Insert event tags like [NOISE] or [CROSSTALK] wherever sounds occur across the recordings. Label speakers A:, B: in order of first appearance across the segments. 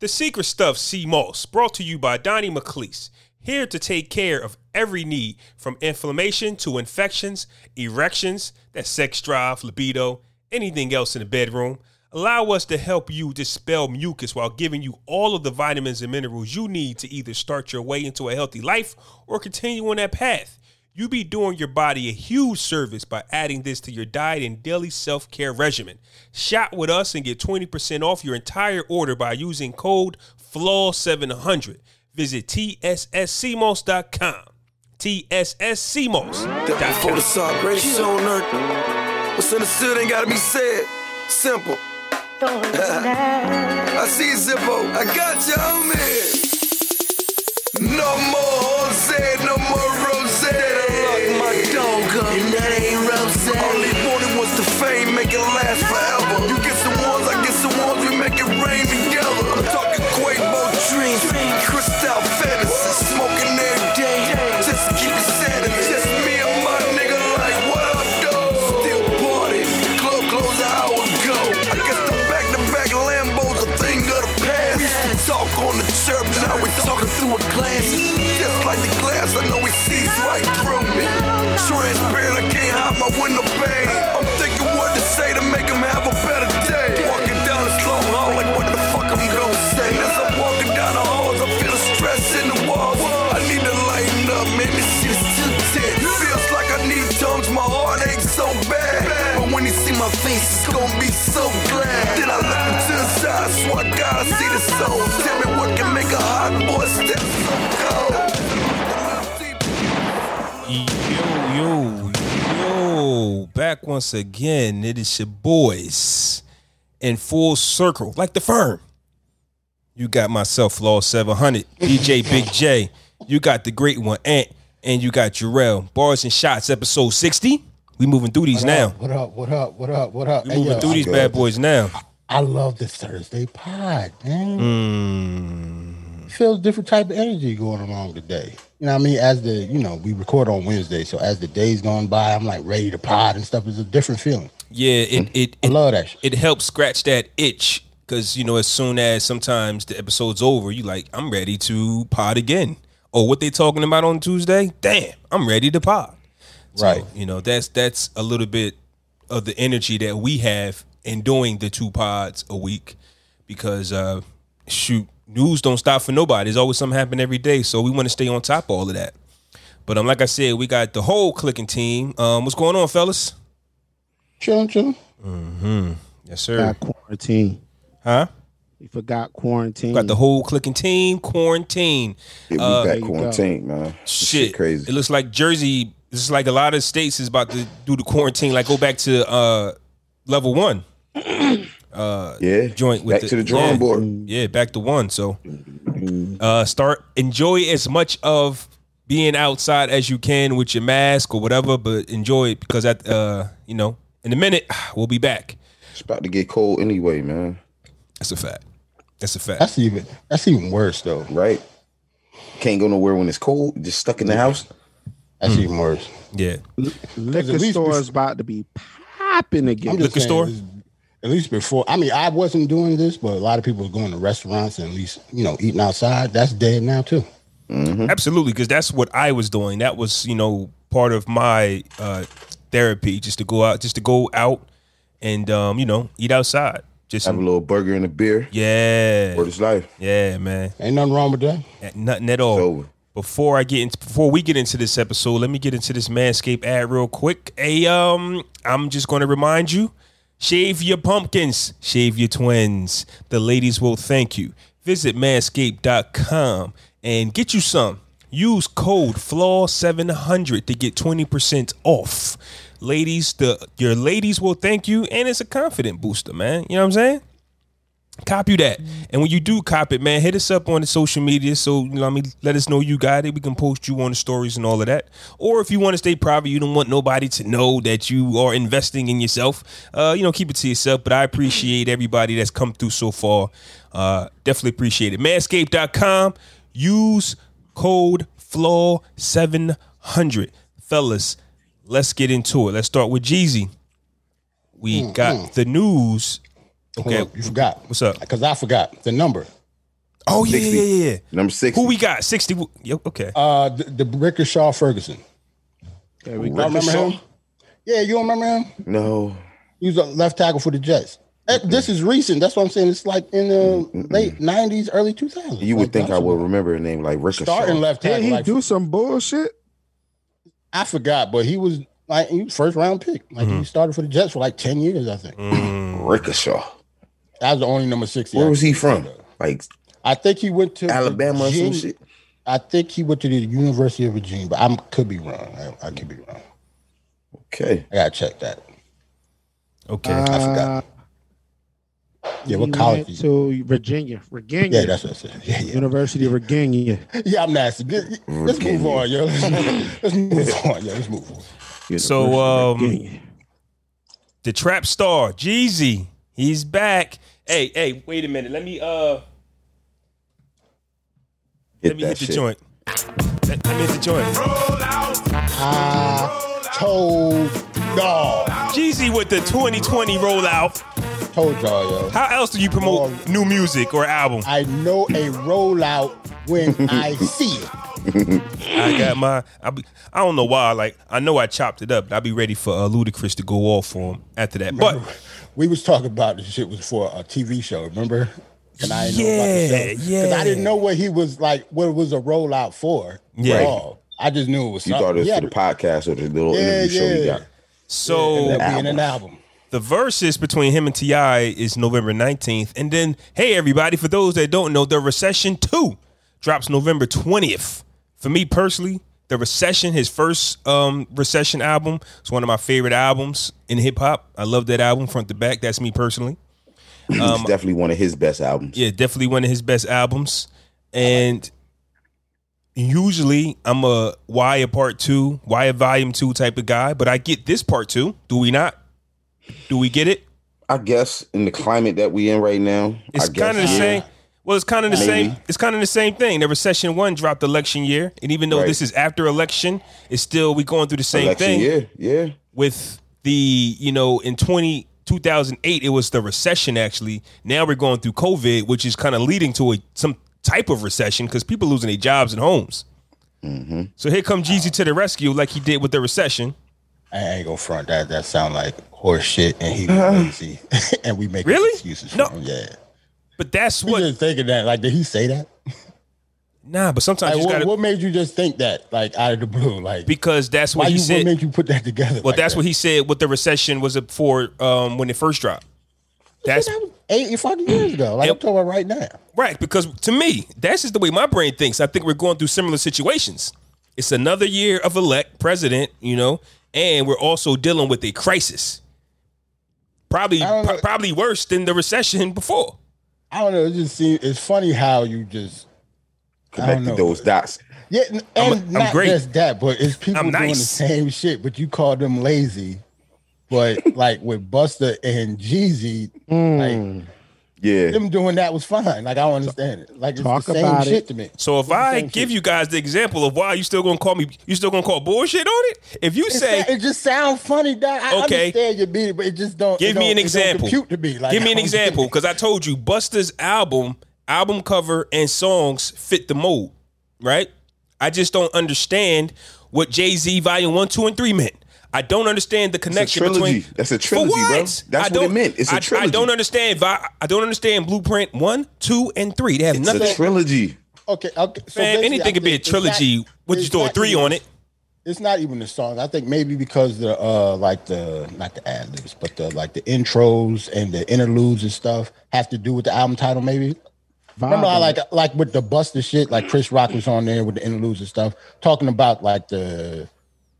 A: The Secret Stuff C Moss, brought to you by Donnie McLeese, here to take care of every need from inflammation to infections, erections, that sex drive, libido, anything else in the bedroom. Allow us to help you dispel mucus while giving you all of the vitamins and minerals you need to either start your way into a healthy life or continue on that path. You be doing your body a huge service by adding this to your diet and daily self care regimen. Shop with us and get 20% off your entire order by using code FLAW700. Visit TSSCMOS.com.
B: Before the
A: TSSCMOS.com.
B: song, greatest show on earth. What's understood ain't gotta be said. Simple. I see you, Zippo. I got you, homie. No more Jose, no more Rose. Lock my dog up. And that ain't Rose. Only wanted was the fame, make it last forever. You get some ones, I get some ones, we make it rain together. I'm talking Quavo dreams, crystal fantasies, smoking every day. Just to keep it sanity. Just me and my nigga, like, what up, though? Still party, club closed an hour ago. I guess the back to back Lambo's a thing of the past. We used to talk on the chirp, now we talking through a glass. Just like the glass, I know it sees right through me. Transparent, I can't hide my window pane. I'm thinking what to say to make him have a better day. Walking down this long hall, like what the fuck I'm gonna say. As I'm walking down the halls, I feel the stress in the walls. I need to lighten up, man, this shit is too tense. Feels like I need tongues, my heart aches so bad. But when you see my face, it's gonna be so glad. Then I look into the side, I swear to God, I see the soul. Tell me what can make a hot boy step so cold.
A: Yo, yo, yo. Back once again. It is your boys in full circle, like the firm. You got myself, Law 700, DJ Big J. You got the great one, Ant. And you got Jarrell. Bars and Shots, episode 60. We moving through these now.
C: What up? What up? What up? What up?
A: We
C: Hey,
A: moving
C: yo,
A: through these
C: I-
A: bad boys now.
C: I love this Thursday pod, man.
D: Mm.
C: Feels different type of energy going along today. You know what I mean? As the you know, we record on Wednesday, so as the days gone by, I'm like ready to pod and stuff. It's a different feeling.
A: Yeah, it it
C: I
A: it,
C: love that. Shit.
A: it helps scratch that itch because you know as soon as sometimes the episode's over, you like I'm ready to pod again. Or what they talking about on Tuesday? Damn, I'm ready to pod. So,
C: Right.
A: You know that's that's a little bit of the energy that we have in doing the two pods a week because uh shoot news don't stop for nobody. There's always something happening every day, so we want to stay on top of all of that. But um, like I said, we got the whole clicking team. Um, what's going on, fellas?
C: Chilling, chilling.
A: Mm-hmm. Yes, sir.
D: forgot quarantine.
A: Huh?
D: We forgot quarantine.
A: Got the whole clicking team quarantine.
E: Yeah, we
A: Uh,
D: there
E: back
D: you
E: quarantine, man. This
A: Shit,
E: crazy.
A: It looks like Jersey. It's like a lot of states is about to do the quarantine. Like go back to uh level one [CLEARS THROAT] Uh,
E: yeah,
A: joint with
E: back to the drawing
A: yeah, Mm-hmm.
E: board. Mm-hmm.
A: Yeah, back to one. So uh start enjoy as much of being outside as you can with your mask or whatever, but enjoy it because at uh you know in a minute [SIGHS] we'll be back.
E: It's about to get cold anyway, man.
A: That's a fact. That's a fact.
C: That's even that's even worse though.
E: Right? Can't go nowhere when it's cold. Just stuck in the house.
C: That's even worse.
A: Hmm. yeah.
D: liquor
C: at least
D: store
C: we-
D: is about to be popping
C: I'm
D: again.
C: just
A: Liquor
C: saying,
A: store?
C: this- At least before, I mean, I wasn't doing this, but a lot of people were going to restaurants and at least you know eating outside. That's dead now too.
E: Hmm.
D: Mm-hmm.
A: Absolutely, because that's what I was doing. That was, you know, part of my uh, therapy, just to go out, just to go out and, um, you know, eat outside. Just
E: Have a little burger and a beer.
A: yeah,
E: Word is life.
A: yeah, man, Eh,
C: Ain't nothing wrong with that.
A: nothing at all.
E: over.
A: Before I get into, before we get into this episode, let me get into this Manscaped ad real quick. Hey, um, I'm just going to remind you: shave your pumpkins, shave your twins. The ladies will thank you. Visit manscaped.com and get you some. Use code FLAW700 to get 20% off. Ladies, the your ladies will thank you, and it's a confident booster, man. You know what I'm saying? Cop you that. And when you do cop it, man, hit us up on the social media. So, you know, what I mean, let us know you got it. We can post you on the stories and all of that. Or if you want to stay private, you don't want nobody to know that you are investing in yourself, uh, you know, keep it to yourself. But I appreciate everybody that's come through so far. Uh, definitely appreciate it. Manscaped.com. Use code FLAW700. Fellas, let's get into it. Let's start with Jeezy. We got the news.
C: Hold
A: Okay.
C: Mm, up, you forgot.
A: What's up?
C: Because I forgot the number
A: Oh yeah, yeah, yeah, yeah.
E: Number six.
A: Who we got? Sixty. Yo, okay.
C: Uh, the, the Rickershaw Ferguson.
D: There we
C: Y'all
D: go.
C: remember him? Yeah, you don't remember him?
E: No.
C: He was a left tackle for the Jets. Eh, This is recent. That's what I'm saying. It's like in the late '90s, early 2000s.
E: You would
C: Like,
E: think I
C: that's
E: would remember a name like Ricochet.
C: starting left
D: Did
C: tackle.
D: he
C: like,
D: do some bullshit?
C: I forgot, but he was like he was first round pick. Like
E: Mm-hmm.
C: he started for the Jets for like ten years, I think.
A: Mm.
E: Ricochet.
C: That was the only number six.
E: Where was he from?
C: though.
E: Like
C: I think he went to
E: Alabama or some
C: Virginia-
E: shit?
C: I think he went to the University of Virginia, but I could be wrong. I, I could be wrong.
E: Okay.
C: I gotta check that.
A: Okay.
C: I forgot. Yeah, what college?
E: Uh,
C: Is
D: To Virginia. Virginia.
C: yeah, that's what I said. [LAUGHS] Yeah, yeah.
D: University of Virginia.
C: [LAUGHS] Yeah, I'm nasty. Let's let's move
E: Virginia.
C: on, yo. [LAUGHS] Let's move, let's move on, yo. Let's move on.
A: So, um,
D: Virginia.
A: the trap star Jeezy. He's back. Hey, hey, wait a minute. Let me uh let
E: Hit
A: me
E: that
A: hit the
E: shit.
A: joint. Let, let me hit the joint.
C: I told y'all,
A: Jeezy with the 2020 rollout.
C: told y'all, yo.
A: How else do you promote new music or album?
C: I know a rollout
A: [LAUGHS]
C: when I see it.
A: I got my. I, be, I don't know why. Like I know I chopped it up. But I'll be ready for uh, Ludacris to go off on him after that. But
C: We was talking about this shit was for a TV show, remember? And I didn't know about
A: Yeah,
C: the show. Because
A: yeah.
C: I didn't know what he was like, what it was a rollout for.
A: Yeah.
C: at all. I just knew it was
E: You
C: something.
E: thought it was
C: yeah,
E: for the podcast or the little
C: Yeah,
E: interview show you
C: yeah.
E: got.
A: so
C: that being an album.
A: The verses between him and Ti is November nineteenth, and then hey everybody, for those that don't know, the Recession Two drops November twentieth. For me personally, the Recession, his first um, Recession album, is one of my favorite albums in hip hop. I love that album front to back. That's me personally. Um,
E: it's definitely one of his best albums.
A: Yeah, definitely one of his best albums. And usually I'm a why a part two, why a volume two type of guy, but I get this part two. Do we not? Do we get it?
E: I guess in the climate that we in right now,
A: It's
E: I guess,
A: kind of the
E: yeah.
A: same. Well, it's kind of the same.
E: Maybe.
A: It's kind of the same thing. The recession one dropped election year, and even though
E: Right.
A: this is after election, it's still we going through the same
E: Election,
A: thing
E: Yeah, yeah.
A: with the you know in 20, 2008, it was the recession actually. Now we're going through COVID, which is kind of leading to a some type of recession because people losing their jobs and homes.
C: Mm-hmm.
A: So here comes Jeezy to the rescue, like he did with the recession.
C: I ain't gonna front that. That sound like horse shit, and he was lazy, [LAUGHS] and we make
A: Uh-huh. Really?
C: excuses for
A: No.
C: him. Yeah,
A: But that's
C: you
A: what
C: just thinking that. Like, did he say that?
A: nah. But sometimes
C: Like,
A: you
C: what,
A: just gotta
C: what made you just think that? Like, out of the blue, like,
A: because that's what
C: why
A: he
C: you?
A: said.
C: What made you put that together?
A: Well, that's what he said. What the recession was it for um, when it first dropped. That's
C: eight fucking years ago. Like, I'm
A: Yep.
C: talking about right now.
A: right because to me, that's just the way my brain thinks. I think we're going through similar situations. It's another year of elect president, you know, and we're also dealing with a crisis. Probably,
C: don't
A: pro-
C: know.
A: probably worse than the recession before.
C: I don't know. It just seems it's funny how you just know.
E: Connected those dots.
C: yeah, and
A: I'm- I'm
C: not
A: great.
C: just that, but it's people
A: I'm
C: doing the
A: nice.
C: same shit, but you call them lazy. But like with Buster and Jeezy, like
E: Yeah.
C: them doing that was fine. Like I don't understand it. Like it's
D: Talk
C: the same
D: about it.
C: shit to me.
A: So if I give you guys the example of why you still gonna call me, you still gonna call bullshit on it. If you
C: It,
A: say
C: sa- it just sounds funny, dog. I
A: Okay.
C: understand your beat, but it just don't. it
A: Give me
C: don't-
A: an
C: it don't
A: example.
C: compute to me. Like,
A: Give
C: I
A: me an
C: don't get it.
A: example, because I told you Buster's album, album cover, and songs fit the mold, right? I just don't understand what Jay Z Volume One, Two, and Three meant. I don't understand the
E: That's a
A: connection
E: trilogy.
A: between.
E: That's a
A: For
E: trilogy, bro.
A: what? I
E: That's what it
A: don't-
E: meant. It's
A: I-
E: a trilogy.
A: I don't understand. Vi- I don't understand Blueprint One, Two, and Three. They have
E: It's
A: nothing.
E: a trilogy.
C: Okay, okay. So
A: Man,
C: basically,
A: anything
C: I
A: could be a
C: think it's not-
A: trilogy. What you
C: it's
A: throw a
C: not
A: three
C: even-
A: on it?
C: It's not even the song. I think maybe because the uh like the not the ad libs, but the like the intros and the interludes and stuff have to do with the album title. Maybe remember I like like with the Buster shit, like Chris Rock was on there with the interludes and stuff, talking about like the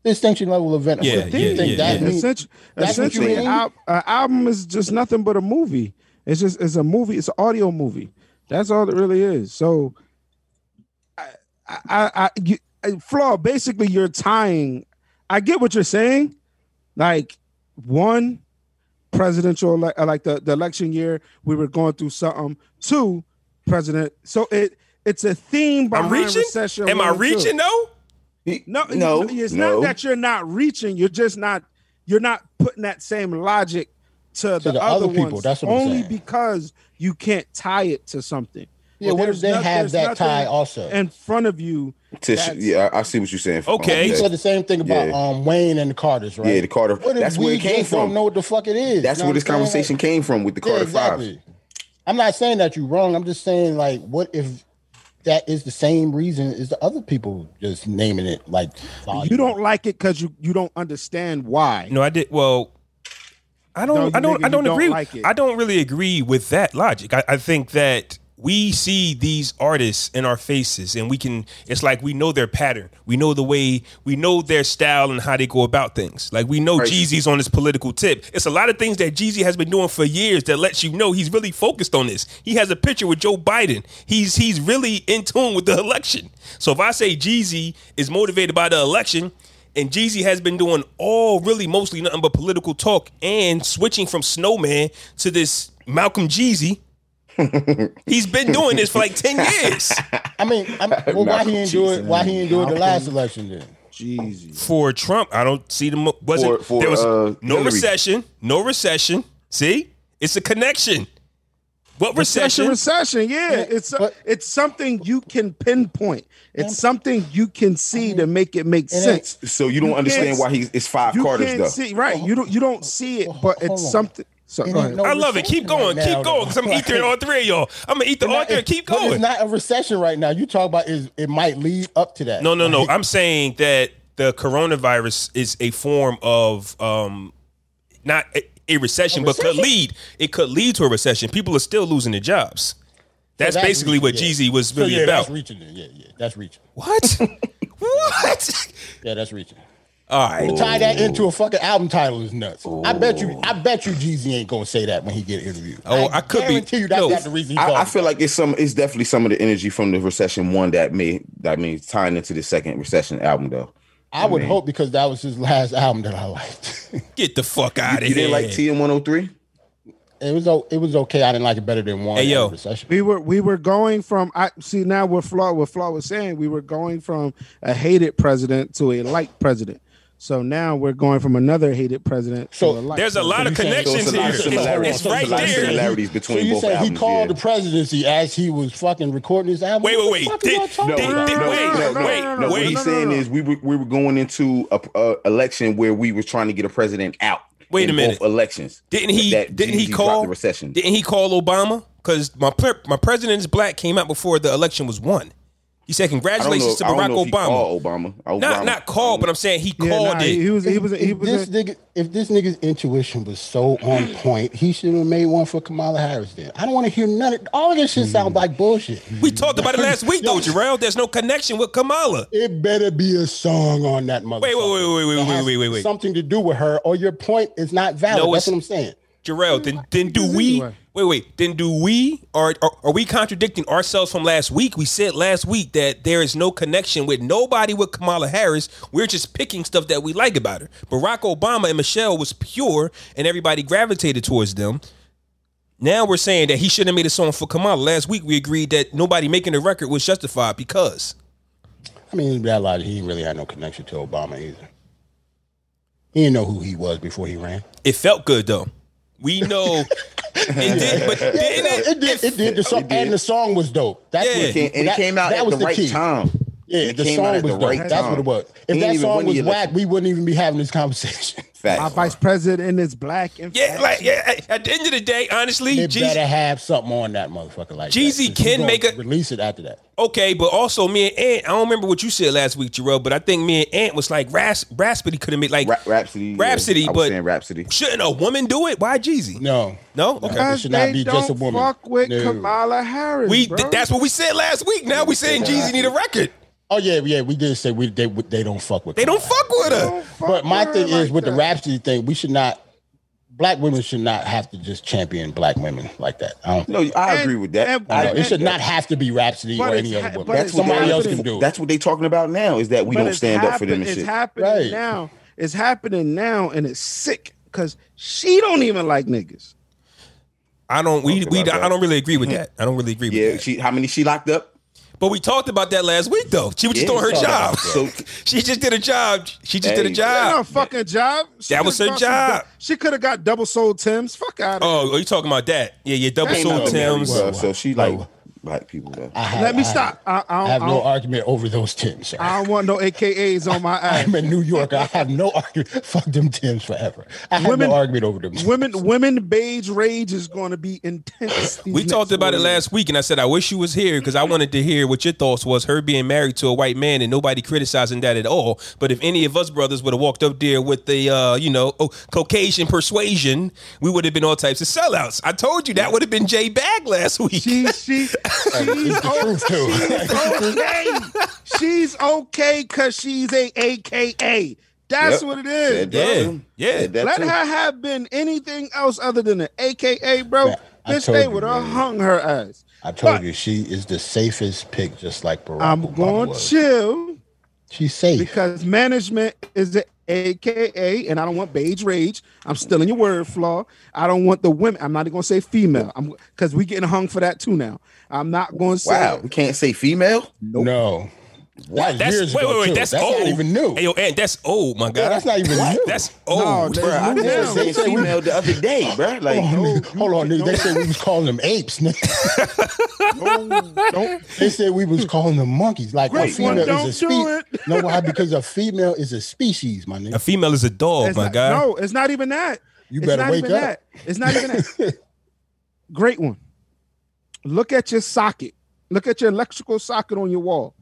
C: distinction level event.
A: Yeah,
C: Do you
A: yeah,
C: think
A: yeah,
C: that
A: yeah.
C: mean-
D: Essentially,
C: that's what you
D: essentially an
C: mean?
D: al- an album is just nothing but a movie. It's just it's a movie. It's an audio movie. That's all it really is. So, I, I, I, you, I flaw. Basically, you're tying. I get what you're saying. Like one presidential, ele- uh, like the the election year, we were going through something. Two president. So it it's a theme behind
A: I'm reaching.
D: recession.
A: Am I
D: one and two.
A: reaching though?
D: No,
E: no,
D: no, it's
E: no.
D: not that you're not reaching. You're just not. You're not putting that same logic to, the,
C: the
D: other
C: other people,
D: ones,
C: that's what I'm
D: only
C: saying.
D: because you can't tie it to something.
C: Yeah,
D: But
C: what if
D: there's
C: they
D: not-
C: have
D: there's
C: that
D: nothing
C: tie also?
D: in front of you?
E: Tish,
D: That's-
E: yeah, I, I see what you're saying.
A: Okay.
C: You
E: Um,
C: said the same thing about
E: Yeah.
C: um Wayne and the Carters, right?
E: Yeah, the Carter-
C: What if
E: that's where
C: we
E: it came
C: just
E: from.
C: Don't know what the fuck it is.
E: that's
C: You know
E: where
C: what
E: this
C: I'm saying?
E: conversation came from with the Carter Five.
C: I'm not saying that you're wrong. I'm just saying like, what if that is the same reason as the other people just naming it like
D: You don't like it because you you don't understand why.
A: No, I did. Well, I don't.
D: No, you
A: I don't.
D: nigga,
A: I don't
D: you don't
A: agree.
D: like it.
A: I don't really agree with that logic. I, I think that we see these artists in our faces, and we can. It's like we know their pattern. We know the way. We know their style and how they go about things. Like we know
E: Right.
A: Jeezy's on his political tip. It's a lot of things that Jeezy has been doing for years that lets you know he's really focused on this. He has a picture with Joe Biden. He's he's really in tune with the election. So if I say Jeezy is motivated by the election, and Jeezy has been doing all really mostly nothing but political talk and switching from Snowman to this
E: [LAUGHS]
A: Malcolm Jeezy. He's been doing this for like ten years
C: I mean, I'm, well, why
E: Malcolm
C: he didn't do it?
E: Jeezy.
C: Why he didn't do it the last election then?
D: Jeez.
A: for Trump. I don't see the mo- wasn't
E: For- for,
A: there was
E: uh,
A: no
E: Hillary.
A: recession, no recession. See, it's a connection. What
D: Recession,
A: recession?
D: recession, yeah. It's
C: but-
D: it's something you can pinpoint. It's something you can see to make it make
C: ain't-
D: sense.
E: So you don't
D: You
E: understand
D: can't-
E: why he's it's five
D: You
E: Carters
D: can't
E: though.
D: see right. You don't you don't see it, but
C: Hold
D: it's
C: on.
D: something. So,
C: It
D: go
C: ain't
D: ahead.
C: no
A: I love it.
C: recession
A: Keep going.
C: right now,
A: Keep going.
C: though.
A: Cause I'm eating all three of y'all. I'm gonna eat the all three.
C: It's-
A: Keep
C: but
A: going.
C: It's not a recession right now. You talk about is it might lead up to that.
A: No, no, no. I'm saying that the coronavirus is a form of um, not a, a recession, but could
C: recession?
A: lead. It could lead to a recession. People are still losing their jobs. That's
C: That's
A: basically what
C: reaching,
A: Jeezy was
C: So,
A: really
C: yeah,
A: about.
C: that's reaching. It. Yeah, yeah, that's reaching. [LAUGHS]
A: what? what?
C: Yeah, that's reaching.
A: All right.
C: Tie that into a fucking album title is nuts. I bet you. I bet you. Jeezy ain't gonna say that when he get interviewed.
A: Oh, I could be-
C: guarantee you that's
A: no,
C: not the reason. He
E: I, I
C: called.
E: feel like it's some. It's definitely some of the energy from the recession one that may. I mean, tying into the second recession album though.
C: I would hope because that was his last album that I liked.
A: Get the fuck out of
E: You
A: here.
E: didn't like TM 103?
C: it was o- it was okay. I didn't like it better than one.
A: Hey, yo.
C: recession.
D: We were we were going from I see now what Flaw what Flaw was saying we were going from a hated president to a liked president. So now we're going from another hated president.
C: So
D: to a liked
A: There's a lot of
D: president.
E: So
A: connections
E: it's a
A: here.
E: lot of
A: It's,
E: similarities.
A: it's right
E: It's a lot of
A: there.
E: similarities.
C: So
E: between
C: you
E: both
C: say he
E: albums,
C: called
E: yeah.
C: the presidency as he was fucking recording his album.
A: Wait,
C: What
A: wait,
C: the
A: wait.
C: fuck
A: Did-
C: y'all talking
A: did-
C: about?
A: did- wait, wait,
E: no,
A: wait.
E: What he's
A: No,
E: saying
D: no.
E: is we were, we were going into a, a election where we were trying to get a president out.
A: Wait
E: in
A: a minute.
E: Both elections.
A: Didn't he?
E: That
A: didn't
E: Jeezy
A: he
E: dropped
A: call
E: the recession?
A: Didn't he call Obama? Because my pre- my president is black came out before the election was won. He said
E: I don't know,
A: congratulations to
E: I don't
A: Barack
E: know if he
A: Obama.
E: called Obama. Uh, Obama.
A: Not not called, but I'm saying he
D: Yeah,
A: called
D: nah,
A: it.
D: He was he was he
C: If
D: was
C: this
D: in-
C: nigga, if this nigga's intuition was so on point, he should have made one for Kamala Harris. Then I don't want to hear none of all of this shit.
D: Hmm.
C: Sound like bullshit.
A: we talked about it last week though, Jarrell. There's no connection with Kamala.
C: It better be a song on that motherfucker.
A: Wait, wait, wait, wait, wait,
C: That
A: wait,
C: has
A: wait, wait, wait.
C: Something to do with her, or your point is not valid.
A: No,
C: That's
A: it's-
C: what I'm saying.
A: Jarrell, then then do
D: is
A: we?
D: anyway.
A: Wait, wait. Then do we? Or are, are we contradicting ourselves from last week? We said last week that there is no connection with nobody with Kamala Harris. We're just picking stuff that we like about her. Barack Obama and Michelle was pure, and everybody gravitated towards them. Now we're saying that he should have made a song for Kamala. Last week we agreed that nobody making the record was justified because
C: I mean, that lot he ain't really had no connection to Obama either. He didn't know who he was before he ran.
A: it felt good though. We [LAUGHS] know it did, but didn't it?
C: It did. It did. The song,
E: did.
C: and the song was dope. That's
A: Yeah.
C: what,
E: It came- and
C: that-
E: it came out
C: that
E: at
C: was
E: the right
C: key.
E: time.
C: Yeah,
E: It
C: the
E: came
C: song
E: out at
C: was
E: the
C: dope.
E: right
C: That's what it
E: time.
C: was.
E: He
C: If
E: ain't
C: that
E: even
C: song
E: win the
C: was
E: election.
C: whack, we wouldn't even be having this conversation.
D: our
E: [LAUGHS] Facts.
D: vice president is black and
A: Yeah,
D: fat.
A: like yeah. at- At the end of the day, honestly,
C: They
A: Jeezy-
C: better have something on that motherfucker like that.
A: Jeezy
C: 'Cause he
A: can
C: gonna
A: make a-
C: release it after that.
A: Okay, but also me and Ant, I don't remember what you said last week, Jarrell, but I think me and Ant was like Ras- Raspity could have made like
E: Ra- Rhapsody. yeah.
A: Rhapsody,
E: I was
A: but-
E: saying Rhapsody.
A: shouldn't a woman do it? Why Jeezy?
C: No,
A: No? Okay.
C: It
D: Because
C: should not
D: they
C: be
D: don't
C: just a woman.
D: fuck with
C: No.
D: Kamala Harris.
A: We
D: bro.
A: th- that's what we said last week. Now we saying Jeezy need a record.
C: Oh yeah, yeah. We did say we they they don't fuck with.
A: They don't
C: Kamala.
A: fuck with her.
D: Don't fuck
C: But my
D: with
C: thing
D: her
C: is
D: like
C: with
D: that.
C: the Rhapsody thing, we should not. Black women should not have to just champion black women like that. I don't.
E: No, I
D: And-
E: agree with that.
D: and-
C: I
E: I
C: don't-
E: agree
C: it
E: with
C: should
E: that.
C: not have to be Rhapsody
D: But
C: or
D: it's ha-
C: any other woman.
D: but it's
C: Somebody else
D: happening.
C: can do it.
E: That's what they talking about now is that we
D: But
E: don't
D: it's
E: stand up for
D: happen-
E: them and
D: it's
E: shit.
D: happening
C: Right.
D: now. It's happening now, and it's sick because she don't even like niggas.
A: I don't we,
E: Talk
A: we
E: about
A: I
E: that.
A: don't really agree with
C: Mm-hmm.
A: that. I don't really agree with
E: Yeah,
A: that.
E: she how many she locked up?
A: but we talked about that last week though. She was just
E: Yeah,
A: doing her
E: we
A: job.
E: talked about that. So-
A: [LAUGHS] she just did a job. She just did a
E: Hey.
D: That her
A: job.
D: fucking job. She
A: That was
D: could've got
A: her
D: some
A: job.
D: du- she could have got double sold Tim's. Fuck out of
A: Oh, are you talking oh, about that? Yeah, yeah, double
D: Ain't
A: soul
D: nothing
E: Married,
A: Tim's.
E: bro, So she like black people though.
C: I have,
D: Let me
C: I
D: stop. I, I,
C: Have, I
D: don't,
C: have
D: I,
C: no
D: don't,
C: argument over those Tims. sir.
D: I don't want no AKAs on my ass.
C: I'm a New Yorker. I have no argument. [LAUGHS] Fuck them Tims forever. I have
D: Women-
C: no argument over them. Tims.
D: Women, women, beige rage is going to be intense. these
A: We
D: next
A: talked about it
D: four years.
A: last week, and I said I wish you was here because I wanted to hear what your thoughts was. Her being married to a white man and nobody criticizing that at all. But if any of us brothers would have walked up there with the uh, you know oh, Caucasian persuasion, we would have been all types of sellouts. I told you that would have been Jay Bag last week.
D: She,
A: [LAUGHS]
D: she, she's,
C: It's the truth too.
D: okay. she's okay because she's a AKA. That's
E: Yep.
D: what it
E: Said
D: is.
E: that,
A: Yeah,
E: too.
A: yeah.
E: Said that
D: Let
E: too.
D: her have been anything else other than an AKA, bro.
C: Man, I
D: Bitch,
C: told
D: they
C: you,
D: would have
C: man.
D: hung her ass.
C: I told
D: But
C: you she is the safest pick, just like Barack
D: I'm
C: Obama
D: going to
C: was.
D: chill
C: She's safe.
D: because management is the AKA, and I don't want beige rage. I'm still in your word flaw. I don't want the women. I'm not even going to say female. I'm because we getting hung for that too now. I'm not going to say.
E: Wow, we can't say female.
C: No. That
A: That's
C: years
A: wait,
C: ago,
A: wait, wait.
C: too.
A: That's,
C: That's
A: old.
C: not even new.
A: Hey, yo, Ant, that's old, my
C: Yeah,
A: God.
C: that's not even new.
A: That's old.
E: Oh,
D: they
A: bruh. I
D: moved
A: didn't
D: on.
A: know.
E: Say
D: Listen, we-
E: female the other day, bro. Like oh,
C: Hold on, nigga. Hold on, nigga. They said we was calling them apes. Nigga.
D: [LAUGHS]
C: They said we was calling them monkeys. Like
D: Great
C: a female
D: one, don't do
C: is a species. No, why? Because a female is a species, my
A: A
C: nigga.
A: female is a dog,
D: It's
A: my
D: not-
A: God.
D: No, it's not even that.
C: You
D: it's
C: better
D: not
C: wake
D: even
C: up.
D: that. It's not even
C: [LAUGHS]
D: that. Great one. Look at your socket. Look at your electrical socket on your wall.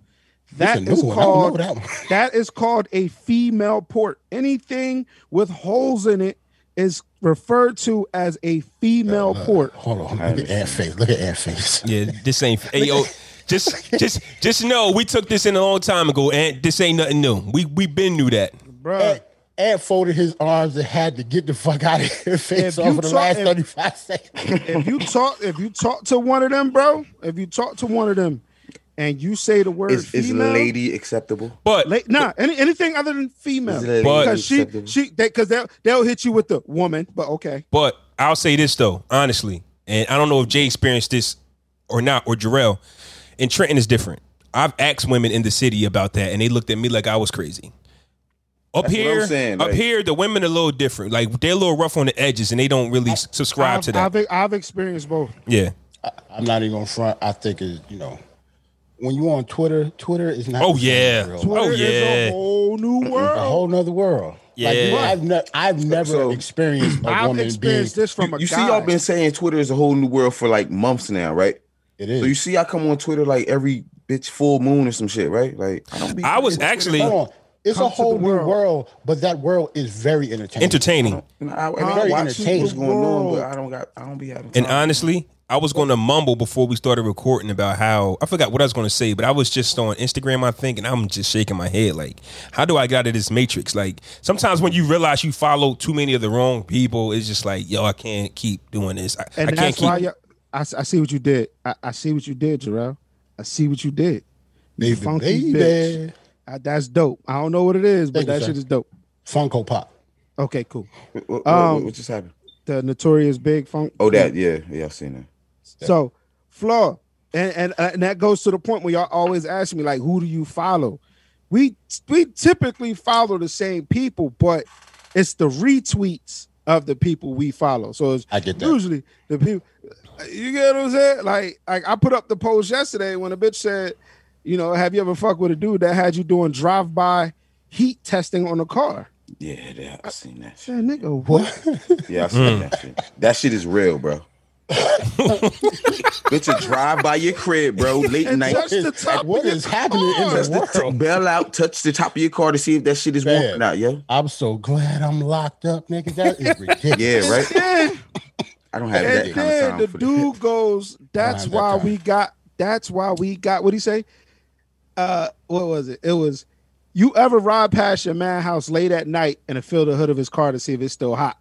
C: That's
D: That
C: a new
D: is
C: one. I don't know
D: called
C: that one. [LAUGHS]
D: that is called a female port. Anything with holes in it is referred to as a female port.
C: Uh, Hold on. Look at Ant face. Look at Ant face.
A: Yeah, this ain't.
C: [LAUGHS]
A: Hey, yo, just, just, just know we took this in a long time ago, and this ain't nothing new. We we been knew that.
D: Bruh.
C: Ant, Ant folded his arms and had to get the fuck out of here [LAUGHS] face
D: If
C: off
D: you
C: for the
D: talk-
C: last
D: if-
C: 35 seconds.
D: if you talk if you talk to one of them, bro, if you talk to one of them and you say the word
E: is, is
D: female,
E: lady acceptable?
A: But
D: La- nah, any, anything other than female.
E: Is lady
A: But-
D: because she
E: acceptable?
D: she they because they'll they'll hit you with the woman but okay
A: but I'll say this though, honestly, and I don't know if Jay experienced this or not, or Jarrell. And Trenton is different. I've asked women in the city about that, and they looked at me like I was crazy. Up
E: That's what I'm
A: here,
E: saying,
A: up
E: like-
A: here, the women are a little different. Like they're a little rough on the edges, and they don't really s- subscribe
D: I've,
A: to that.
D: I've, I've experienced both
A: yeah.
C: I'm not even going to front. I think is you know, when you on Twitter, Twitter is not.
A: Oh
C: the same
A: yeah.
C: as real
A: Oh
D: Twitter is
A: yeah.
D: a whole new world
C: a whole nother world. Like, you
A: Yeah.
C: know, I've, ne- I've never
E: So-
C: experienced a
D: i've
C: woman being.
D: experienced this from a
E: You
D: guy
E: see, y'all been saying Twitter is a whole new world for like months now, right?
C: It
E: So you
C: is.
E: see, I come on Twitter like every bitch full moon or some shit, right? Like I don't be.
A: I was actually
C: Hold on. It's
D: Come to
C: a whole
D: the
C: new
D: world.
C: world. but that world is very entertaining.
A: entertaining.
E: And I, and I
C: Very
E: watch what's
C: entertaining.
E: going on, but I don't got. I don't be having.
A: And
E: time.
A: honestly, I was going to mumble before we started recording about how I forgot what I was going to say, but I was just on Instagram, I think, and I'm just shaking my head. Like, how do I get out of this matrix? Like, sometimes when you realize you follow too many of the wrong people, it's just like, yo, I can't keep doing this. I,
D: and
A: I can't
D: that's why
A: keep.
D: y'all, I, s- I see what you did I, I see what you did Jarrell. i see what you did you
C: Baby,
D: funky bitch
C: baby.
D: I, that's dope i don't know what it is but
C: Thank you,
D: that
C: sir.
D: shit is dope
C: Funko Pop.
D: okay cool
E: what, what-
D: um,
E: what just happened?
D: the notorious big funk
E: Oh, that yeah, yeah, I've seen that.
D: So, flaw, and, and and that goes to the point where y'all always ask me like, who do you follow? We we typically follow the same people, but it's the retweets of the people we follow. So it's
C: I get that.
D: usually the people. You get what I'm saying? Like like I put up the post yesterday when a bitch said, you know, have you ever fucked with a dude that had you doing drive by heat testing on a car?
E: Yeah, yeah, I've seen that. Shit.
D: Say, nigga, what?
C: [LAUGHS]
E: Yeah, I seen that shit. That shit is
D: [LAUGHS]
E: real, bro. Bitch, a drive by your
D: [LAUGHS]
E: crib, bro. Late
D: And
E: night.
D: touch the
C: It's-
D: top.
C: what
D: of your
C: is happening in
D: car.
C: this
E: Touch the top, bell out, touch the top of your car to see if that shit is
C: Man.
E: working out, yo.
C: I'm so glad I'm locked up, nigga. That is ridiculous.
E: Yeah, right.
D: Yeah.
E: I don't have that
D: And
E: kind of
D: then
E: time
D: the
E: for
D: dude
E: [LAUGHS]
D: goes, "That's
C: have that
D: why
C: time.
D: we got. That's why we got." What he say? Uh, what was it? It was, "You ever ride past your man house late at night and to feel the hood of his car to see if it's still hot?"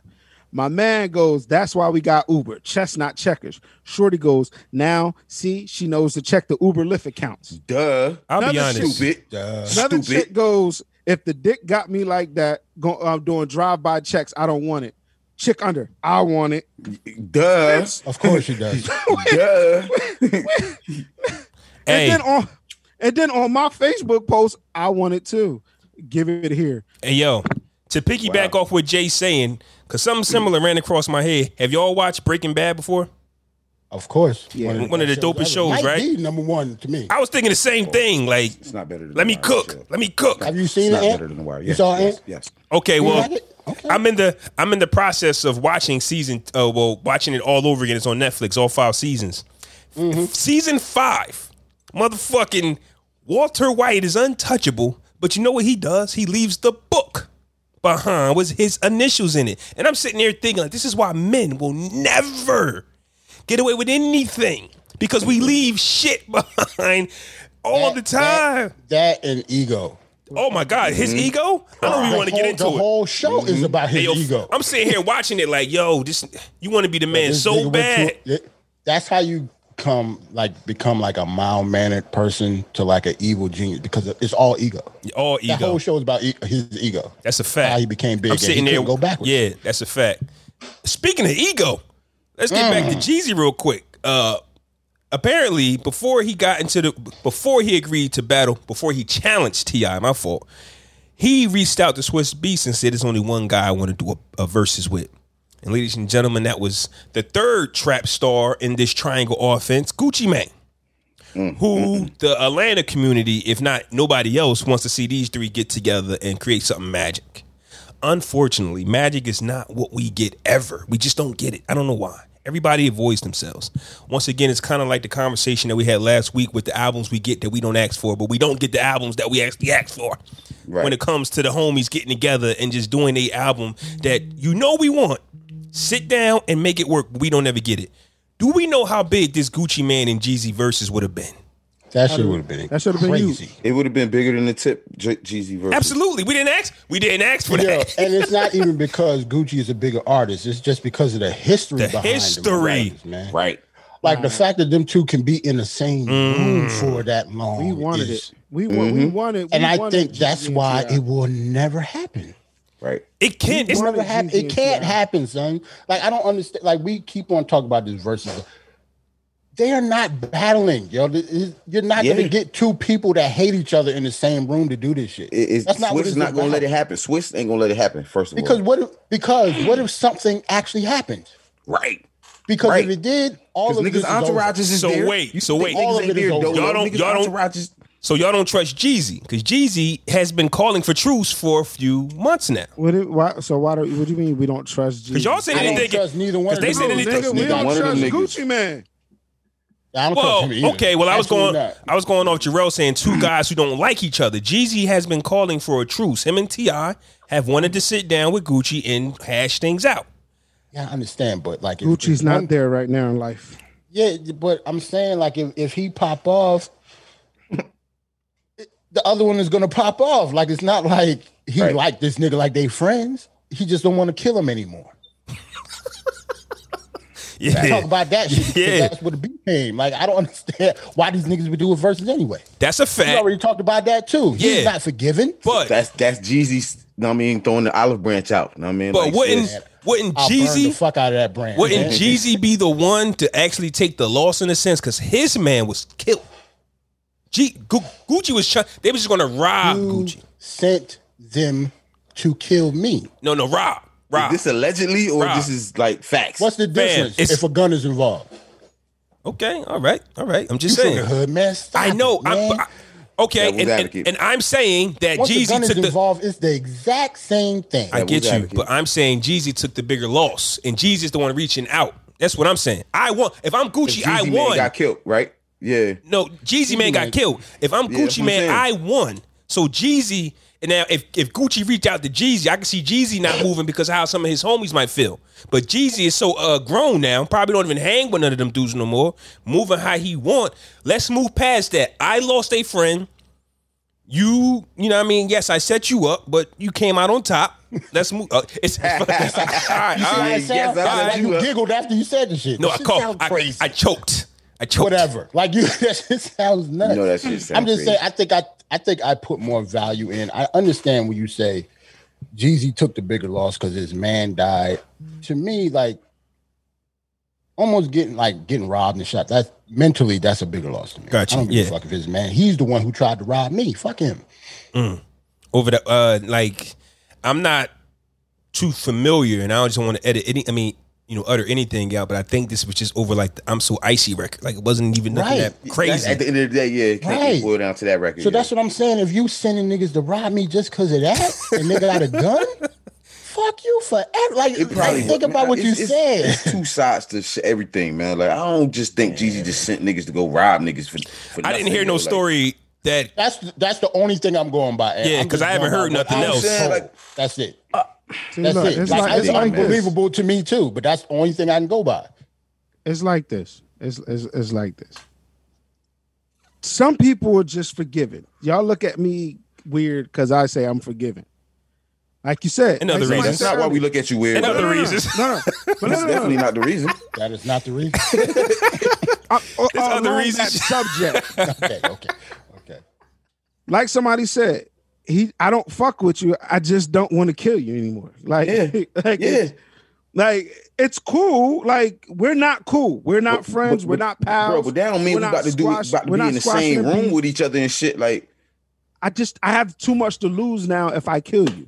D: My man goes, "That's why we got Uber Chestnut Checkers." Shorty goes, "Now see, she knows to check the Uber Lyft accounts."
E: Duh.
A: I'll be
D: Another
A: honest.
E: Stupid.
C: Duh.
D: Another
E: Uh, Stupid.
D: chick goes, "If the dick got me like that, go, uh, doing drive-by checks, I don't want it." Chick under, I want it.
E: Duh.
C: Of course she does.
D: [LAUGHS]
E: Duh.
A: Hey,
D: And then on and then on my Facebook post, I want it too. Give it here.
A: hey, yo, to piggyback off what Jay's saying, because something similar ran across my head. Have y'all watched Breaking Bad before?
C: Of course.
D: Yeah.
A: One of the dopest shows,
C: Might be
A: right?
C: number one to me.
A: I was thinking the same thing. Like,
E: It's not better than
A: let
E: The
A: me
E: Wire,
A: cook.
E: sure.
A: Let me cook.
C: Have you
E: It's
C: seen
E: not
C: it? Ant?
E: better than the
D: Oh,
E: wire.
C: You
E: Yes,
C: saw
E: yes,
C: it?
E: yes.
A: Okay,
C: You
A: well,
C: like it? Okay.
A: I'm in the I'm in the process of watching season. Uh, well, watching it all over again. It's on Netflix. All five seasons.
C: Mm-hmm.
A: Season five, motherfucking Walter White is untouchable. But you know what he does? He leaves the book behind with his initials in it. And I'm sitting there thinking, like, this is why men will never get away with anything because we leave shit [LAUGHS] behind all the time.
C: That and ego.
A: oh my god, his
C: Mm-hmm.
A: ego! I don't even
C: The
A: want to get
C: whole-
A: into
C: the
A: it. Mm-hmm.
C: whole show is about his
A: Hey, yo,
C: ego.
A: I'm sitting here watching it like, yo, this you want to be the man
C: This nigga
A: so
C: went
A: bad.
C: through- th- that's how you come like become like a mild mannered person to like an evil genius because it's all ego.
A: All
C: That
A: ego.
C: whole show is about e- his ego.
A: that's a fact.
C: how he became big and he couldn't go backwards.
A: Yeah, that's a fact. Speaking of ego, let's
C: Mm.
A: get back to Jeezy real quick. Uh apparently before he got into the before he agreed to battle, before he challenged TI, my fault. He reached out to Swiss Beast and said there's only one guy I want to do a, a versus with. And ladies and gentlemen, that was the third trap star in this triangle offense, Gucci Mane.
C: Mm.
A: who the Atlanta community, if not nobody else, wants to see these three get together and create something magic. Unfortunately, magic is not what we get ever. We just don't get it. I don't know why. Everybody avoids themselves. Once again, it's kind of like the conversation that we had last week with the albums we get that we don't ask for, but we don't get the albums that we actually ask for.
E: Right.
A: When it comes to the homies getting together and just doing a album that you know we want, sit down and make it work. but We don't ever get it. Do we know how big this Gucci Man and Jeezy versus would have been?
C: That shit would have been
D: That should've been you.
C: crazy.
E: It would have been bigger than the tip J- Jeezy verse.
A: Absolutely, we didn't ask. We didn't ask for
C: Yeah,
A: that.
C: and it's not even because Gucci is a bigger artist. It's just because of the history
A: The
C: behind them
A: history. Mm.
C: artists, man.
E: Right.
C: Like the fact that them two can be in the same room for that long.
D: We wanted
C: is-
D: it. We, wa- we
E: Mm-hmm.
D: wanted.
C: And
D: we
C: I
D: wanted
C: think that's
D: Jeezy and
C: why
D: T.I.
C: it will never happen.
E: Right.
A: It can't.
C: It's
A: It's,
D: Why
C: never
D: did
C: hap-
D: Jeezy
C: It
D: and
C: can't
D: T.I.?
C: happen, son. Like I don't understand. Like we keep on talking about this versus. They are not battling, yo. This is- You're not
E: Yeah.
C: gonna get two people that hate each other in the same room to do this shit.
E: It, it's,
C: That's not what
E: Swiss
C: it's
E: is not going to
C: about.
E: let it happen. Swiss ain't going to let it happen, first of
C: because
E: all.
C: what? If, because what if something actually happened?
E: Right.
C: Because
E: Right.
C: if it did, all
E: Because
C: of this
E: niggas'
C: is over.
E: entourages is
A: So
E: there.
A: wait,
E: You
A: so
E: think
A: wait.
E: niggas
C: All of
E: ain't
C: it is
E: there,
C: over.
E: Dolo?
A: Y'all don't-
E: Niggas'
A: y'all don't-
E: entourages-
A: so y'all don't trust Jeezy because Jeezy has been calling for truce for a few months now.
D: What it, why, so why do what do you mean we don't trust Jeezy?
A: Because y'all said
C: I don't
A: anything.
C: trust neither one.
A: 'cause
C: Of
A: they
C: them.
A: said
D: No,
A: it-
D: nigga, we
E: Neither
D: don't
E: one of them
D: trust
E: niggas.
D: Gucci man.
C: I don't trust
A: Whoa,
C: him either.
A: okay. Well, I was
C: Absolutely
A: going.
C: not.
A: I was going off Jarrell saying
C: [CLEARS THROAT]
A: two guys who don't like each other. Jeezy has been calling for a truce. Him and Ti have wanted to sit down with Gucci and hash things out.
C: Yeah, I understand, but like if-
D: Gucci's
C: if one-
D: not there right now in life.
C: Yeah, but I'm saying like if, if he pop off, the other one is gonna pop off. Like it's not like he
E: Right.
C: like this nigga like they friends. He just don't want to kill
D: [LAUGHS]
C: him anymore. Talk
A: Yeah,
C: about that shit. 'cause
A: Yeah.
C: That's what the beat came. Like I don't understand why these niggas would do it versus anyway.
A: that's a
C: We
A: fact.
C: already talked about that too.
A: Yeah.
C: He's not forgiven.
A: But
E: That's that's Jeezy's. Know what I mean, throwing the olive branch out. Know what I mean,
A: but wouldn't
E: sis,
A: wouldn't
C: I'll burn the
A: Jeezy
C: fuck out of that brand.
A: wouldn't
C: man.
A: Jeezy be the one to actually take the loss in a sense? Because his man was killed. G- Gu- Gucci was trying. They was just gonna rob
C: You
A: Gucci.
C: sent them to kill me.
A: No, no, rob, rob.
E: is this allegedly or
A: Rob.
E: this is like facts?
C: What's the difference
A: it's-
C: if a gun is involved?
A: okay, all right, all right. I'm
C: You
A: just
C: from the
A: saying.
C: hood, man. Stop
A: I know.
C: it, man.
A: I'm, I, okay,
E: Devil's
A: and, and,
E: advocate.
A: and I'm saying that
C: Once the gun
A: Jeezy
C: is
A: took the.
C: involved, it's the exact same thing.
A: I get you,
E: advocate.
A: but I'm saying Jeezy took the bigger loss, and Jeezy's the one reaching out. That's what I'm saying. I won. If I'm Gucci,
E: Jeezy
A: I
E: man
A: won.
E: Got killed, right? Yeah.
A: No, Jeezy man got killed. If I'm
E: Yeah, that's
A: Gucci
E: what I'm
A: man, I
E: saying.
A: won. So Jeezy, and now if, if Gucci reached out to Jeezy, I can see Jeezy not moving because of how some of his homies might feel. But Jeezy is so uh, grown now, probably don't even hang with none of them dudes no more. Moving how he want. Let's move past that. I lost a friend. You, you know what I mean? Yes, I set you up, but you came out on top. Let's move. Uh,
C: [LAUGHS]
A: it's, [LAUGHS] all [LAUGHS] right,
C: You see
A: all
C: how it
A: right.
C: sounds?
E: yes, I
C: Like
E: let
C: you
E: you up.
C: giggled after you said the shit.
A: No,
C: That
A: I
C: shit
A: called.
C: sound
A: I,
C: crazy.
A: I choked. I choked.
C: Whatever. [LAUGHS] Like you, that shit sounds nuts.
E: You know that shit sound
C: I'm just
E: crazy.
C: saying. I think I, I think I put more value in. I understand when you say Jeezy took the bigger loss because his man died. To me, like almost getting like getting robbed and shot. That's mentally that's a bigger loss to me.
A: Gotcha,
C: I don't give
A: yeah.
C: a fuck if his man. He's the one who tried to rob me. Fuck him.
A: Mm. over the uh like I'm not too familiar and I just want to edit any I mean you know, utter anything out, but I think this was just over like the I'm so icy record. Like it wasn't even nothing
C: Right.
A: that crazy.
E: At the end of the day, yeah, it can't
C: Right.
E: boil down to that record.
C: So
E: yeah.
C: that's what I'm saying. If you sending niggas to rob me just because of that, and nigga got a
E: [LAUGHS]
C: gun, fuck you forever. Like,
E: It
C: like
E: was-
C: think about what
E: nah,
C: you
E: it's-
C: said.
E: it's- it's two sides to sh- everything, man. Like I don't just think Jeezy just sent niggas to go rob niggas for. for
A: I didn't
E: nothing,
A: hear no
E: yo. Like,
A: story that
C: that's that's the only thing I'm going by. Ed.
A: Yeah,
C: I'm
A: 'cause
C: just
A: I haven't
C: going
A: heard
C: by what
A: nothing
C: I was
E: else.
C: told.
E: Like- uh,
C: that's it.
D: See,
C: That's
D: look,
C: it.
D: uh, It's
C: Like,
D: like,
C: it's
D: it's like this.
C: unbelievable to me too, but that's the only thing I can go by.
D: It's like this. It's, it's, it's like this. Some people are just forgiving. Y'all look at me weird because I say I'm forgiving. Like you said.
A: And other
D: like somebody
E: That's
A: reasons.
D: said
E: not why we
D: earlier.
E: look at you weird.
A: and
E: bro.
A: other
D: no, no.
A: reasons.
E: [LAUGHS]
D: No, no. But
E: That's
D: no, no, no.
E: definitely not the reason.
C: That is not the reason.
D: I, uh,
A: other
D: along
A: reasons.
D: That subject.
C: okay, okay, okay.
D: like somebody said, he I don't fuck with you. I just don't want to kill you anymore. Like,
E: Yeah.
D: [LAUGHS] like,
E: Yeah.
D: It's, like it's cool. Like we're not cool. We're not
E: But-
D: friends.
E: but-
D: we're not pals.
E: Bro, but that don't mean
D: We're
E: we
D: not
E: about to do
D: squash-
E: about to
D: we're
E: be
D: not
E: in the
D: squashing
E: same
D: the
E: room
D: beef.
E: with each other and shit. Like
D: I just I have too much to lose now if I kill you.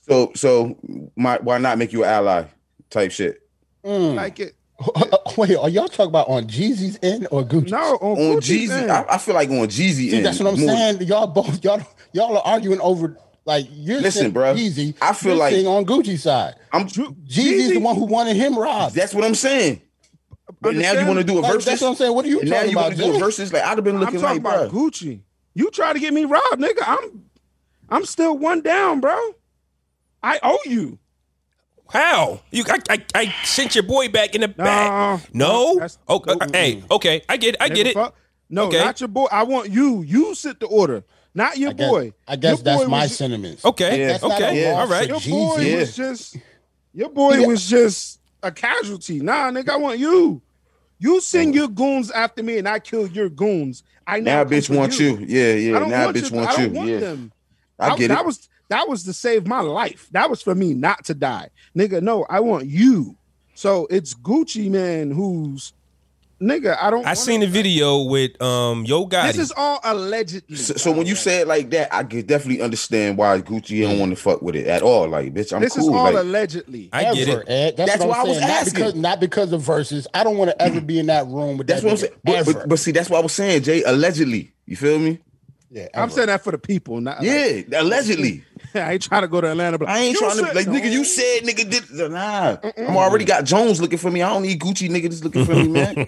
E: so so my why not make you an ally type shit?
C: Mm.
D: Like it.
C: [LAUGHS] Wait, are y'all talking about on Jeezy's end or Gucci?
D: No, on,
E: On
D: Gucci's
E: Jeezy,
D: end.
E: I, I feel like on Jeezy
C: See,
E: end,
C: that's what I'm
E: more-
C: saying. Y'all both y'all y'all are arguing over like you're
E: Listen,
C: saying
E: bruh,
C: Jeezy.
E: I feel
C: you're
E: like-
C: saying on Gucci's side.
E: I'm
C: Jeezy's
D: Jeezy-
C: the one who wanted him robbed.
E: that's what I'm saying. But now you want to do a
C: Like, that's what I'm
E: versus?
C: saying. What are you
E: And now
C: talking
E: you want
C: about?
E: to do a
C: Jay?
E: versus? Like I'd have been
D: I'm
E: looking
D: talking
E: like,
D: about
E: bro,
D: Gucci. You try to get me robbed, nigga. I'm I'm still one down, bro. I owe you.
A: How? You I, I, I sent your boy back in the
D: Nah.
A: back. No?
D: That's-
A: okay.
D: Mm-mm.
A: Hey, okay. I get it. I get
D: Nigga,
A: it.
D: fuck- No,
A: Okay.
D: not your boy. I want you. You sit the order, not your
C: I guess,
D: boy.
C: I guess
D: Your
C: that's
D: boy
C: my
D: was-
C: sentiments.
A: Okay.
E: Yeah.
C: That's not
A: okay.
C: a
E: Yeah.
C: law
A: All right.
C: for
D: Your boy
C: Jeezy.
D: was just. Your boy
C: Yeah.
D: was just a casualty. Nah, nigga, I want you. You send your goons after me, and I kill your goons. I
E: now
D: now come
E: bitch
D: for
E: wants you. Yeah,
D: I
E: yeah.
D: don't
E: Now
D: want
E: bitch
D: you.
E: wants
D: I
E: you.
D: don't want
E: yeah.
D: them.
E: I
D: I-
E: get
D: that
E: it.
D: was that was to save my life. That was for me not to die, nigga. No, I want you. So it's Gucci man who's nigga. I don't.
A: I
D: wanna- [LAUGHS]
A: seen the video with um Yo Gotti.
D: This is all allegedly.
E: So, so when you say it like that, I could definitely understand why Gucci
A: Mm.
E: don't want to fuck with it at all. Like, bitch, I'm
D: this is
E: cool.
D: all
E: like,
D: allegedly.
A: I get
C: ever,
A: it.
C: Ed. That's,
E: Eh, That's
C: what
E: why I
C: I'm
E: was
C: saying. not
E: asking.
C: because not because of verses. I don't want to ever be in that room with
E: that's
C: that
E: what I'm
C: nigga,
E: saying. But,
C: ever.
E: but, but see, that's what I was saying, Jay. Allegedly, you feel me?
C: yeah,
D: I'm
C: ever.
D: saying that for the people. Not,
E: Yeah, allegedly.
D: like, [LAUGHS] I ain't trying to go to Atlanta. But
E: I ain't
D: you
E: trying to
D: said-
E: like, nigga. You said nigga did nah. I'm already got Jones looking for me. I don't need Gucci nigga just looking for
D: [LAUGHS]
E: me, [LAUGHS] man.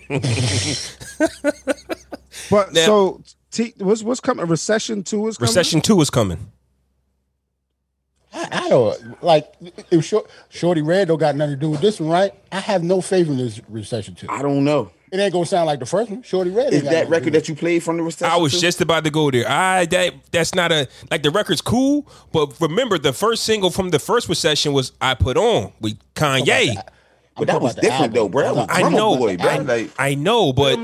D: But
A: Now-
D: so T, what's what's coming? Recession two is coming.
A: Recession two is coming.
C: I, I don't like if Short, Shorty Red don't got nothing to do with this one, right? I have no faith in this recession too.
E: I don't know.
C: It ain't gonna sound like the first one. Shorty Red
E: Is
C: ain't got
E: that
C: nothing to do
E: record
C: with
E: that you played from the recession?
A: I was
E: too?
A: just about to go there. I that that's not a like the record's cool, but remember the first single from the first recession was "I Put On" with Kanye.
C: it.
E: but
C: I'm
E: that
C: talking
E: was
C: about the
E: different
C: album.
E: though, bro. That was
A: I
E: Drummer
A: know,
E: boy, bro.
A: I,
E: like,
A: I know, but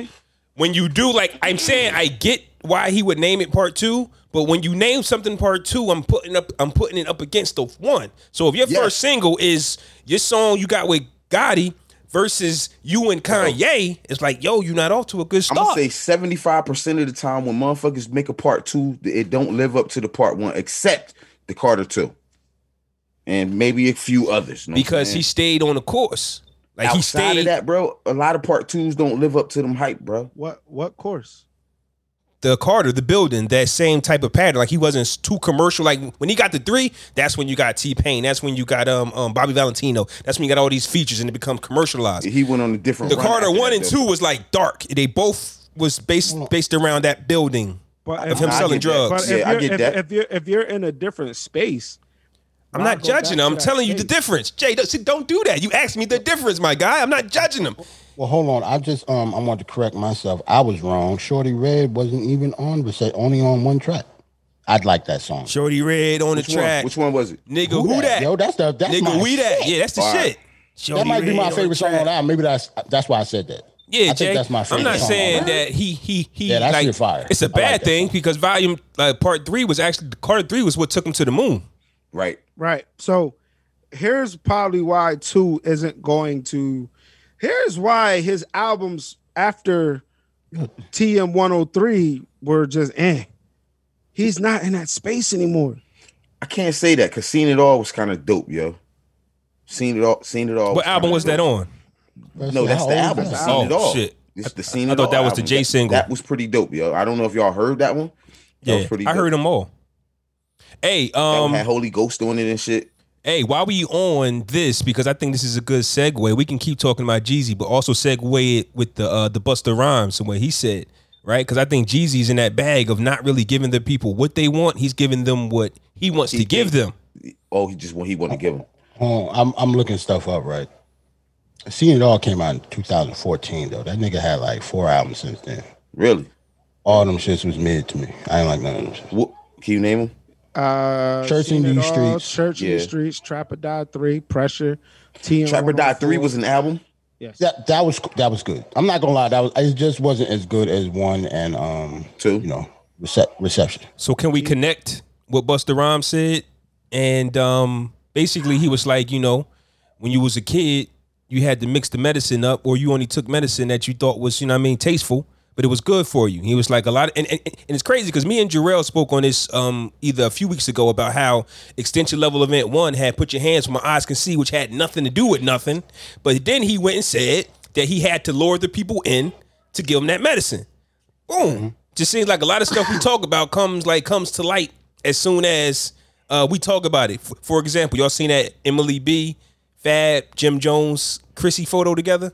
A: when you do like I'm saying, I get why he would name it part two, but when you name something part two, I'm putting up, I'm putting it up against the one. So if your
E: Yes.
A: first single is your song you got with Gotti versus you and Kanye, it's like, yo, you're not off to a good
E: I'm gonna
A: start.
E: say 75 percent of the time when motherfuckers make a part two, it don't live up to the part one, except the Carter two, and maybe a few others. know what I'm
A: because
E: saying?
A: he stayed on the course, like
E: outside
A: he stayed.
E: of that, bro, a lot of part twos don't live up to them hype, bro.
D: What what course?
A: the Carter, the building, that same type of pattern. Like he wasn't too commercial. Like when he got the three, that's when you got T Pain. That's when you got um, um Bobby Valentino. That's when you got all these features and it becomes commercialized.
E: He went on a different.
A: The
E: run
A: Carter
E: after
A: one
E: that,
A: and
E: though.
A: two was like dark. They both was based based around that building
D: But
A: of him
E: I
A: selling
E: get that.
A: drugs.
D: But
E: Yeah,
D: if
E: I
D: you're,
E: get
D: if,
E: that.
D: If you're if you're in a different space,
A: I'm not
D: I'll go back
A: judging
D: to
A: him. I'm
D: that
A: telling you the
D: space.
A: difference. Jay, don't, see, don't do that. You asked me the difference, my guy. I'm not judging him.
C: Well, hold on. I just um I wanted to correct myself. I was wrong. Shorty Red wasn't even on recession. Only on one track. I'd like that song.
A: Shorty Red on
E: Which
A: the
E: one?
A: track.
E: Which one was it?
A: Nigga, who, that?
C: Yo, that's the that's my
A: Nigga, we that.
C: shit.
A: Yeah, that's the
E: All right.
A: shit. Shorty
C: That might be
A: Red on
C: my
A: the
C: favorite song
A: track.
C: on the album. Maybe that's that's why I said that. I
A: Yeah,
C: think
A: Jay.
C: that's my
A: I'm
C: favorite
A: not
C: song
A: saying
C: on the
A: that he he he
C: Yeah, that
A: like
C: shit fire.
A: it's
C: I
A: a
C: like
A: bad
C: that
A: thing
C: song.
A: because volume like part three was actually Carter three was what took him to the moon.
E: Right.
D: right? So here's probably why two isn't going to. Here's why his albums after TM 103 were just eh. He's not in that space anymore.
E: I can't say that because seeing it all was kind of dope, yo. Seen it all. Seen it all.
A: What album was that on?
E: No, that's the album.
D: that?
E: Seen it
A: Oh,
E: all.
A: shit.
E: It's the scene.
A: I
E: It
A: thought
E: All
A: that was the
E: album.
A: Jay
E: That-
A: single.
E: That was pretty dope, yo. I don't know if y'all heard that one. That was
A: Yeah,
E: pretty
A: I
E: dope.
A: heard them all. Hey,
E: That one
A: um,
E: had Holy Ghost on it and shit.
A: Hey, while we on this, because I think this is a good segue. We can keep talking about Jeezy, but also segue it with the uh, the Buster Rhymes and what he said, right? Because I think Jeezy's in that bag of not really giving the people what they want. He's giving them what he wants to give them.
E: Oh, he just what he wanted to give him.
C: Oh, I'm I'm looking stuff up right. Seeing it all came out in 2014 though. That nigga had like four albums since then.
E: Really?
C: All them shits was mid to me. I ain't like none of them. Shits.
E: What? Can you name him?
D: Uh,
C: Church
D: Seen
C: in
D: It
C: These
D: All,
C: Streets.
D: Church in
E: Yeah.
D: these streets. Trapper Die Three. Pressure. TM
E: Trapper Die Three
D: 104.
E: was an album.
D: yes.
C: That that was that was good. I'm not gonna lie. That was it. Just wasn't as good as one and um
E: Two.
C: you know recep- reception.
A: So can we connect what Buster Rhymes said? And um, basically, he was like, you know, when you was a kid, you had to mix the medicine up, or you only took medicine that you thought was, you know, what I mean, tasteful, but it was good for you. He was like a lot, of, and, and and it's crazy because me and Jarrell spoke on this um, either a few weeks ago about how extension level event one had put your hands where my eyes can see, which had nothing to do with nothing, but then he went and said that he had to lure the people in to give them that medicine boom. Just seems like a lot of stuff we talk about comes like comes to light as soon as uh, we talk about it. For, for example, y'all seen that Emily B, Fab, Jim Jones, Chrissy photo together?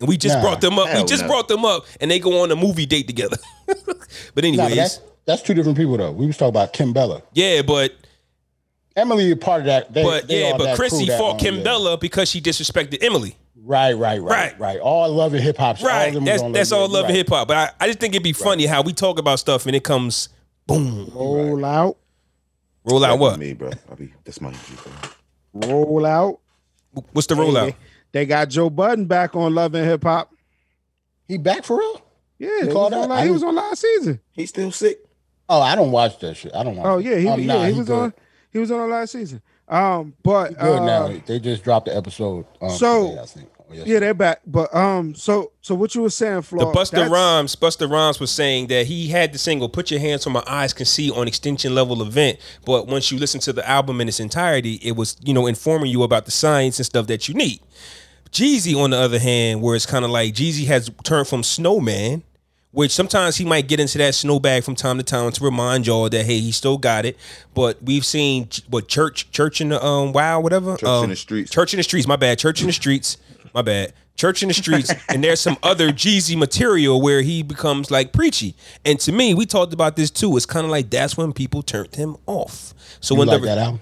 A: And we just
C: Nah,
A: brought them up. We
E: hell
A: just
E: no.
A: brought them up, and they go on a movie date together. [LAUGHS] but
C: Nah,
A: anyways,
C: but that's that's two different people though. We was talking about Kim Bella.
A: yeah, but
C: Emily a part of that. They,
A: but
C: they
A: yeah,
C: all
A: but
C: that
A: Chrissy
C: crew that
A: fought
C: on
A: Kim
C: there.
A: Bella because she disrespected Emily.
C: Right, right, right,
A: Right.
C: right, All love and hip hop.
A: Right. That's that's all love and hip hop. But I, I just think it'd be funny how we talk about stuff and it comes boom,
C: Oh,
D: Roll out.
A: roll out. What?
E: Me, bro. I be, that's my G, bro.
D: Roll out.
A: What's the rollout?
D: They, they got Joe Budden back on Love and Hip Hop.
C: He back for real?
D: Yeah,
C: You
D: he
C: call
D: was, on,
C: that?
D: li-
C: I
D: he was
C: didn't-
D: on last season.
E: He still sick.
C: Oh, I don't watch that shit. I don't watch.
D: Oh
C: it.
D: yeah, he,
C: Um,
D: yeah,
C: nah,
D: he was
C: good.
D: on. He was on last season. Um, but
C: He good
D: uh,
C: now. They just dropped the episode. Um,
D: so-
C: today, I think. Oh, yes.
D: yeah, they're back. But um, so so what you were saying, Flo?
A: The Buster
D: that's-
A: Rhymes, Buster Rhymes was saying that he had the single "Put Your Hands on My Eyes Can See" on extension level event, but once you listen to the album in its entirety, it was you know informing you about the science and stuff that you need. Jeezy, on the other hand, where it's kind of like Jeezy has turned from snowman, which sometimes he might get into that snowbag from time to time to remind y'all that hey, he still got it. But we've seen ch- what church, church in the um, wow, whatever, church
E: in the streets.
A: church in the streets. My bad, church in the streets. My bad, church in the streets. and there's some other Jeezy material where he becomes like preachy. And to me, we talked about this too. It's kind of like that's when people turned him off. So
C: You
A: when
C: like
A: the
C: that album?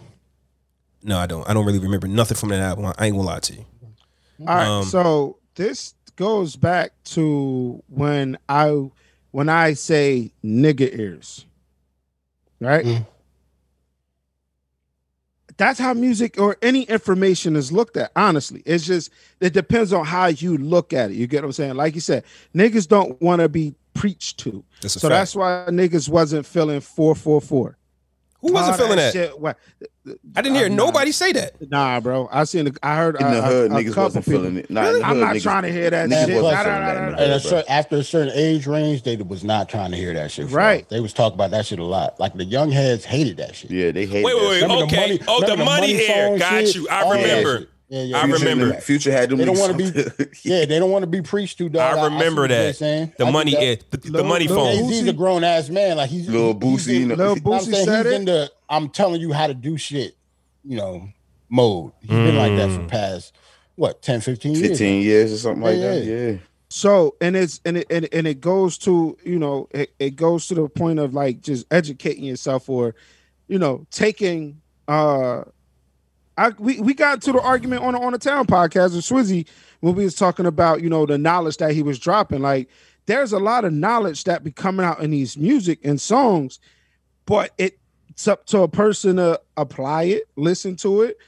A: no, I don't. I don't really remember nothing from that album. I ain't gonna lie to you.
D: All right,
A: Um,
D: so this goes back to when I when I say nigga ears, right?
C: Mm.
D: That's how music or any information is looked at. Honestly, it's just it depends on how you look at it. You get what I'm saying? Like you said, niggas don't want to be preached to,
A: That's a
D: so
A: fact.
D: that's why niggas wasn't feeling four four four.
A: Who wasn't feeling that?
D: Shit, wa-
A: I didn't hear
D: I'm not-
A: nobody say that.
D: Nah, bro. I seen. The, I heard
E: In the
D: uh,
E: hood,
D: a, a
E: niggas
D: couple
E: wasn't
D: people-
E: feeling it. Nah, in
D: Really?
E: the
D: I'm
E: hood,
D: not
E: niggas-
D: trying to hear that
E: niggas
D: shit.
E: wasn't
D: Nah,
E: feeling
D: nah,
E: that in
D: nah,
E: the
C: At a
E: hood, bro.
C: cer- after a certain age range, they was not trying to hear that shit. for
D: Right.
C: real. They was talking about that shit a lot. Like the young heads hated that shit.
E: Yeah, they hate.
A: Wait, wait,
E: that
A: wait.
E: shit.
C: Remember
A: Okay. Oh,
C: remember
A: the money hair.
C: phone
A: Got
C: shit?
A: you. I
C: All that
A: remember.
C: shit. Yeah, yeah,
A: I
C: yeah.
E: Future-
A: remember.
E: Future had them.
C: They don't want
E: niggas [LAUGHS]
C: to
E: on-
C: [LAUGHS] be. yeah, they don't want to be preached to. Dog.
A: I
C: see
A: remember
C: what you're
A: that.
C: saying.
A: The
C: I think
A: money,
C: that-
A: yeah, the, the
D: Lil-
A: money
D: Lil
A: phone.
D: Uzi.
C: Jay-Z's a grown ass man. Like he's
E: Lil [LAUGHS]
C: he's
E: Boosie,
C: in-
E: you know.
D: Lil
C: You know what
D: Boosie
C: I'm saying?
D: said
C: he's
D: it.
C: in the I'm telling you how to do shit, you know, mode. He's
A: Mm.
C: been like that for the past what 10, 15 years.
E: 15 Mm. years or something like
C: Yeah,
E: that.
C: yeah.
E: Yeah.
D: so and it's and it and, and it goes to you know it, it goes to the point of like just educating yourself or you know taking uh I we, we got into the argument on the on the town podcast with Swizzy when we was talking about you know the knowledge that he was dropping like there's a lot of knowledge that be coming out in these music and songs but it, it's up to a person to apply it listen to it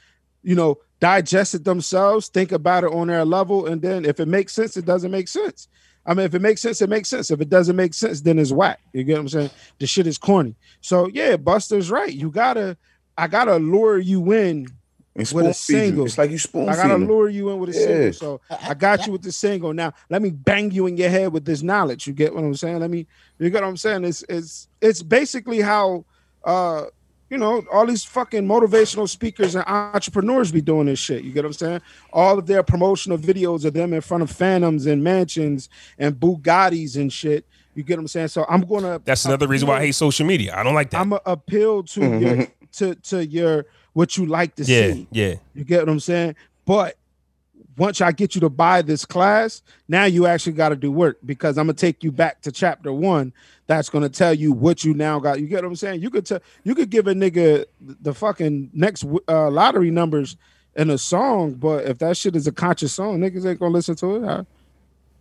D: you know, digest it themselves, think about it on their level, and then if it makes sense, it doesn't make sense. I mean, if it makes sense, it makes sense. If it doesn't make sense, then it's whack. You get what I'm saying? The shit is corny. So yeah, Buster's right. You gotta, I gotta lure you in.
E: And spoon
D: With a
E: feed
D: single.
E: You. It's like you spoon
D: I
E: feed
D: gotta
E: 'em.
D: lure you in with a
E: Yeah.
D: single. So I got you with the single. Now let me bang you in your head with this knowledge. You get what I'm saying? Let me. You get what I'm saying? It's it's it's basically how uh you know, all these fucking motivational speakers and entrepreneurs be doing this shit. You get what I'm saying? All of their promotional videos of them in front of phantoms and mansions and Bugattis and shit. You get what I'm saying? So I'm gonna.
A: That's another reason why I hate social media. I don't like that. Mm-hmm.
D: I'm gonna appeal to your to to your what you like to
A: yeah,
D: see.
A: yeah.
D: You get what I'm saying? But once I get you to buy this class, now you actually got to do work because I'm gonna take you back to chapter one. That's gonna tell you what you now got. You get what I'm saying? You could tell, you could give a nigga the fucking next uh, lottery numbers in a song, but if that shit is a conscious song, niggas ain't gonna listen to it. I-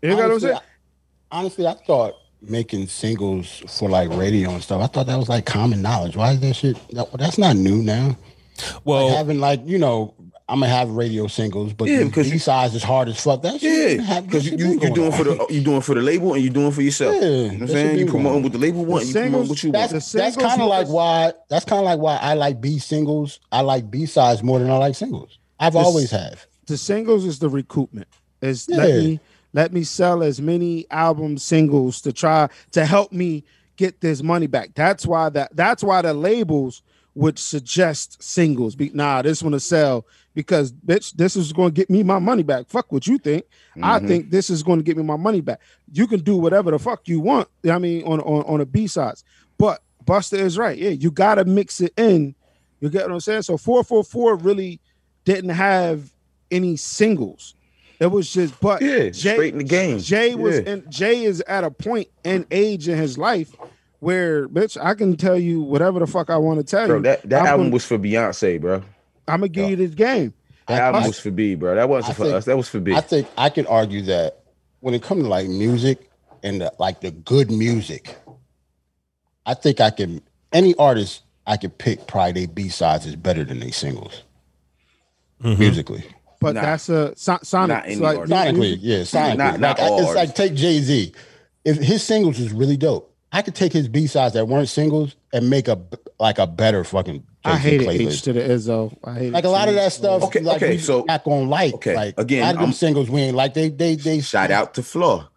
D: you got what I'm
C: Honestly,
D: saying?
C: I- honestly, I thought making singles for like radio and stuff. I thought that was like common knowledge. Why is that shit? that- that's not new now.
A: Well,
C: Having like you know, I'm gonna have radio singles, but
E: Yeah,
C: yeah,
E: because
C: because
E: you-
C: B sides is hard as fuck. That shit
E: Yeah,
C: have- that
E: because you,
C: shit
E: you
C: been
E: you're
C: going
E: doing
C: on.
E: for the you doing for the label and you're doing for yourself. you
C: Yeah,
E: know what
C: that
E: I'm
C: should
E: saying
C: be
E: you promoting
C: one.
E: what the label want, you promoting what you want.
D: The
C: that's, that's
D: singles
C: kind of like
D: was-
C: why that's kind of like why I like B singles. I like B sides more than I like singles. I've always have.
D: the singles is the recoupment. Is let
C: Yeah.
D: me let me sell as many album singles to try to help me get this money back. That's why that that's why the labels would suggest singles. Be, nah, this one to sell because bitch, this is going to get me my money back. Fuck what you think. I think this is going to get me my money back. You can do whatever the fuck you want. I mean, on on on a B sides, but Buster is right. Yeah, you got to mix it in. You get what I'm saying? So four four four really didn't have any singles. It was just but
E: Yeah, straight in the game.
D: Jay was
E: Yeah.
D: in Jay is at a point and age in his life where bitch, I can tell you whatever the fuck I want to tell
E: Bro,
D: you.
E: that, that
D: I'm
E: album
D: gonna,
E: was for Beyonce, bro.
D: I'm gonna give you this game.
E: That
C: I-
E: album
C: I-
E: was for B, bro. That wasn't
C: I
E: for
C: think-
E: us. That was for B.
C: I think I can argue that when it comes to like music and the, like the good music, I think I can any artist I could pick probably their B sides is better than they singles
A: Mm-hmm.
C: musically.
D: But
E: Nah.
D: that's a so, Sonic.
E: Not any
D: so, like,
E: artist.
C: Sonically, yeah,
E: Not-
C: sonically.
E: not
C: like, I-
E: all
C: it's like
E: artists.
C: take Jay Z. If his singles is really dope, I could take his B sides that weren't singles and make a b- like a better fucking.
D: I
C: Jay-Z
D: hate it.
C: playlist.
D: H to the Izzo. I hate
C: Like
D: it
C: a lot
D: to
C: of
D: the
C: that stuff.
E: Okay,
C: like,
E: okay,
C: we
E: so-
C: not gonna like.
E: okay,
C: like
E: again,
C: a lot of them
E: I'm-
C: singles we ain't like. They they they
E: Shout out to Flaw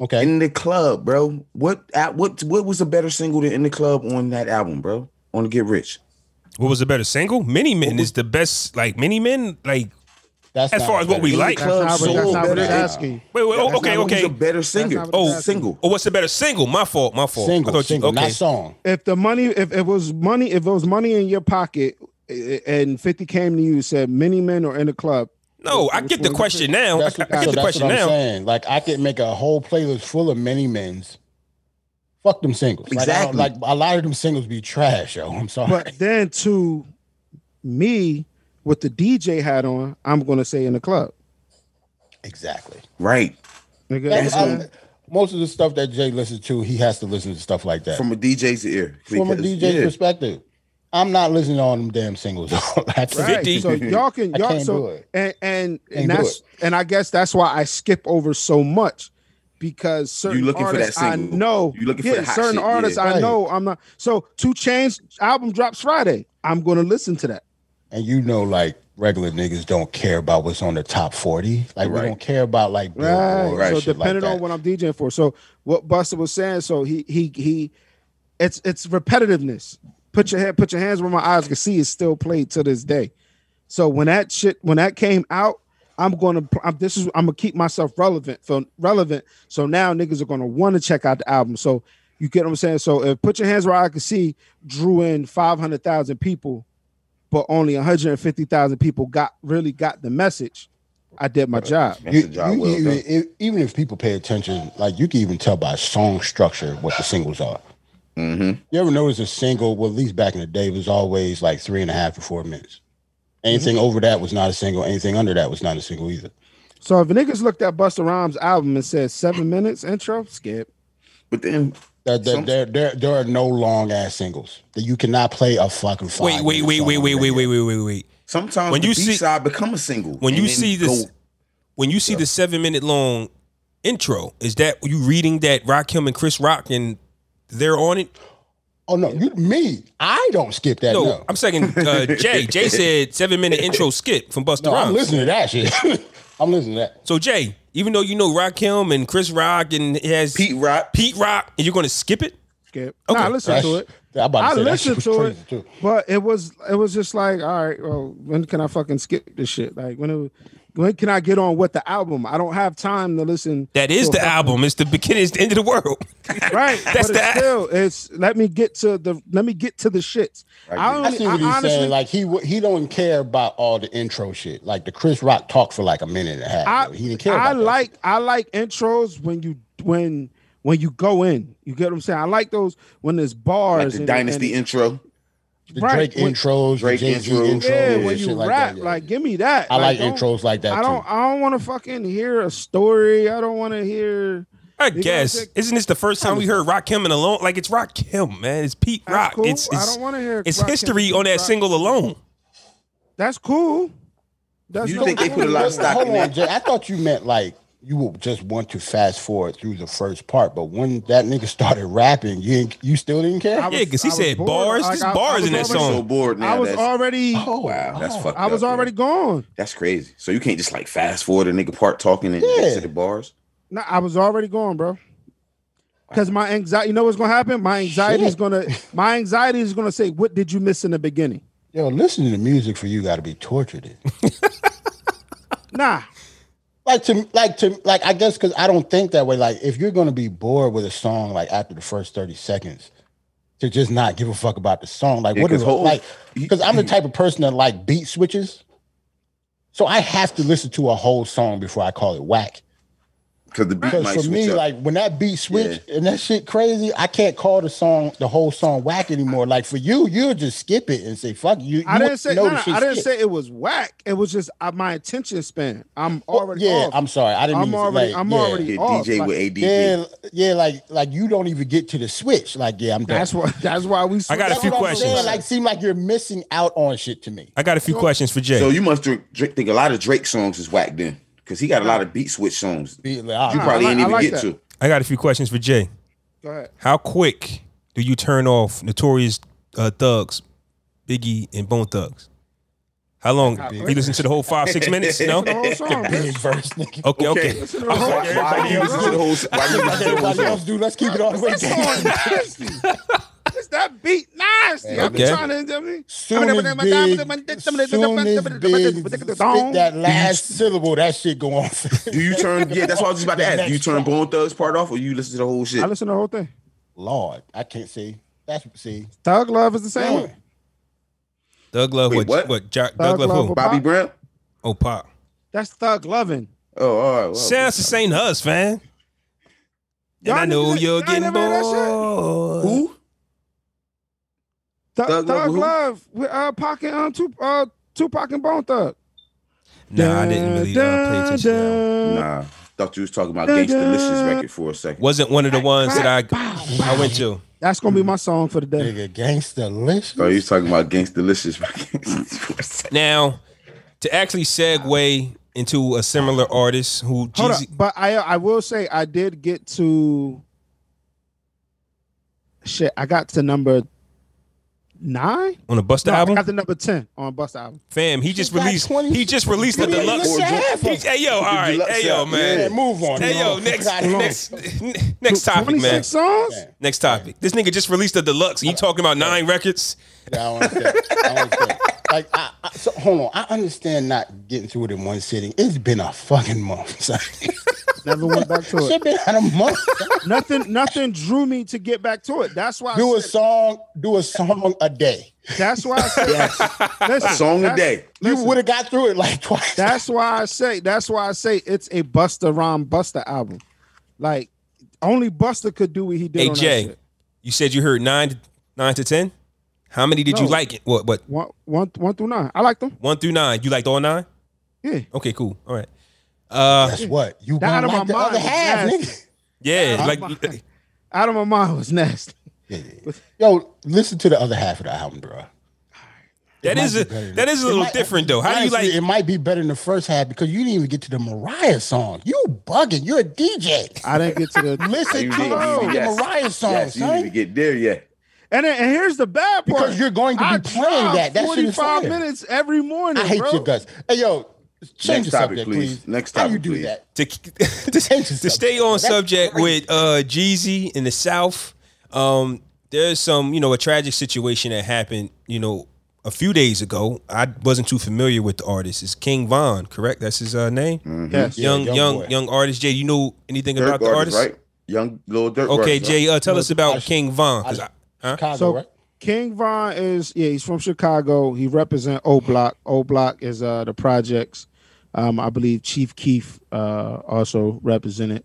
C: Okay,
E: in the club, bro. What at what what was a better single than in the club on that album, bro? On Get Rich.
A: what was the better single? Mini Men is the best. Like Mini Men, like
C: that's
A: as
C: not
A: far as what we
C: better.
A: like.
D: That's not what,
E: Soul
D: that's not what
E: better
D: he's
E: than-
D: asking.
A: Wait, wait, oh,
D: That's
A: okay,
D: not what
E: Who's
A: okay.
E: a better singer?
D: not what
E: Oh,
D: he's asking.
E: single.
A: Oh, what's the better single? My fault, my fault. I
C: single,
A: thought you-
C: single,
A: okay.
C: not song.
D: If the money, if it was money, if it was money in your pocket, eh, and Fifty came to you and said, "Many men are in the club."
A: No, I get the question now. I, I
C: That's what,
A: get
C: so
A: the
C: that's
A: question
C: what I'm
A: now.
C: saying. Like I could make a whole playlist full of many men's. Fuck them singles. Like, I don't-
E: Exactly.
C: Like, a lot of them singles be trash, yo. I'm sorry.
D: But then to me, with the DJ hat on, I'm gonna say in the club.
C: exactly.
E: Right.
D: Nigga,
C: That's-
D: I'm-
C: I'm- most of the stuff that Jay listens to, he has to listen to stuff like that
E: From a DJ's ear.
C: from a
E: Because-
C: DJ's
E: yeah.
C: perspective. I'm not listening to all them damn [LAUGHS] singles. That's
D: Right.
A: 50.
D: So y'all can
C: Mm-hmm. I
D: y'all
C: can't
D: so
C: do it.
D: and and
C: Can't
D: and
C: do
D: that's
C: it.
D: and I guess that's why I skip over so much because certain
E: You looking for that
D: artists I
E: single.
D: know
E: You looking for
D: yeah,
E: the hot
D: certain
E: shit,
D: artists
E: yeah.
D: I
C: Right.
D: know I'm not so two chains album drops Friday. I'm gonna listen to that.
C: and you know, like regular niggas don't care about what's on the top forty. Like
E: Right.
C: we don't care about like
D: Right.
C: Billboard.
E: Right.
D: So
C: shit like
D: depending
C: that.
D: on what I'm DJing for. So what Buster was saying, so he he he it's it's repetitiveness. Put your head, put your hands where my eyes can see is still played to this day. So when that shit when that came out, I'm gonna pl- I'm, this is I'm gonna keep myself relevant for relevant. So now niggas are gonna want to check out the album. So you get what I'm saying. So if put your hands where I can see drew in five hundred thousand people, but only one hundred and fifty thousand people got really got the message. I did my job.
E: That's
C: You-
E: a job
C: you
E: well
C: even,
E: done.
C: if, even if people pay attention, like you can even tell by song structure what the singles are.
E: Mhm.
C: You ever notice a single? Well, at least back in the day, was always like three and a half to four minutes. Anything
E: Mm-hmm.
C: over that was not a single. Anything under that was not a single either.
D: So if niggas looked at Busta Rhymes album and said seven minutes intro, skip.
E: But then
C: That, that,
E: Some-
C: there, there, there are no long ass singles that you cannot play a fucking. Five
A: Wait, wait,
C: minute
A: wait,
C: song
A: wait,
C: on
A: wait,
C: the
A: wait,
C: radio.
A: wait, wait, wait, wait.
E: sometimes
A: When
E: the
A: you
E: B
A: see-
E: side become a single.
A: When
E: and
A: you
E: then
A: see this,
E: go-
A: when you see the seven minute long intro, is that you reading that Rakim and Chris Rock and they're on it?
C: Oh no, you me. I don't skip that.
A: No,
C: No,
A: I'm saying
C: [LAUGHS]
A: uh, Jay. Jay said seven minute intro skip from Busta
C: No, I'm
A: Rhymes.
C: listening to that shit. [LAUGHS] I'm listening to that.
A: So Jay, even though you know Rakim and Chris Rock and it has
E: Pete Rock.
A: Pete Rock, and you're going to skip it?
D: Skip.
A: Okay.
D: Nah, listen
C: That's, [LAUGHS]
D: to it.
C: I'm about to
D: I
C: say, that
D: listened
C: shit
D: to
C: was
D: it,
C: crazy, too.
D: but it was it was just like, all right, well, when can I fucking skip this shit? Like when it was, when can I get on with the album? I don't have time to listen.
A: That is
D: to a
A: the album. It's the beginning. It's the end of the world.
D: right?
A: [LAUGHS] That's
D: but it's
A: the-
D: still it's let me get to the let me get to the shits. I,
E: I agree.
C: I
D: only,
C: see what he's
D: I honestly,
C: saying. Like he w- he don't care about all the intro shit. Like the Chris Rock talked for like a minute and a half.
D: I,
C: yo. he didn't care.
D: I
C: about that.
D: like I like intros when you when when you go in. You get what I'm saying? I like those when there's bars
E: Like the
D: and-
E: Dynasty
D: and-
E: intro.
C: the
D: right,
C: Drake
D: when-
C: intros,
E: Drake
C: Drake Jay-Z
E: intros.
C: intros,
D: yeah,
C: and
D: when
C: shit
D: you
C: like
D: rap,
C: that, yeah.
D: like give me that.
C: I like
D: don't-
C: intros like that
D: I don't.
C: too.
D: I don't want to fucking hear a story. I don't want to hear.
A: I
D: know,
A: guess.
D: it's-
A: Isn't this the first time we heard Rakim in alone? Like it's Rakim, man. It's Pete
D: That's
A: Rock.
D: cool.
A: It's,
D: I
A: it's
D: don't wanna hear
A: It's
D: Rakim
A: history
D: and
A: on that
D: Pete Rock.
A: single alone.
D: That's cool. That's
E: You
D: no
E: think they put a lot
D: cool.
E: of stock in
C: Hold on,
E: that?
C: Jay. I thought you meant like you would just want to fast forward through the first part, but when that nigga started rapping, you ain't- you still didn't care.
D: I was-
A: Yeah, because
D: I
A: he
D: was
A: said
D: bored.
A: bars.
D: Like,
A: There's
D: I- I
A: bars
D: was
A: in that
D: already-
E: So
A: song.
E: bored now.
D: I was
E: that's, Oh,
D: already.
C: wow,
E: that's fucked
D: I was
E: up, man.
D: already gone.
E: That's crazy. So you can't just like fast forward a nigga part talking and get
C: Yeah.
E: to the bars.
D: No, I was already gone, bro. Because my anxiety, you know what's gonna happen? My anxiety is
C: Shit.
D: gonna, my anxiety is gonna say, "What did you miss in the beginning?"
C: Yo, listening to music for you got to be tortured.
D: Nah,
C: like to like to like I guess because I don't think that way. Like if you're gonna be bored with a song like after the first thirty seconds, to just not give a fuck about the song. Like
E: Yeah,
C: what
E: 'cause
C: is
E: whole-
C: like because I'm the type of person that like beat switches. So I have to listen to a whole song before I call it whack.
E: Because the beat might
C: Because for
E: switch
C: me,
E: up.
C: like when that beat switch and that shit crazy, I can't call the song the whole song whack anymore. Like for you, you'll just skip it and say fuck you.
D: I
C: you
D: didn't say.
C: know
D: No,
C: the
D: no,
C: shit
D: I didn't
C: skip.
D: say it was whack. It was just uh, my attention span. I'm
C: Oh,
D: already.
C: yeah,
D: off.
C: I'm sorry. I didn't.
D: I'm
C: mean to-
D: already-
C: like,
D: I'm
C: yeah.
D: already
E: Get
D: off,
E: DJ
D: like-
E: with ADD.
C: Yeah, yeah, like like you don't even get to the switch. Like, yeah, I'm done.
D: That's why. That's why we.
A: I got a
C: That's
D: switched
A: few
D: up.
C: what I'm
A: questions.
C: saying. Like, seem like you're missing out on shit to me.
A: I got a few questions for Jay.
E: So you must dr- dr- think a lot of Drake songs is whack then, because he got a lot of beat switch songs. You
C: Be like, all right.
E: probably
D: I like-
E: ain't
D: I
E: even
D: like
E: get
D: that.
E: to.
A: I got a few questions for Jay.
D: Go ahead.
A: How quick do you turn off Notorious uh, Thugs, Biggie, and Bone Thugs? How long? You listen to the whole five,
E: [LAUGHS]
A: six minutes? No.
D: The whole song.
C: Big
D: bitch.
C: verse, nigga.
A: Okay, okay.
E: Okay.
D: Listen to the whole
A: Why-
D: song.
E: Why do you listen to the whole?
A: [LAUGHS]
E: Why do you listen
C: Like
E: to the whole
C: everybody
E: song?
C: else do. Let's keep it all the way
D: That song
C: down.
D: nasty. It's that beat nasty. I'm
A: Okay.
D: trying to. I mean,
C: Soon as Big, soon as Big spit that last syllable, that shit go off.
E: Do you
C: [LAUGHS]
E: turn? Yeah, that's what I was just about to ask. Do you
C: next
E: turn
C: track.
E: Bone Thugs part off, or you listen to the whole shit?
D: I listen to the whole thing.
C: Lord, I can't see. That's see.
D: Thug Love is the same way.
A: Doug Love,
E: Wait, what?
A: what? What? Ja- Doug,
D: Love
A: Love, who?
D: with
E: Bobby
D: Pop.
E: Brown.
A: Oh, pop.
D: That's thug loving.
E: Oh, all right. Well,
A: Sounds the same to us, man. And
D: Y'all
A: I know
D: niggas ain't-
A: you're
D: y'all ain't
A: getting
D: never heard that shit?
A: bored.
E: Who?
D: Thug,
E: Thug
D: thug,
E: Love with who?
D: Love with uh, Pac and um, Tup- uh, Tupac and Bone Thug.
A: Nah, I didn't really uh, pay attention. To that one.
E: Nah, thought you was talking about Gangsta record for a second.
A: Wasn't one of the ones that I I went to.
D: That's gonna be my song for the day.
C: Nigga, gangsta list.
E: Thought Oh, you was talking about Gangsta record for a second.
A: Now, to actually segue into a similar artist who
D: Hold up,
A: Jeezy,
D: but I I will say I did get to shit. I got to number nine.
A: on a Busta
D: No, I
A: album,
D: got to number ten Um, on Bust album.
A: fam, he just
C: got
A: released
C: 20
A: he just released the
C: You ain't
A: deluxe.
C: listen to half of
A: He-
C: them.
A: hey yo, all right,
E: deluxe
A: hey yo,
E: album,
C: Yeah,
A: man,
C: move on.
A: hey yo,
C: Move on.
A: next
C: God,
A: next n- next topic,
D: Twenty
A: man.
D: six songs.
C: Man.
A: Next topic. This nigga just released the deluxe. You talking about nine records?
C: Yeah, I don't understand. I don't understand. Like, I, I, so hold on. I understand not getting to it in one sitting. It's been a fucking month. son.
D: [LAUGHS] Never went back to it.
C: Shit been out a month.
D: nothing nothing drew me to get back to it. That's why.
C: Do
D: I
C: a
D: said,
C: song. Do a song a day.
D: that's why I said. [LAUGHS]
E: A
D: Listen,
E: song a
D: that's-
E: day.
C: You
D: listen.
C: would have got through it like twice.
D: That's why I say. That's why I say it's a Buster Ron Buster album. Like only Buster could do what he did.
A: Hey
D: on that
A: Jay,
D: shit.
A: you said you heard nine nine to ten. How many did you
D: No.
A: like it? What what
D: one, one, one through nine. I like them.
A: one through nine? You liked all nine?
D: Yeah,
A: Okay, cool. All right. Uh,
C: That's what you
D: That
C: gonna
D: out of
C: like
D: my
C: the other
D: mind.
C: half,
D: Yes.
C: nigga.
A: yeah,
D: I'm
A: like
D: fine. out of my mind was nasty.
C: Yeah, yeah, yeah. Yo, listen to the other half of the album, bro.
A: That
C: might
A: is
C: be
A: a
C: better than-
A: that is a
C: It
A: little
C: might-
A: different though. How do you
C: honestly,
A: like?
C: It might be better than the first half because you didn't even get to the Mariah song. You bugging. You're a DJ.
D: I didn't get to the.
E: [LAUGHS]
C: Listen
E: You
C: to
E: didn't
C: the
E: even- yes.
C: Mariah song,
E: Yes, you
C: son.
E: didn't even get there yet.
D: and then, and here's the bad part.
C: Because you're going to be
D: I
C: playing
D: drive
C: that. That shit
D: 45
C: is fire.
D: minutes every morning.
C: I hate
D: bro.
C: you guys. Hey, yo, change
E: Next topic,
C: the subject,
E: please.
C: please.
E: Next
C: How you
E: topic,
C: do
E: please.
C: that? [LAUGHS]
A: to, [LAUGHS] to,
C: Change the
A: to stay
C: subject.
A: on
C: That's
A: subject
C: crazy.
A: with uh Jeezy in the South. Um, there's some you know a tragic situation that happened you know a few days ago. I wasn't too familiar with the artist. It's King Von, correct? That's his uh, name.
D: Yes.
C: Yeah,
A: young
C: young
A: young
C: boy.
A: young, artist Jay. You know anything
E: Dirt
A: about the artist?
E: artist, right? Young little dirt.
A: Okay,
E: artist,
A: Jay, uh, tell us about
C: I-
A: King Von. 'cause
C: I-
A: I- huh?
C: Chicago,
D: So
C: right?
D: King Von is yeah, he's from Chicago. He represent O Block. O Block is uh the projects. Um, I believe Chief Keef uh also represented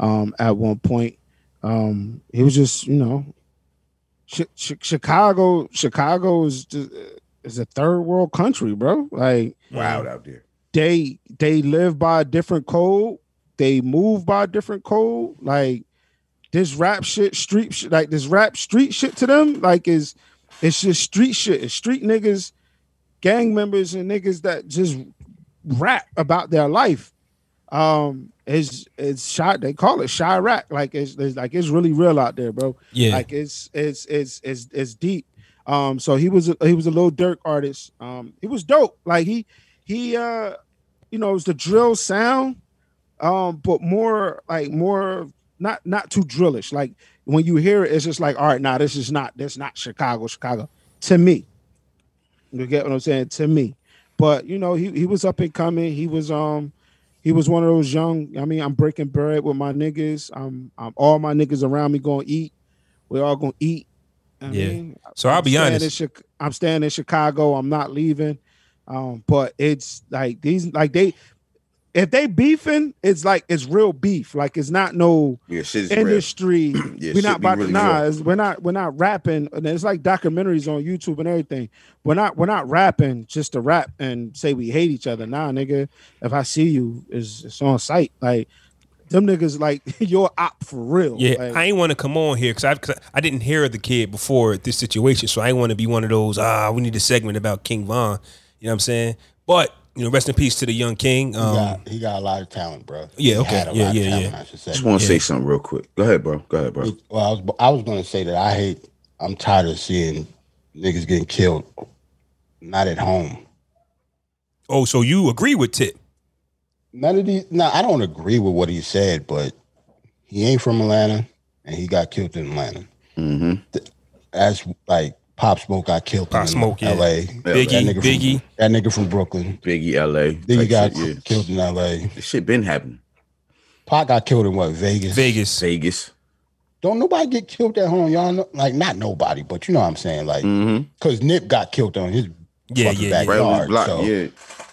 D: um at one point. Um, he was just you know, Chi Chi- Chicago. Chicago is just, is a third world country, bro. Like
E: right? Wild out there.
D: they they live by a different code. They move by a different code. Like this rap shit, street shit, like this rap street shit to them, like is it's just street shit. It's street niggas, gang members, and niggas that just rap about their life. Um, it's it's shot. They call it shy rap. Like it's, it's like it's really real out there, bro.
A: Yeah.
D: Like it's it's it's it's it's deep. Um, so he was a, he was a little Dirk artist. Um, he was dope. Like he he uh, you know, it was the drill sound, um, but more like more not not too drillish. Like when you hear it, it's just like, all right, now nah, this is not this not Chicago, Chicago to me. You get what I'm saying to me, but you know he he was up and coming. He was um he was one of those young. I mean, I'm breaking bread with my niggas. I'm I'm all my niggas around me gonna eat. We all gonna eat. I
A: Yeah.
D: mean,
A: so I'll
D: I'm
A: be
D: staying in
A: honest.
D: Chi- I'm staying in Chicago. I'm not leaving. Um, but it's like these, like they, if they beefing, it's like it's real beef. Like it's not no
E: Yeah, shit's real.
D: industry.
E: [CLEARS THROAT] Yeah,
D: we're
E: shit
D: not
E: be
D: about to,
E: really
D: nah.
E: real.
D: it's- We're not. We're not rapping. And it's like documentaries on YouTube and everything. We're not. We're not rapping just to rap and say we hate each other. Nah, nigga. If I see you, it's, it's on site. Like them niggas, like [LAUGHS] you're op for real.
A: Yeah,
D: Like,
A: I ain't want to come on here because I, 'cause I didn't hear the kid before this situation, so I ain't want to be one of those. Ah, we need a segment about King Von. You know what I'm saying? But you know, rest in peace to the young king.
C: He
A: Um,
C: got, he got a lot of talent, bro.
A: Yeah,
C: He
A: okay.
C: had a
A: Yeah,
C: lot of
A: yeah,
C: talent,
A: yeah.
C: I should say.
E: Just want to say something real quick. Go ahead, bro. Go ahead, bro.
C: Well, I was I was gonna say that I hate. I'm tired of seeing niggas getting killed, not at home.
A: Oh, so you agree with Tip?
C: None of these. No, I don't agree with what he said, but he ain't from Atlanta, and he got killed in Atlanta.
E: Mm-hmm.
C: As like Pop Smoke got killed
A: Pop
C: in
A: Smoke, yeah.
C: L.A.
A: Biggie,
C: nigga from-
A: Biggie.
C: That nigga from Brooklyn.
E: Biggie, L.A.
C: Then you
E: type
C: got
E: shit, yeah.
C: killed in L.A.
E: This shit been happening.
C: Pop got killed in what Vegas?
A: Vegas.
E: Vegas.
C: Don't nobody get killed at home, y'all. Know, like not nobody, but you know what I'm saying. Like
E: Mm-hmm.
C: because Nip got killed on his
A: Yeah,
C: fucking
A: yeah, yeah.
C: backyard,
E: Bradley Block.
C: so-
E: Yeah.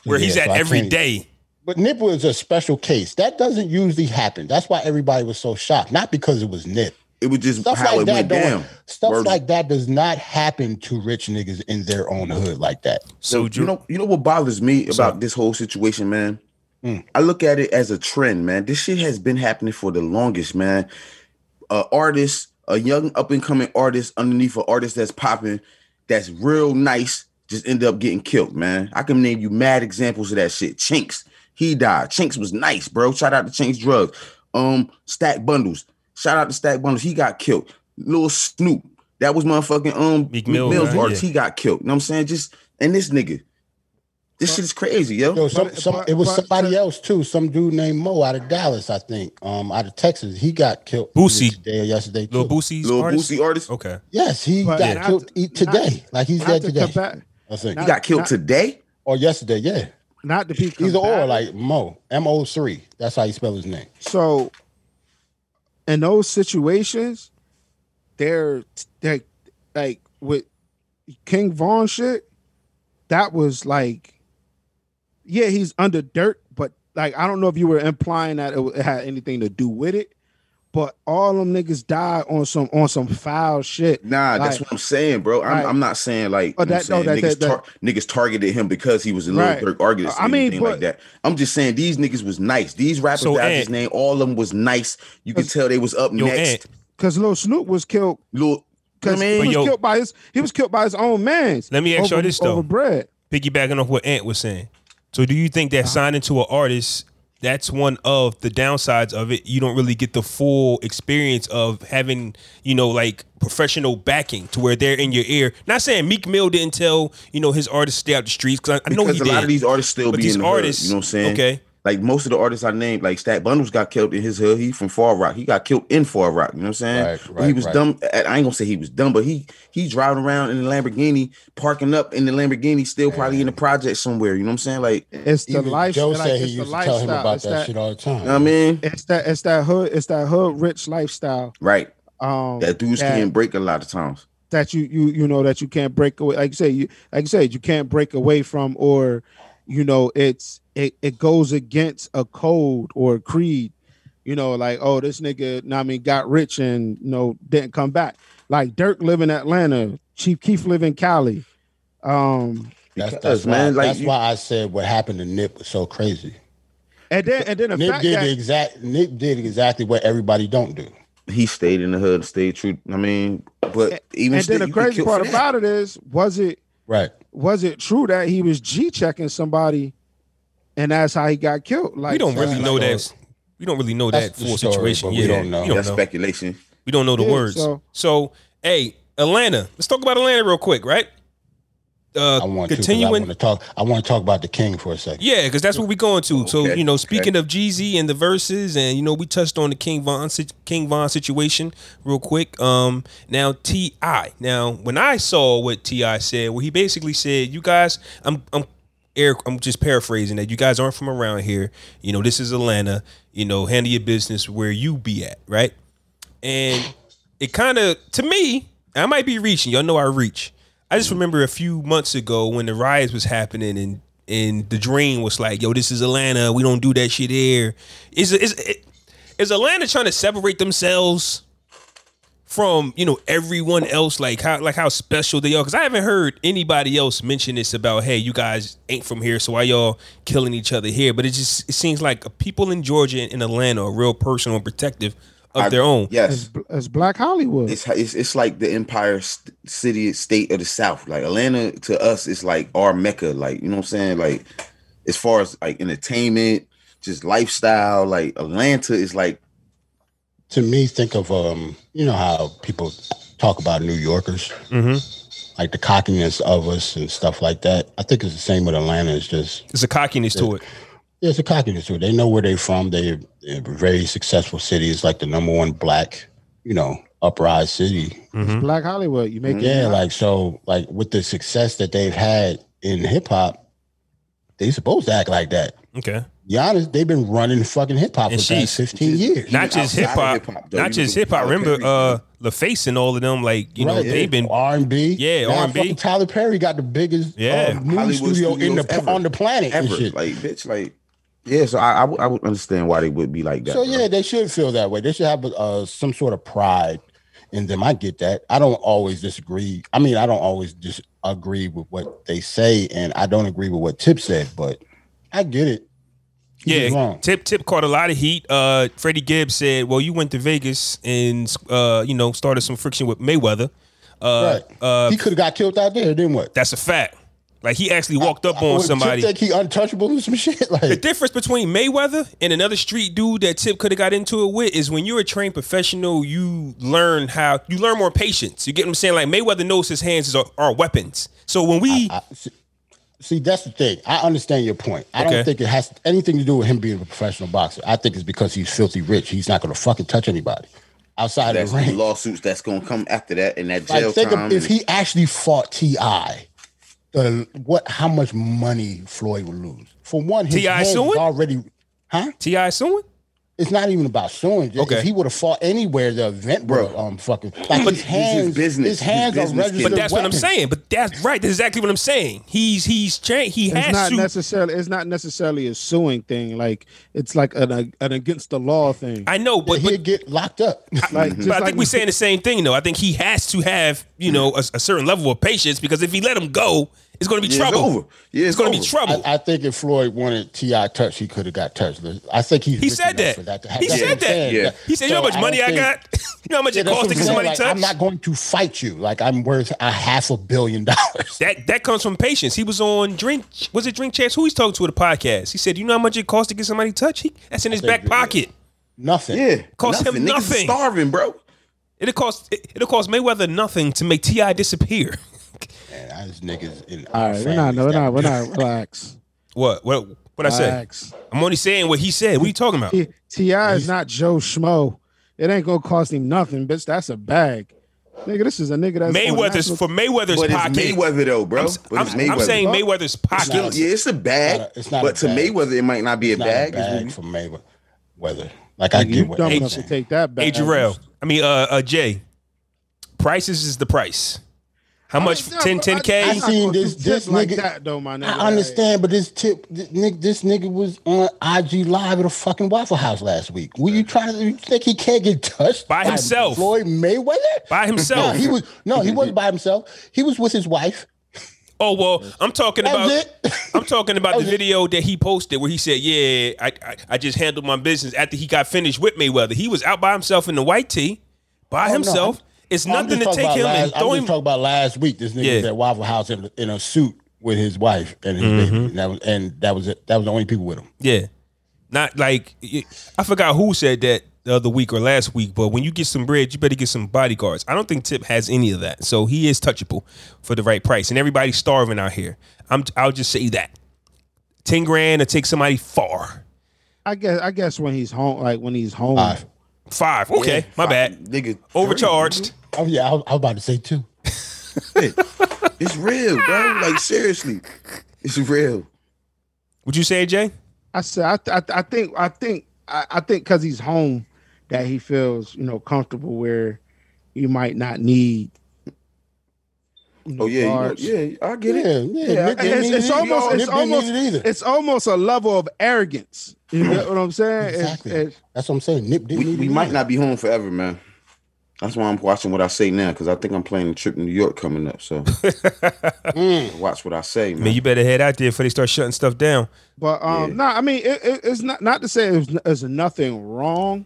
A: Where he's
C: Yeah,
A: at
C: so I
A: every
C: can't-
A: day.
C: But Nip was a special case. That doesn't usually happen. That's why everybody was so shocked. Not because it was Nip.
E: It was just
C: Stuff
E: how
C: like
E: it
C: that
E: went
C: don't,
E: down.
C: stuff
E: Word.
C: like that does not happen to rich niggas in their own hood like that.
A: So
E: you know, you know what bothers me about this whole situation, man.
A: Hmm.
E: I look at it as a trend, man. This shit has been happening for the longest, man. A artist, a young up and coming artist, underneath an artist that's popping, that's real nice, just end up getting killed, man. I can name you mad examples of that shit. Chinks, he died. Chinks was nice, bro. Shout out to Chinks Drugs. Um, Stack Bundles. Shout out to Stack Bundles. He got killed. Lil Snoop. That was motherfucking um
A: Meek
E: Meek
A: Mill,
E: Mill's
A: right?
E: artist.
A: Yeah.
E: He got killed. You know what I'm saying? Just and this nigga. This shit is crazy, yo.
C: Yo, some,
D: But-
C: some,
D: but-
C: it was
D: but-
C: somebody else too. Some dude named Mo out of Dallas, I think, um, out of Texas. He got killed
A: Boosie.
C: today or yesterday.
A: Lil
C: too.
A: Boosie's
E: Lil
A: artist?
E: Boosie artist.
A: Okay.
C: yes, he
D: But
C: got
D: not-
C: killed e-
D: not-
C: today. like he's
D: not
C: dead
D: to
C: today.
D: combat-
C: I think,
E: He
D: not-
E: got killed
D: not-
E: today.
C: or yesterday. Yeah,
D: not to be
C: he's an or
D: combative.
C: like Mo M O three. That's how you spell his name.
D: So in those situations, they're they like with King Vaughn shit, that was like yeah, he's under dirt, but like I don't know if you were implying that it wa- it had anything to do with it, but all them niggas died on some on some foul shit.
E: Nah, that's
D: Right.
E: what I'm saying, bro. I'm,
D: Right.
E: I'm not saying like
D: Oh,
E: you know what
D: that- no,
E: I'm saying?
D: that-
E: niggas,
D: that-
E: tar- niggas targeted him because he was a little
D: Right.
E: Dirk artist.
D: I
E: I
D: mean,
E: mean, like
D: but-
E: that. I'm just saying these niggas was nice. These rappers
A: So,
E: that I
A: Ant-
E: just named, all of them was nice. You could tell they was up
A: Yo, Ant,
E: next.
D: Cause Lil Snoop was killed
E: Little, you know what
D: because
E: I
D: he
E: mean,
D: was
A: yo-
D: killed by his he was killed by his own man's.
A: Let me ask y'all
D: over-
A: this, though.
D: over bread.
A: piggybacking off what Ant was saying. So, do you think that signing to an artist that's one of the downsides of it? You don't really get the full experience of having, you know, like professional backing to where they're in your ear. Not saying Meek Mill didn't tell you know his artists to stay out the streets because I, I know
E: because
A: he
E: a
A: did.
E: lot of these artists still
A: But
E: be
A: these
E: in the
A: artists-
E: hood, you know what I'm saying?
A: okay.
E: Like most of the artists I named, like Stack Bundles got killed in his hood. He from Far Rock. He got killed in Far Rock. You know what I'm saying?
C: Right,
E: But he
C: right,
E: was
C: right.
E: dumb. I I ain't gonna say he was dumb, but he he driving around in the Lamborghini, parking up in the Lamborghini, still probably in the project somewhere. You know what I'm saying? Like,
D: It's the
C: Even
D: lifestyle.
C: Joe
D: Like,
C: said
D: it's
C: he
D: the
C: used to tell him
D: lifestyle.
C: about
D: It's
C: that,
D: that,
C: shit all the time.
E: you know what I mean,
D: it's that it's that hood it's that hood rich lifestyle.
E: right?
D: Um,
E: That dudes
D: that-
E: can't break a lot of times.
D: that you you you know that you can't break away like you say you like you said you can't break away from or you know it's it, it goes against a code or a creed you know like oh this nigga know what i mean got rich and you know didn't come back like dirk live in atlanta chief keef live in cali um
C: That's,
E: Because,
C: that's
E: man,
C: why,
E: like,
C: that's
E: you-
C: why I said what happened to Nip was so crazy.
D: and then and then the
C: Nip
D: fact
C: did
D: that
C: the exact. Nip did exactly what everybody don't do.
E: He stayed in the hood, stayed true. I mean, but even
D: and
E: still,
D: then the
E: you get
D: crazy
E: killed for
D: part
E: that.
D: about it is was it
C: Right.
D: was it true that he was g checking somebody and that's how he got killed like
A: we don't
D: so-
A: really know
C: like,
A: that. We don't really know that
C: That's the
A: full
C: story,
A: situation.
C: but
A: Yeah,
C: we don't know.
A: You don't
E: that's
A: know.
E: speculation.
A: We don't know the
D: Yeah,
A: words. So.
D: so-
A: hey, Atlanta. Let's talk about Atlanta real quick, right? Uh,
C: I want
A: continuing.
C: to. 'cause I want to talk. I want to talk about the king for a second.
A: yeah, because that's what we're going to. So
E: Okay,
A: you know, speaking of Jeezy and the verses, and you know, we touched on the King Von sit- King Von situation real quick. Um, now Ti. Now, when I saw what Ti said, well, he basically said, "You guys, I'm, I'm, air, I'm just paraphrasing that. You guys aren't from around here. You know, this is Atlanta. You know, handle your business where you be at, right?" and it kind of to me i might be reaching y'all know i reach i just remember a few months ago when the riots was happening and and the dream was like yo this is atlanta we don't do that shit here is is is atlanta trying to separate themselves from you know everyone else like how like how special they are because i haven't heard anybody else mention this about hey you guys ain't from here so why y'all killing each other here but it just it seems like people in georgia and in atlanta are real personal and protective of
E: I-
A: their own
E: Yes,
D: as, as black hollywood
E: it's it's it's like the empire st- city state of the south like atlanta to us is like our mecca like you know what i'm saying like as far as like entertainment just lifestyle like atlanta is like
C: To me, think of um. You know how people talk about New Yorkers,
A: Mm-hmm.
C: like the cockiness of us and stuff like that. I think it's the same with Atlanta. It's just
A: It's a cockiness to it.
C: Yeah, it's a cockiness to it. They know where they're from. They they're a very successful city. It's like the number one black, you know, uprise city.
A: Mm.
D: black hollywood you make it
C: Mm-hmm. Yeah,
D: not.
C: like so, like with the success that they've had in hip hop, they supposed to act like that.
A: Okay.
C: Giannis, they've been running fucking hip hop for
A: And
C: the past
A: she's-
C: fifteen years.
A: Not just
E: outside
A: hip
E: of
A: hop.
E: hip-hop, though,
A: Not
E: you
A: just
E: look
A: hip hop.
E: at
A: Remember
E: Perry,
A: uh LaFace and all of them, like, you know, they've been
C: R and B.
A: Yeah, R&B.
C: Tyler Perry got the biggest
A: Yeah.
C: yeah uh, movie
E: Hollywood
C: studio in
E: studios
C: the
E: ever.
C: on the planet
E: ever
C: and shit.
E: like bitch like yeah so i I would I would understand why they would be like that
C: So
E: bro.
C: yeah, they should feel that way. They should have uh, some sort of pride in them. I get that. I don't always disagree. I mean, I don't always just agree with what they say, and I don't agree with what Tip said, but I get it. He was
A: yeah,
C: wrong.
A: Tip Tip caught a lot of heat. Uh, Freddie Gibbs said, "Well, you went to Vegas and uh, you know started some friction with Mayweather. Uh,
C: Right.
A: uh,
C: he could have got killed out there. Then what?
A: that's a fact. Like he actually walked up on
C: Would Tip
A: somebody.
C: think he untouchable or some [LAUGHS] shit.
A: The
C: Like
A: difference between Mayweather and another street dude that Tip could have got into it with is when you're a trained professional, you learn how you learn more patience. You get what I'm saying? Like Mayweather knows his hands is- are, are weapons. So when we
C: See, that's the thing. I understand your point. I
A: Okay.
C: don't think it has anything to do with him being a professional boxer. I think it's because he's filthy rich. He's not going to fucking touch anybody outside
E: that's
C: of the ring.
E: the lawsuits that's gonna come after that and that jail
C: Like, think
E: time
C: of if
E: and-
C: he actually fought Ti, the what? How much money Floyd would lose? For one, his
A: T.I.
C: hand is
A: suing?
C: already, huh?
A: Ti suing,
C: It's not even about suing. Just
A: Okay.
C: If he would have fought anywhere, the event would have
E: Bro.
C: um fucking. Like
E: But his
C: his hands,
E: business-
C: His hands
E: his business
C: are registered.
A: but that's what I'm
C: weapons.
A: saying. But that's right. That's exactly what I'm saying. He's he's trained. He
D: it's
A: has
D: not
A: to.
D: necessarily it's not necessarily a suing thing like it's like an, an against the law thing
A: I know, but
C: He'd
A: but,
C: get locked up.
D: like
A: but I think we're saying the same thing though. I think he has to have you know a, a certain level of patience because if he let him go, it's going to be
E: Yeah, it's
A: trouble.
E: over. Yeah,
A: it's,
E: it's
A: going to be
E: over.
A: trouble.
C: I, I think if Floyd wanted Ti touched, he could have got touched. I think he's
A: He
C: rich
A: said
C: enough
A: that.
C: for that to
A: He
C: that's what
A: said
C: I'm
A: that.
C: saying.
E: Yeah.
A: He said, "You know
C: So
A: how much
C: I
A: money
C: don't
A: I
C: think-
A: got? [LAUGHS] you know how much
C: Yeah,
A: it
C: that's
A: costs
C: what
A: to
C: I'm saying.
A: get somebody
C: Like,
A: touched?
C: I'm not going to fight you. Like I'm worth a half a
E: [LAUGHS]
C: billion dollars.
A: That that comes from patience. He was on drink. Was it drink chance? Who he's talking to at the podcast? He said, "You know how much it costs to get somebody touched? He, that's in his
C: think
A: back
C: you're
A: pocket.
C: Nothing.
E: yeah
A: Cost him
E: Niggas is
A: nothing.
E: starving bro
A: It'll cost it, it'll cost Mayweather nothing to make Ti disappear. [LAUGHS]
C: Man, I just niggas in
D: all
C: our
D: right we're not
C: families
D: no, we're
C: that-
D: not we're not relax
A: what? What? What I said?
D: Facts.
A: I'm only saying what he said. What are you talking about?
D: T- Ti is not Joe Schmo. It ain't gonna cost him nothing, bitch. That's a bag, nigga. This is a nigga that's on
A: Mayweather's
D: national-
A: for Mayweather's
E: But it's
A: pocket.
E: Mayweather though, bro.
A: I'm,
E: but it's
A: I'm- I'm
E: Mayweather.
A: saying Mayweather's
E: It's still-
A: pocket.
E: yeah, it's a bag.
C: It's not a- it's not
E: but
C: a
E: to
C: bag.
E: Mayweather, it might not be a
C: It's not a
E: bag. It's
C: bag
E: what-
C: for Mayweather. Weather. Like I
D: You
C: get what
D: dumb
C: you're
D: enough to
C: saying.
D: take that
A: Hey,
D: bag?
A: Jarrell. I mean, uh, uh, Jay. Prices is the price. How much?
D: I mean,
A: 10,
D: no,
A: 10
D: I'm
A: k.
D: not
C: I seen
D: gonna do
C: this-
D: shit
C: this
D: like
C: nigga-
D: that though, my nigga.
C: I understand, but this tip, this nigga, this nigga was on IG live at a fucking Waffle House last week. Were you trying to? You think he can't get touched
A: By himself.
C: Floyd Mayweather
A: By himself.
C: No, he was no, he wasn't by himself. He was with his wife.
A: Oh well, I'm talking
C: That's
A: about.
C: it.
A: [LAUGHS] I'm talking about the
C: That's it.
A: video that he posted where he said, "Yeah, I, I I just handled my business after he got finished with Mayweather. He was out by himself in the white tee, by
C: Oh, no,
A: himself.
C: I'm-
A: it's
C: I'm
A: nothing
C: just
A: to
C: talking
A: take
C: about
A: him and
C: last,
A: throw
C: I'm
A: him.
C: just talking about last week. This nigga
A: Yeah.
C: was at Waffle House in, in a suit with his wife and his
A: Mm-hmm.
C: baby. And that was and that was it. That was the only people with him.
A: yeah, not like y- I forgot who said that the other week or last week. But when you get some bread, you better get some bodyguards. I don't think Tip has any of that, so he is touchable for the right price. And everybody's starving out here. I'm I'll just say that ten grand to take somebody far
D: I guess. I guess when he's home, like when he's home,
C: Five.
A: five. Okay, my
E: Fuck,
A: bad.
E: Nigga,
D: [LAUGHS]
A: Overcharged.
C: Oh yeah, I was, I was about to say two.
E: Shit. It's real, bro.
A: [LAUGHS]
E: Like seriously, it's real.
A: Would you say Jay?
D: I said. I, th- I, th- I think. I think. I, I think because he's home, that he feels you know comfortable where you might not need. you know,
E: Oh yeah, you know-
D: guards.
E: yeah. I get it.
C: Yeah, yeah. Nip
D: It's-
C: didn't
D: it's,
C: need it either.
D: almost,
C: Nip
D: it's,
C: didn't need
D: almost,
C: it either.
D: it's almost a level of arrogance. You know what I'm saying? It's-
C: Exactly.
D: it's-
C: That's what I'm saying. Nip didn't
E: We,
C: need
E: we
C: it
E: might
C: either.
E: not be home forever, man. That's why I'm watching what I say now because I think I'm playing a trip to New York coming up.
C: [LAUGHS]
E: So
C: Mm.
E: watch what I say,
A: Man,
E: man.
A: you better head out there before they start shutting stuff down.
D: But um, no, I mean, it, it, it's not not to say there's, there's nothing wrong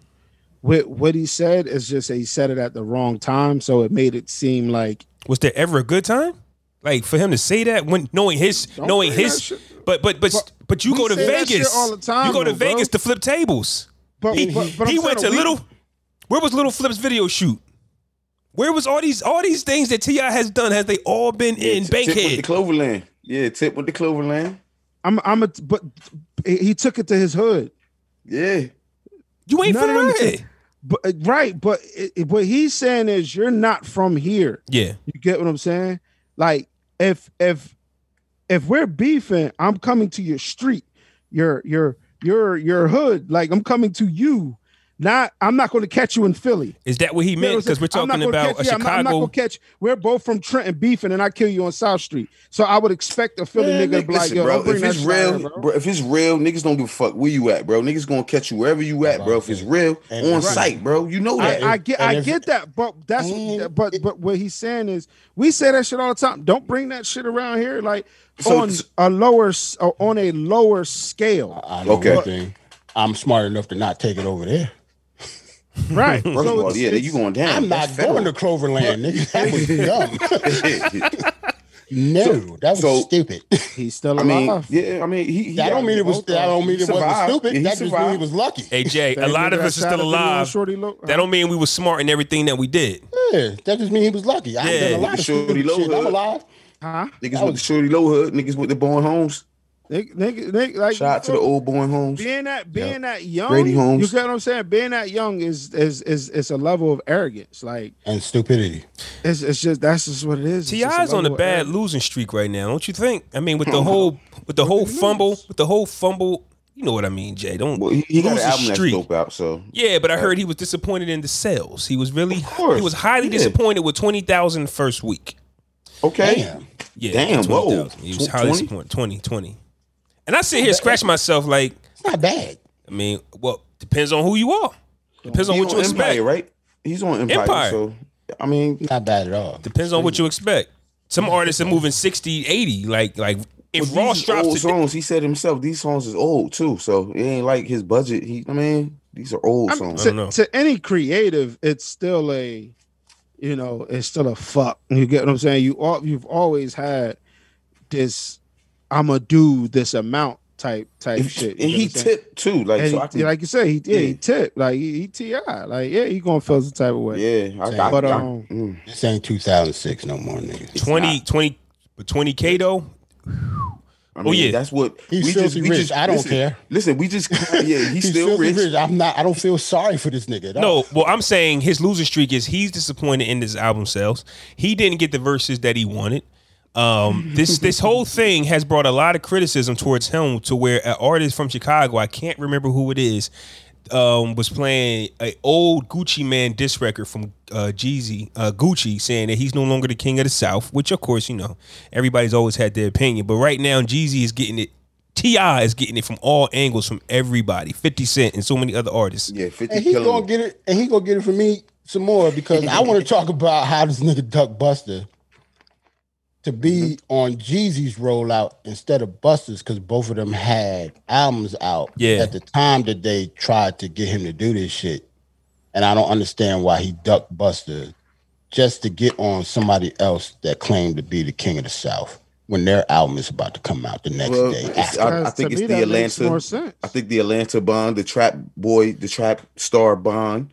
D: with what he said. It's just that he said it at the wrong time, so it made it seem like
A: Was there ever a good time? Like for him to say that when knowing his knowing
D: say that
A: his
D: shit.
A: but but but but, you
D: we
A: go to
D: say that shit
A: Vegas
D: all the time,
A: You go to
D: though, bro.
A: Vegas to flip tables.
D: But,
A: He,
D: but, but I'm
A: he went to
D: saying we-
A: little where was Little Flip's video shoot? Where was all these all these things that T.I. has done? Has they all been in
E: Tip with the
A: Bankhead?
E: Cloverland. Yeah, tip with the Cloverland.
D: I'm I'm a but he he took it to his hood.
E: Yeah.
A: You ain't
D: None of
A: from
D: them
A: it.
D: But uh, right, but it, it- what he's saying is you're not from here.
A: Yeah.
D: You get what I'm saying? Like if if if we're beefing, I'm coming to your street, your your your your hood. Like I'm coming to you. Not I'm not going to catch you in Philly.
A: Is that what he
D: You know
A: meant?
D: what I'm
A: Because we're
D: saying? I'm not
A: talking
D: gonna
A: about
D: catch
A: a
D: you. I'm not- I'm not
A: Chicago.
D: gonna catch. We're both from Trenton beefing, and I kill you on South Street. So I would expect a Philly
E: Man,
D: nigga to be like,
E: listen,
D: "Yo,
E: bro,
D: don't bring
E: if
D: that
E: it's
D: shit out
E: real,
D: here, bro.
E: bro. if it's real, niggas don't give a fuck where you at, bro. Niggas gonna catch you wherever you at, bro. If it's real,
C: And-
E: on
C: Right.
E: site, bro. You know that. Mm-hmm.
D: I, I get,
C: and
D: I
C: if-
D: get that, but that's,
C: and
D: but but what he's saying is, we say that shit all the time. Don't bring that shit around here, like
E: So
D: on
E: it's-
D: a lower, s- uh, on a lower scale,
C: I know
E: Okay.
C: one thing. I'm smart enough to not take it over there.
D: right?
E: First
D: So
E: of all,
D: it's-
E: yeah,
D: it's-
E: you going down.
C: I'm not
E: That's
C: going
E: federal.
C: to Cloverland, nigga. That was dumb.
E: [LAUGHS]
C: no, that was
E: so-
C: stupid.
D: He's still
E: I
D: alive.
E: mean, yeah, I mean, he. he
C: I don't mean it was. I don't mean it wasn't
E: survived.
C: stupid.
E: Yeah, he
C: that just mean he
E: survived.
C: was lucky.
A: Hey Jay, a
D: That
A: lot
D: nigga
A: of
D: that
A: us are
D: shot
A: still
D: a video on
A: alive.
D: Shorty Lo-
A: That don't mean we were smart in everything that we did.
C: Yeah, that just mean he was lucky. I
A: Yeah,
C: done a lot of
E: Shorty
C: stupid
E: Low
C: shit. I'm
E: Hood.
C: alive.
D: huh?
E: Niggas with the Shorty Low Hood, niggas with the Bourne Homes.
D: Nigga, nigga, nigga, like
E: Shout out to the old Bourne Homes.
D: being that being that young.
E: Grady Holmes.
D: You get what I'm saying? Being that young is is is it's a level of arrogance. Like
C: And stupidity.
D: it's it's just that's just what it is. It's just
A: Ti's on a
D: level of
A: bad
D: arrogance.
A: losing streak right now, don't you think? I mean, with
E: Hmm.
A: the whole with the whole fumble, with the whole fumble, you know what I mean, Jay. Don't
E: Well, he, he got an
A: lose a
E: album that's
A: streak.
E: dope out, so
A: Yeah, but I heard he was disappointed in the sales. He was really
E: course,
A: he was highly
E: yeah.
A: disappointed with 20,000 first week.
E: okay.
C: Damn.
A: Yeah,
E: Damn, whoa.
A: 20,000. He was
E: Tw-
A: highly
E: 20?
A: disappointed 20 20. And I sit here scratch myself like,
C: It's not bad.
A: I mean, well, depends on who you are. Depends on
E: He's
A: what you
E: on Empire,
A: expect.
E: right? He's on Empire,
A: Empire.
E: so I mean,
C: Not bad at all.
A: Depends on what you expect. Some artists are moving 60, 80 like like if
E: but
A: Ross
E: these
A: drops
E: old
A: today,
E: songs. He said himself, these songs is old too, so it ain't like his budget. He, I mean, these are old
D: I mean,
E: songs.
A: I don't know.
D: to, to any creative, it's still a, you know, it's still a fuck. You get what I'm saying? You all you've always had this. I'm gonna do this amount type type
E: If-
D: shit. you
E: and
D: get what
E: he
D: I'm saying?
E: tipped too, like
D: And
E: so.
D: he-
E: I can,
D: like you said, he yeah, he
E: Yeah.
D: tipped like he, he ti like yeah, he gonna feel some type of way.
E: yeah, I, I,
D: But,
E: I,
D: um,
E: mm.
C: This ain't 2006 no more, nigga.
A: 20, 20, but 20K though,
E: I mean,
A: Oh, yeah.
E: that's what
C: He's filthy rich. I don't
E: listen,
C: care.
E: Listen, we
C: [LAUGHS]
E: just yeah, he's, still
C: filthy
E: rich.
C: I'm not. I don't feel sorry for this nigga. at all.
A: No, well, I'm saying his losing streak is he's disappointed in his album sales. He didn't get the verses that he wanted. Um,
C: [LAUGHS]
A: this this whole thing has brought a lot of criticism towards him to where an artist from Chicago, I can't remember who it is, um, was playing a old Gucci Man diss record from uh, Jeezy uh, Gucci, saying that he's no longer the king of the South. Which, of course, you know everybody's always had their opinion, but right now Jeezy is getting it. Ti is getting it from all angles, from everybody. Fifty Cent and so many other artists.
E: Yeah, fifty
C: and he
E: killing.
C: gonna
E: him.
C: get it, and he gonna get it from me some more because I want to talk about how this nigga Duck Buster to be on Jeezy's rollout instead of Buster's because both of them had albums out
A: Yeah.
C: at the time that they tried to get him to do this shit, and I don't understand why he ducked Buster just to get on somebody else that claimed to be the king of the South when their album is about to come out the next
E: Well,
C: day.
E: it's- I- I
D: Because
E: think
D: to
E: it's
D: me,
E: the
D: that makes
E: Atlanta-
D: More sense.
E: I think the Atlanta bond, the trap boy, the trap star bond.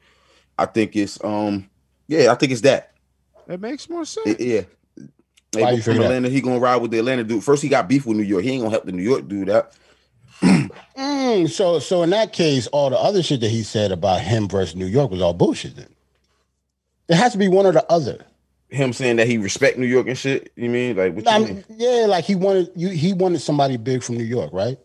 E: I think it's um yeah, I think it's that.
D: It makes more sense.
E: It- yeah. They
C: Why you
E: both from
C: figure that?
E: Atlanta, he gonna ride with the Atlanta dude. First, he got beef with New York. He ain't gonna help the New York dude out.
C: Mm, so, so in that case, all the other shit that he said about him versus New York was all bullshit. Then it has to be one or the other.
E: Him saying that he respect New York and shit. You mean like what you
C: I
E: mean?
C: mean, yeah, like he wanted you. He wanted somebody big from New York, right?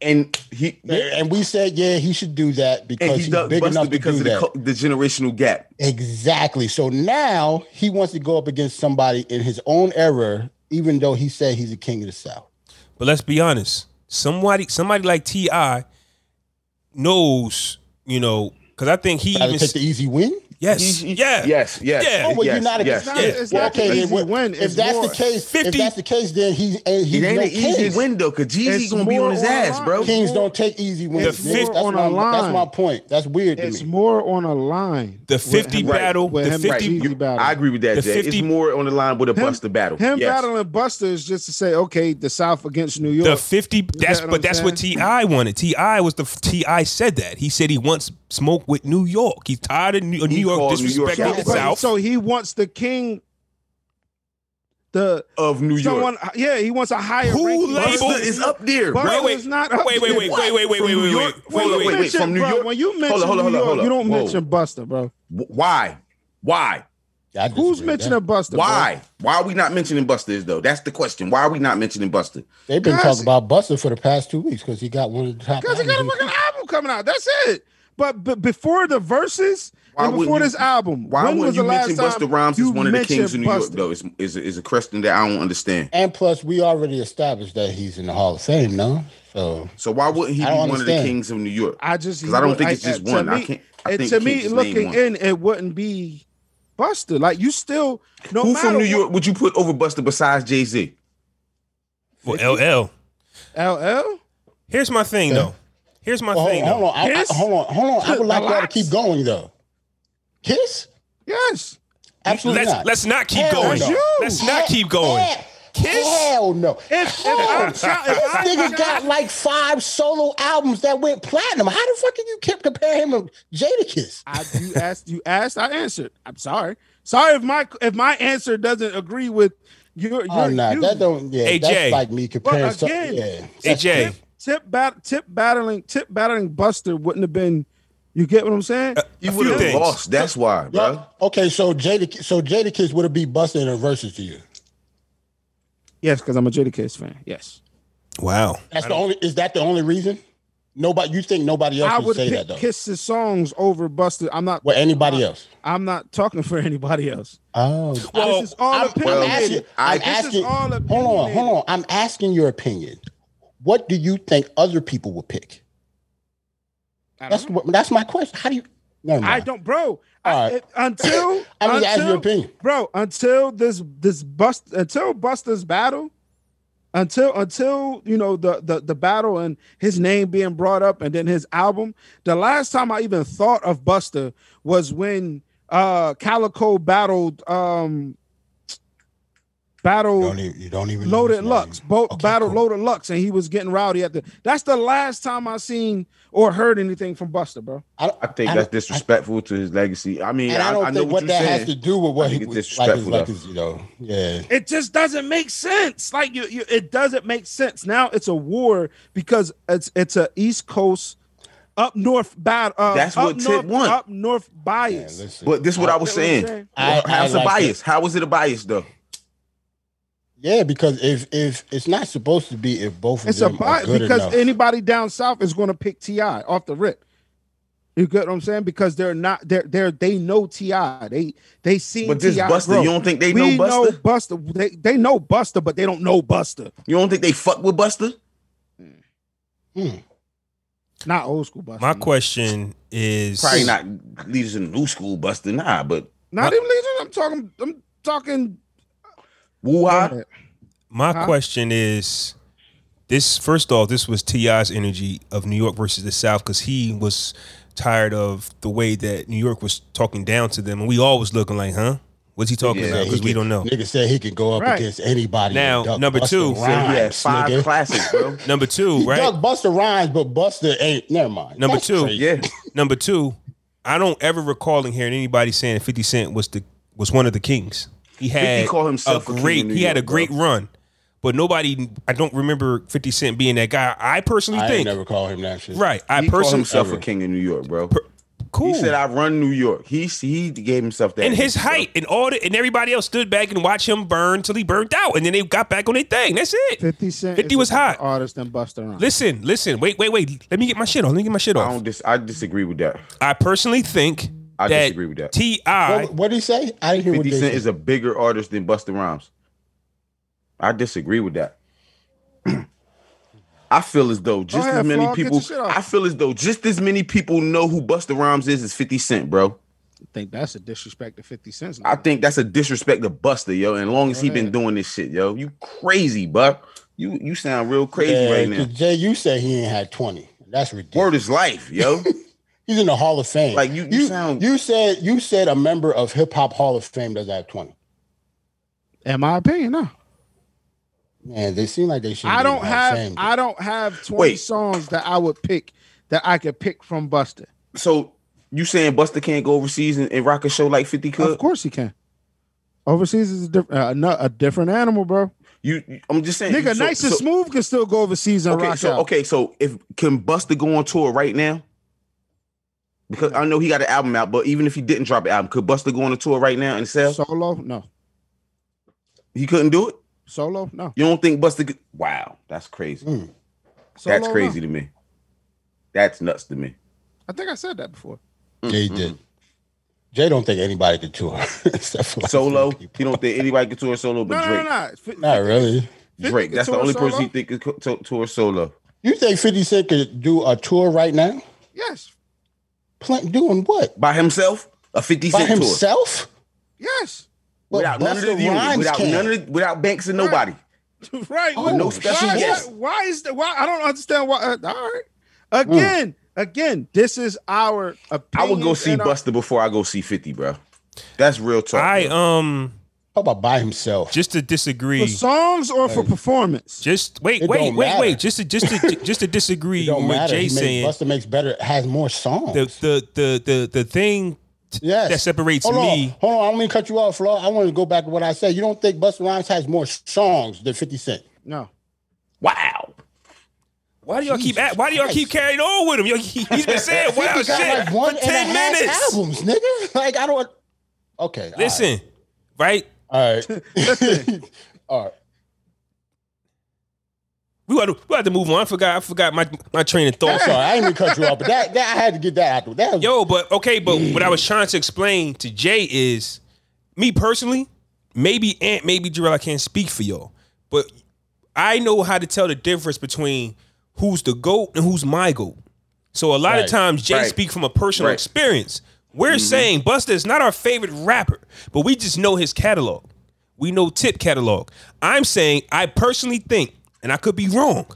E: And he
C: And we said, yeah, he should do that because
E: and
C: he's
E: he ducked
C: big
E: Buster
C: enough to
E: because
C: do
E: of the,
C: that.
E: co- the generational gap.
C: exactly. So now he wants to go up against somebody in his own era, even though he said he's the king of the South.
A: But let's be honest. Somebody, somebody like Ti knows, you know, because I think he
C: Try
A: even
C: to take the easy win.
A: yes,
E: He- he-
A: yeah,
E: Yes, yes.
A: Yeah.
C: Oh, well,
E: yes,
C: you're not a
E: yes.
D: not-
A: Yeah.
D: it's not
C: okay,
D: an
C: then
D: easy
C: what-
D: win.
C: if
D: It's
C: that's
D: more-
C: the case,
A: 50
C: if that's the case, then he's and he's
E: It ain't
C: no
E: an easy
C: king.
E: win though, cause Jeezy
D: It's
E: gonna be
D: more
E: on his
D: on
E: ass,
D: line.
E: bro.
D: King-
C: Kings don't take easy wins.
A: The
C: nigga.
A: fifth
C: that's,
D: on
C: my,
D: a line.
C: that's my point. That's weird to
D: It's
C: me.
D: more on a line.
A: The
D: with
A: 50
D: him-
A: battle,
D: with
A: the
D: him
A: 50
E: Right,
D: Jeezy
E: you-
D: battling.
E: I agree with that,
A: The
E: Jay.
A: 50
E: it's more on the line with a
D: Him-
E: Buster battle.
D: Him
E: yes.
D: battling Buster is just to say, okay, the South against New York.
A: the fifty. That's
D: what
A: but
D: I'm
A: that's what Ti wanted. Ti was the Ti said that he said he wants smoke with New York. He's tired of New, New York
E: called New York
A: disrespecting
E: out.
A: the
D: But-
A: South.
D: So he wants the king. The
E: of New York.
D: someone, yeah, he wants a higher.
A: Who
D: ranking
A: labeled-
E: Buster
A: Abel-
E: is up there,
D: Buster
E: bro.
A: Wait, wait,
D: is not up
A: wait, wait,
D: there.
A: wait, wait, wait, wait,
E: From
A: wait,
E: New
A: wait,
E: York?
A: wait,
E: Wait,
D: When
A: wait,
D: you
E: wait,
A: wait.
E: wait.
D: mention-
E: from New
D: bro,
E: York?
D: When you mention
E: Hold on, hold on,
D: New
E: hold on,
D: York,
E: hold
D: you
E: on.
D: don't
E: Whoa.
D: mention Buster, bro.
E: Wh- Why? Why?
C: I disagree
D: Who's
C: with
D: mentioning
C: that.
D: Buster? bro?
E: Why? Why are we not mentioning Buster is though? That's the question. Why are we not mentioning Buster?
C: They've been
D: Guys-
C: talking about Buster for the past two weeks because he got one of the top.
D: Because he got a
C: albums.
D: fucking album coming out. That's it. But, but before the verses
E: Why
D: and
E: wouldn't
D: before
E: you-
D: this album,
E: Why
D: when
E: wouldn't
D: was
E: you
D: the last
E: mention
D: time
E: Buster Rhymes is
D: you
E: one of the kings
D: mentioned
E: of New York
D: Buster?
E: though? Is is is a question that I don't understand.
C: And plus, we already established that he's in the Hall of Fame, no? So
E: So why wouldn't he be
C: I don't
E: one of the
C: understand.
E: kings of New York?
D: I just
E: 'Cause I don't think it's
D: I-
E: just
D: to
E: one. I
D: me-
E: can't- I
D: it-
E: think
D: to
E: you can't
D: me,
E: just name
D: looking
E: one.
D: in, it wouldn't be Buster. Like you still no
E: Who
D: matter
E: from New
D: what-
E: York would you put over Buster besides Jay Z?
A: Well, LL.
D: LL.
A: Here's my thing though. Here's my
C: Well, hold,
A: thing.
C: on, hold
A: though.
C: on, I- I-
D: Kiss?
C: hold on, hold on. I would like y'all to
D: Relax.
C: keep going though. Kiss?
D: Yes.
C: Absolutely
A: Let's
C: not.
A: let's not keep
C: Hell
A: going.
C: no.
A: Let's not keep going.
C: Hell-
A: Kiss?
C: Hell no.
D: If, if I'm try- if
C: This
D: I'm
C: nigga
D: try-
C: got like five solo albums that went platinum. How the fuck can you keep compare him to Jadakiss?
D: I, you asked, you
C: [LAUGHS]
D: asked, I answered. I'm sorry. Sorry if my if my answer doesn't agree with your. your
C: Oh no,
D: you.
C: that don't. Yeah,
A: Hey, Jay.
C: that's like me comparing.
D: But
C: some-
D: again,
C: yeah,
A: Hey
C: that's-
A: Jay,
D: Tip, tip, bat, tip battling, tip battling Buster wouldn't have been. You get what I'm saying?
E: You
A: a
E: would
A: few
E: have
A: things.
E: lost. That's why, bro.
C: Yeah. Okay, so Jada, so Jadakiss would have beat Busta in a versus to you.
D: Yes, because I'm a Jadakiss fan. Yes.
A: Wow.
C: That's the only. Is that the only reason? Nobody. You think nobody else
D: I
C: would
D: would
C: say that
D: pick
C: though?
D: Kiss's songs over Buster. I'm not.
C: Well, anybody else?
D: I'm not talking [LAUGHS] for anybody else.
C: Oh,
A: Well,
D: this is all
C: I'm, I'm
D: opinionated.
C: asking.
E: I-
C: I'm
E: this
D: is
C: asking.
D: all
C: Hold on,
D: opinionated.
C: hold on. I'm asking your opinion. What do you think other people would pick?
D: I
C: That's
D: don't, know.
C: what. That's my question. How do you? Never mind.
D: I don't bro.
C: All
D: I,
C: right. [COUGHS]
D: Until
C: I'm just
D: until,
C: asking your opinion.
D: bro. Until this this bust until Buster's battle, until until you know the the the battle and his name being brought up and then his album. The last time I even thought of Buster was when uh Calico battled um battled
C: Don't even, you don't even know his
D: Loaded
C: name.
D: Lux, both
C: Okay,
D: battled
C: cool.
D: Loaded Lux, and he was getting rowdy at the. That's the last time I seen or heard anything from Buster, bro.
E: I think
C: I
E: that's
C: don't-
E: disrespectful to his legacy. I mean,
C: and
E: I,
C: I don't
E: I know what,
C: think what
E: you're
C: that
E: saying.
C: has to do with what
E: I think
C: he
E: it's
C: was like, his,
E: disrespectful,
C: like
E: though.
C: his, you know, yeah.
D: It just doesn't make sense. Like you, you it doesn't make sense. Now it's a war because it's it's a East Coast up north bat. Uh,
E: That's
D: up
E: what Tip
D: north,
E: want.
D: Up north
C: yeah
D: bias.
C: listen.
E: But this is what I was
D: You know what I'm
E: saying.
D: saying?
C: I- I
E: How's it
C: like
E: biased? How is it a bias though?
C: yeah, because if if it's not supposed to be if both of
D: it's a
C: them
D: bias
C: are good
D: because
E: [LAUGHS]
C: enough.
D: anybody down south is going to pick Ti off the rip. You get what I'm saying? Because they're not they're they're they know Ti. They they see.
E: But this
D: Ti
E: Buster,
D: grow.
E: you don't think they
D: we
E: know Buster?
D: know Buster. They they know Buster, but they don't know Buster.
E: You don't think they fuck with Buster?
C: Hmm.
D: Not old school Buster.
A: My question is
E: Probably not leaders in the new school Buster, nah. But
D: Not even Legion. I'm talking. I'm talking.
E: woo
A: My
D: Huh?
A: question is this first off, this was T.I.'s energy of New York versus the South because he was tired of the way that New York was talking down to them. And we all was looking like, huh? What's he talking
E: Yeah,
A: about?
C: he
A: Because we
C: can-
A: don't know.
C: Nigga said he can go up
D: Right.
C: against anybody.
A: Now,
C: and duck
A: number
C: Buster
E: So
A: two.
E: he had
C: Rhymes,
E: five
C: [LAUGHS] nigga.
E: classics, bro.
A: Number two,
C: He
A: right?
C: ducked Buster Rhymes, but Buster ain't. Never mind.
A: Number
C: That's
A: two.
C: crazy.
E: Yeah,
A: [COUGHS] Number two, I don't ever recalling hearing anybody saying 50 Cent was the was one of the kings. He had
E: called
A: a
E: himself a king
A: great
E: in New
A: he had a
E: York, bro.
A: great run. But nobody I don't remember 50 Cent being that guy. I personally
C: I ain't
A: think
C: never call him that shit.
A: right. I
E: he called
A: personally
E: himself
C: ever.
E: a king of New York, bro.
A: cool.
E: He said, "I run New York." He he gave himself that.
A: and his
E: bro.
A: height and all the, and everybody else stood back and watched him burn till he burnt out and then they got back on their thing. That's it.
D: Fifty Cent.
A: 50
D: is a
A: was
D: better
A: hot.
D: Artist than Buster. Rhymes.
A: Listen, listen, wait, wait, wait. Let me get my shit on. Let me get my shit
E: I
A: off.
E: don't dis. I disagree with that.
A: I, personally think
E: I
A: that
E: disagree with that.
A: Ti
C: What what did he say? I didn't hear what
E: 50
C: they
E: Cent
C: said.
E: is a bigger artist than Busta Rhymes. I disagree with that. [CLEARS THROAT] I feel as though just
D: ahead,
E: as many
D: Flaw, get
E: people
D: your shit off.
E: I feel as though just as many people know who Busta Rhymes is as 50 Cent, bro.
D: I think that's a disrespect to Fifty Cent.
E: I think that's a disrespect to Busta, yo, and long as he been doing this shit, yo. You crazy, buck. You you sound real crazy
C: Yeah,
E: right now.
C: 'cause Jay, you said he ain't had twenty. That's ridiculous.
E: Word is life, yo.
C: [LAUGHS] He's in the Hall of Fame.
E: Like, you- you sound-
C: you said you said a member of Hip Hop Hall of Fame doesn't have twenty.
D: in my opinion, no.
C: Man, they seem like they should.
D: I
C: be in the
D: don't
C: Hall of
D: have
C: Fame.
D: I don't have 20
E: Wait.
D: songs that I would pick that I could pick from Buster.
E: so you saying Busta can't go overseas and, and rock a show like 50 could?
D: Of course he can. Overseas is a different uh, no- a different animal, bro.
E: You, you- I'm just saying
D: Nigga,
E: so-
D: nice and
E: so-
D: smooth can still go overseas and
E: Okay,
D: rock
E: so
D: out.
E: okay, so if can Buster go on tour right now? Because I know he got an album out, but even if he didn't drop an album, could Buster go on a tour right now and sell?
D: Solo, no.
E: he couldn't do it.
D: Solo, no.
E: You don't think Buster? Could, wow, that's crazy.
C: Mm.
D: Solo,
E: that's crazy
D: No.
E: to me. That's nuts to me.
D: I think I said that before.
E: Mm,
C: Jay did. Jay don't think anybody could tour [LAUGHS] except for like
E: Solo,
C: three people.
E: he don't think anybody could tour solo,
D: No,
E: but
D: no,
E: Drake.
D: no, no. It's fi-
C: Not really.
E: Drake,
D: could
E: that's the
D: tour
E: only
D: solo?
E: person he think could co- to- tour solo.
C: You think Fifty Cent could do a tour right now?
D: Yes.
C: Pl- doing what?
E: By himself, a Fifty
C: By
E: Cent tour
C: himself?
D: Yes. [LAUGHS]
C: But
E: without none of
C: Busta
E: the union,
C: Rhymes
E: without
C: can.
E: none of the, without Banks and
D: Right.
E: nobody.
D: right.
C: Oh,
E: no
D: why-
E: special
D: why,
E: guest.
D: why is that? Why I don't understand why. Uh, all right. Again, again, this is our
E: I
D: opinion.
E: would go see Buster before I go see Fifty, bro. That's real talk.
A: I
E: bro.
A: um
C: How about by himself?
A: just to disagree.
D: for songs or for performance.
A: Just wait,
C: It
A: wait,
C: don't
A: wait,
C: matter.
A: wait. Just to
C: [LAUGHS]
A: just to just to disagree
C: It don't
A: with
C: matter.
A: Jay
C: He
A: saying
C: Buster makes better, has more songs.
A: the, the the the the thing
C: yes.
A: that separates
C: Hold on.
A: me.
C: Hold on. I don't mean to cut you off, Flo. I want to go back to what I said. You don't think Buster Rhymes has more songs than 50 Cent?
D: No.
E: wow.
A: Why do y'all keep
C: Jesus
A: at, why do y'all
C: Christ.
A: keep carrying on with him? Yo, he, has
C: [LAUGHS]
A: been saying
C: 50
A: wow
C: got
A: shit
C: like one
A: for
C: and a
A: ten
C: half
A: minutes.
C: albums, nigga. Like, I don't. Okay. all
A: Listen, right?
C: right,
D: [LAUGHS]
C: [LAUGHS] All right. all right.
A: We had to we had to move on. I forgot I forgot my my train of
C: Oh, I'm
A: thought.
C: sorry. I didn't mean to cut you off, but that, that I had to get that out. There. That was,
A: Yo, but okay, but what I was trying to explain to Jay is, me personally, maybe Ant, maybe Jarrell, I can't speak for y'all, but I know how to tell the difference between who's the goat and who's my goat. So a lot
C: Right,
A: of times Jay
E: right,
A: speak from a personal
E: right. Mm-hmm.
A: experience. We're saying Busta is not our favorite rapper, but we just know his catalog. We know Tip catalog. I'm saying I personally think, and I could be wrong,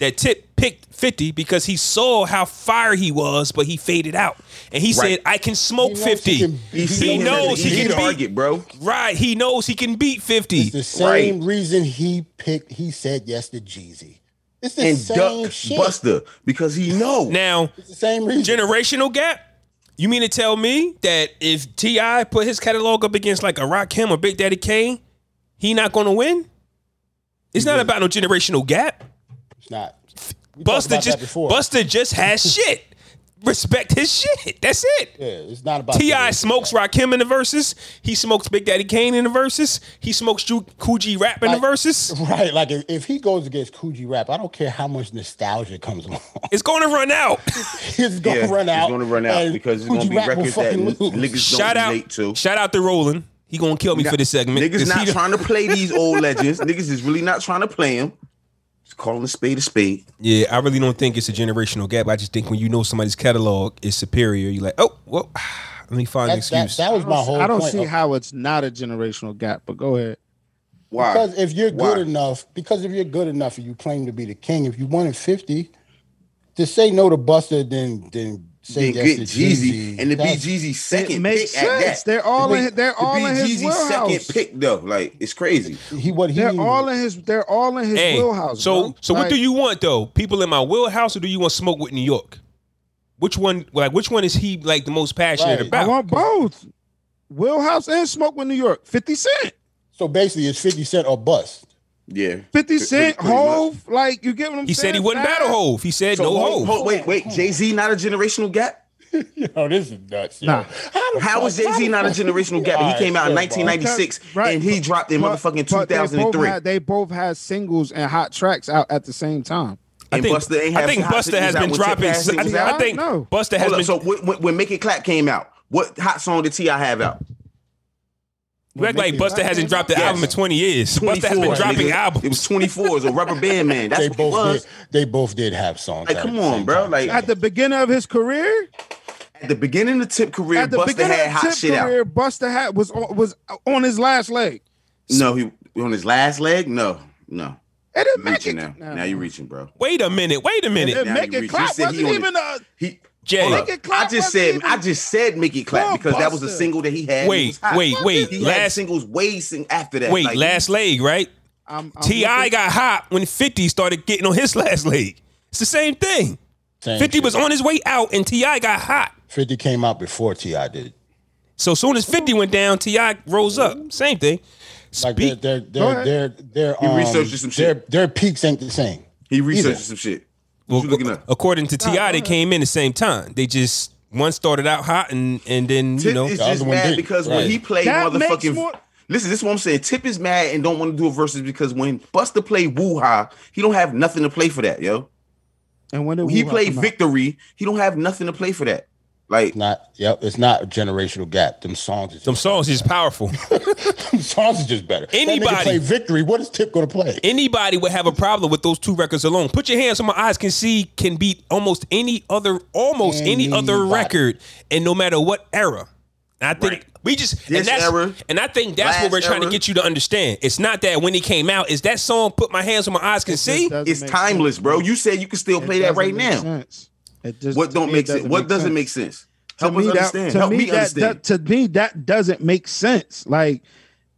A: that Tip picked 50 because he saw how fire he was, but he faded out. And he
E: Right.
A: said, I can smoke
C: knows he
A: 50.
C: can
E: He,
A: He
E: seen him as
A: knows
E: an
A: he
E: easy
A: can beat-
E: target, bro.
A: Right. He knows he can beat 50.
C: It's the
E: Right.
C: same reason he picked. He said yes to Jeezy. It's the
E: And
C: same
E: duck
C: shit.
E: Buster because he know.
A: now,
C: It's the same reason.
A: generational gap. You mean to tell me that if Ti put his catalog up against like a Rakim or Big Daddy Kane, he not going to win? It's not about no generational gap.
C: it's not. We talked
A: Buster
C: about that
A: just
C: before.
A: Buster
C: [LAUGHS]
A: just has shit. Respect his shit. That's it.
C: Yeah, it's not about
A: Ti
C: generational
A: smokes Rakim in the verses. He smokes Big Daddy Kane in the verses. He smokes Ju- Coogee Rap in the
C: Like-
A: verses.
C: Right, like if, if he goes against Coogee Rap, I don't care how much nostalgia comes along.
A: It's going to run out.
C: it's gonna
E: Yeah,
C: run out.
E: It's gonna run out
C: and
E: because it's
C: Coogee
E: gonna be
C: Rap will
E: records that
C: fucking
E: n-
C: lose.
E: niggas
A: shout
E: don't
A: out,
E: relate to.
A: shout out to Roland. He gonna kill me for this segment.
E: Niggas
A: 'cause
E: not
A: he-
E: trying to
A: [LAUGHS]
E: play these old legends. Niggas is really not trying to play them. Just calling a spade a spade.
A: Yeah, I really don't think it's a generational gap. I just think when you know somebody's catalog is superior, you're like, oh, well, [SIGHS] let me find an
C: That, that,
A: excuse.
C: that was my whole.
D: I don't
C: point
D: see
C: of-
D: how it's not a generational gap, but go ahead.
E: [LAUGHS] Why?
C: Because if you're
E: Why?
C: good enough, because if you're good enough and you claim to be the king, if you wanted 50, to say no to Buster, then then say
E: Then
C: yes
E: get
C: to
E: Jeezy and the
C: that's-
E: BGZ second
D: makes
E: pick at
D: sense.
E: that.
D: They're all
E: the,
D: in- they're
E: the
D: all in his
E: BGZ
D: wheelhouse.
E: second pick though. Like it's crazy.
C: He what he
D: They're all in his. They're all in his
A: Hey,
D: wheelhouse.
A: so
D: bro.
A: so what
D: Like,
A: do you want though? People in my wheelhouse, or do you want smoke with New York? Which one? Like which one is he like the most passionate
C: Right.
D: I
A: about?
D: want both. Wheelhouse and smoke with New York. Fifty Cent.
C: so basically it's 50 cent or bust.
E: Yeah.
D: Fifty
E: Pretty-
D: Cent.
E: pretty much.
D: Hove. Like you get what I'm
A: he
D: saying?
A: said he wouldn't
D: Nah.
A: battle Hove. He said
E: So
A: no
E: hold-
A: Hove.
E: hold- wait, wait. Jay Z not a generational gap.
C: Yo, Oh, this is nuts. yo.
D: Nah.
C: How, the
E: How
C: fuck-
E: was Jay Z
C: the
E: not a
C: fuck-
E: generational gap?
C: All
E: He
C: right,
E: came out in
C: yeah, bro.
E: 1996
D: Right.
E: and he dropped in
D: But-
E: motherfucking
D: but they both
E: 2003.
D: had- They both had singles and hot tracks out at the same time.
A: I
E: And
A: think,
E: Busta ain't
A: I
E: have
A: think
E: hot
A: Buster has
E: singles out
A: been
E: when Tip
A: dropping.
E: had singles
A: I, I
D: out?
A: think
D: No.
A: Buster has
E: Hold
A: been.
E: up. So when, when Make It Clap came out, what hot song did Ti have out?
A: you act like
C: Nicki-
A: Buster hasn't dropped an
E: Yes.
A: album in twenty years. [LAUGHS] Buster has
E: 24,
A: been dropping
E: nigga. It
A: albums.
E: was 24s or Rubber Band Man. That's
C: They
E: what it
C: both
E: was.
C: did, they both did have songs.
E: Like,
C: at
E: come
C: the
E: on,
C: same
E: bro.
C: time.
E: Like
D: At the beginning of his career,
E: at the beginning of Tip career,
D: at the
E: Busta
D: beginning
E: had
D: of
E: hot
D: his
E: shit out.
D: career, Buster had was on, was on his last leg.
E: No, he on his last leg. No, no.
D: It
E: You
D: didn't make
E: Reaching
D: it-
E: now.
D: Nah.
E: Now you're reaching, bro.
A: Wait a minute. Wait a minute.
D: It
E: now
D: make
E: you
D: it
E: reach.
D: clap
E: You said
D: wasn't
E: he on
D: even a.
E: He.
A: Jay.
E: Hold up.
D: Make It Clap
E: I just
D: wasn't
E: said
D: even-
E: I just said Make It Clap
D: Come
E: because that was a
D: Busta.
E: single that he had. and it
A: Wait,
E: was hot.
A: wait, wait.
E: He had
A: Last-
E: singles way sing after that.
A: Wait,
E: Like,
A: last leg, right?
D: I'm- I'm
A: Ti
D: looking-
A: got hot when Fifty started getting on his [LAUGHS] last leg. It's the same thing.
C: Same
A: Fifty
C: shit.
A: was on his way out, and Ti got hot.
C: 50 came out before T.I. did.
A: So soon as Fifty went down, Ti rose up. Same thing.
C: Like
A: Speak-
C: their
D: Go
C: their
D: ahead.
C: their their
E: He
C: um,
E: researched some
C: their,
E: shit.
C: their peaks ain't the same.
E: He researched
C: Either.
E: some shit.
A: well,
E: What you looking at?
A: according to Ti, they came in the same time. They just one started out hot, and and then you
E: Tip
A: know
E: is
C: The other
E: just
C: one
E: mad
C: didn't.
E: because
C: Right.
E: when he played
D: That makes
E: motherfucking.
D: more-
E: Listen, this is what I'm saying. Tip is mad and don't want to do a versus because when Buster played Woo Ha, he don't have nothing to play for that, yo.
D: And when did
E: When he
D: Wu-Tang
E: played
D: come out?
E: Victory, he don't have nothing to play for that. Like
C: Not yep, it's not a generational gap. Them songs is
A: them
C: just,
A: songs is powerful. [LAUGHS]
C: them songs is just better. That nigga
A: Anybody.
C: play victory, what is Tip gonna play?
A: Anybody would have a problem with those two records alone. Put your hands on my eyes can see can beat almost any other almost any other
C: Anybody.
A: record, and no matter what era. And I think
E: Right.
A: we just and
E: This
A: that's
E: era,
A: and I think that's what
E: last
A: we're trying to
E: era.
A: get you to understand. It's not that when it came out, is that song "Put My Hands on My Eyes Can See."
D: doesn't
E: it's
D: make
E: timeless,
D: sense.
E: bro. You said you can still
D: It
E: play that
D: doesn't
E: right
D: make
E: now.
D: sense. It just-
E: What
D: to
E: don't
D: me,
E: make
D: it
E: sense? What doesn't make sense? Help us understand.
D: to
E: Help me
D: that,
E: understand.
D: that- to me that doesn't make sense. Like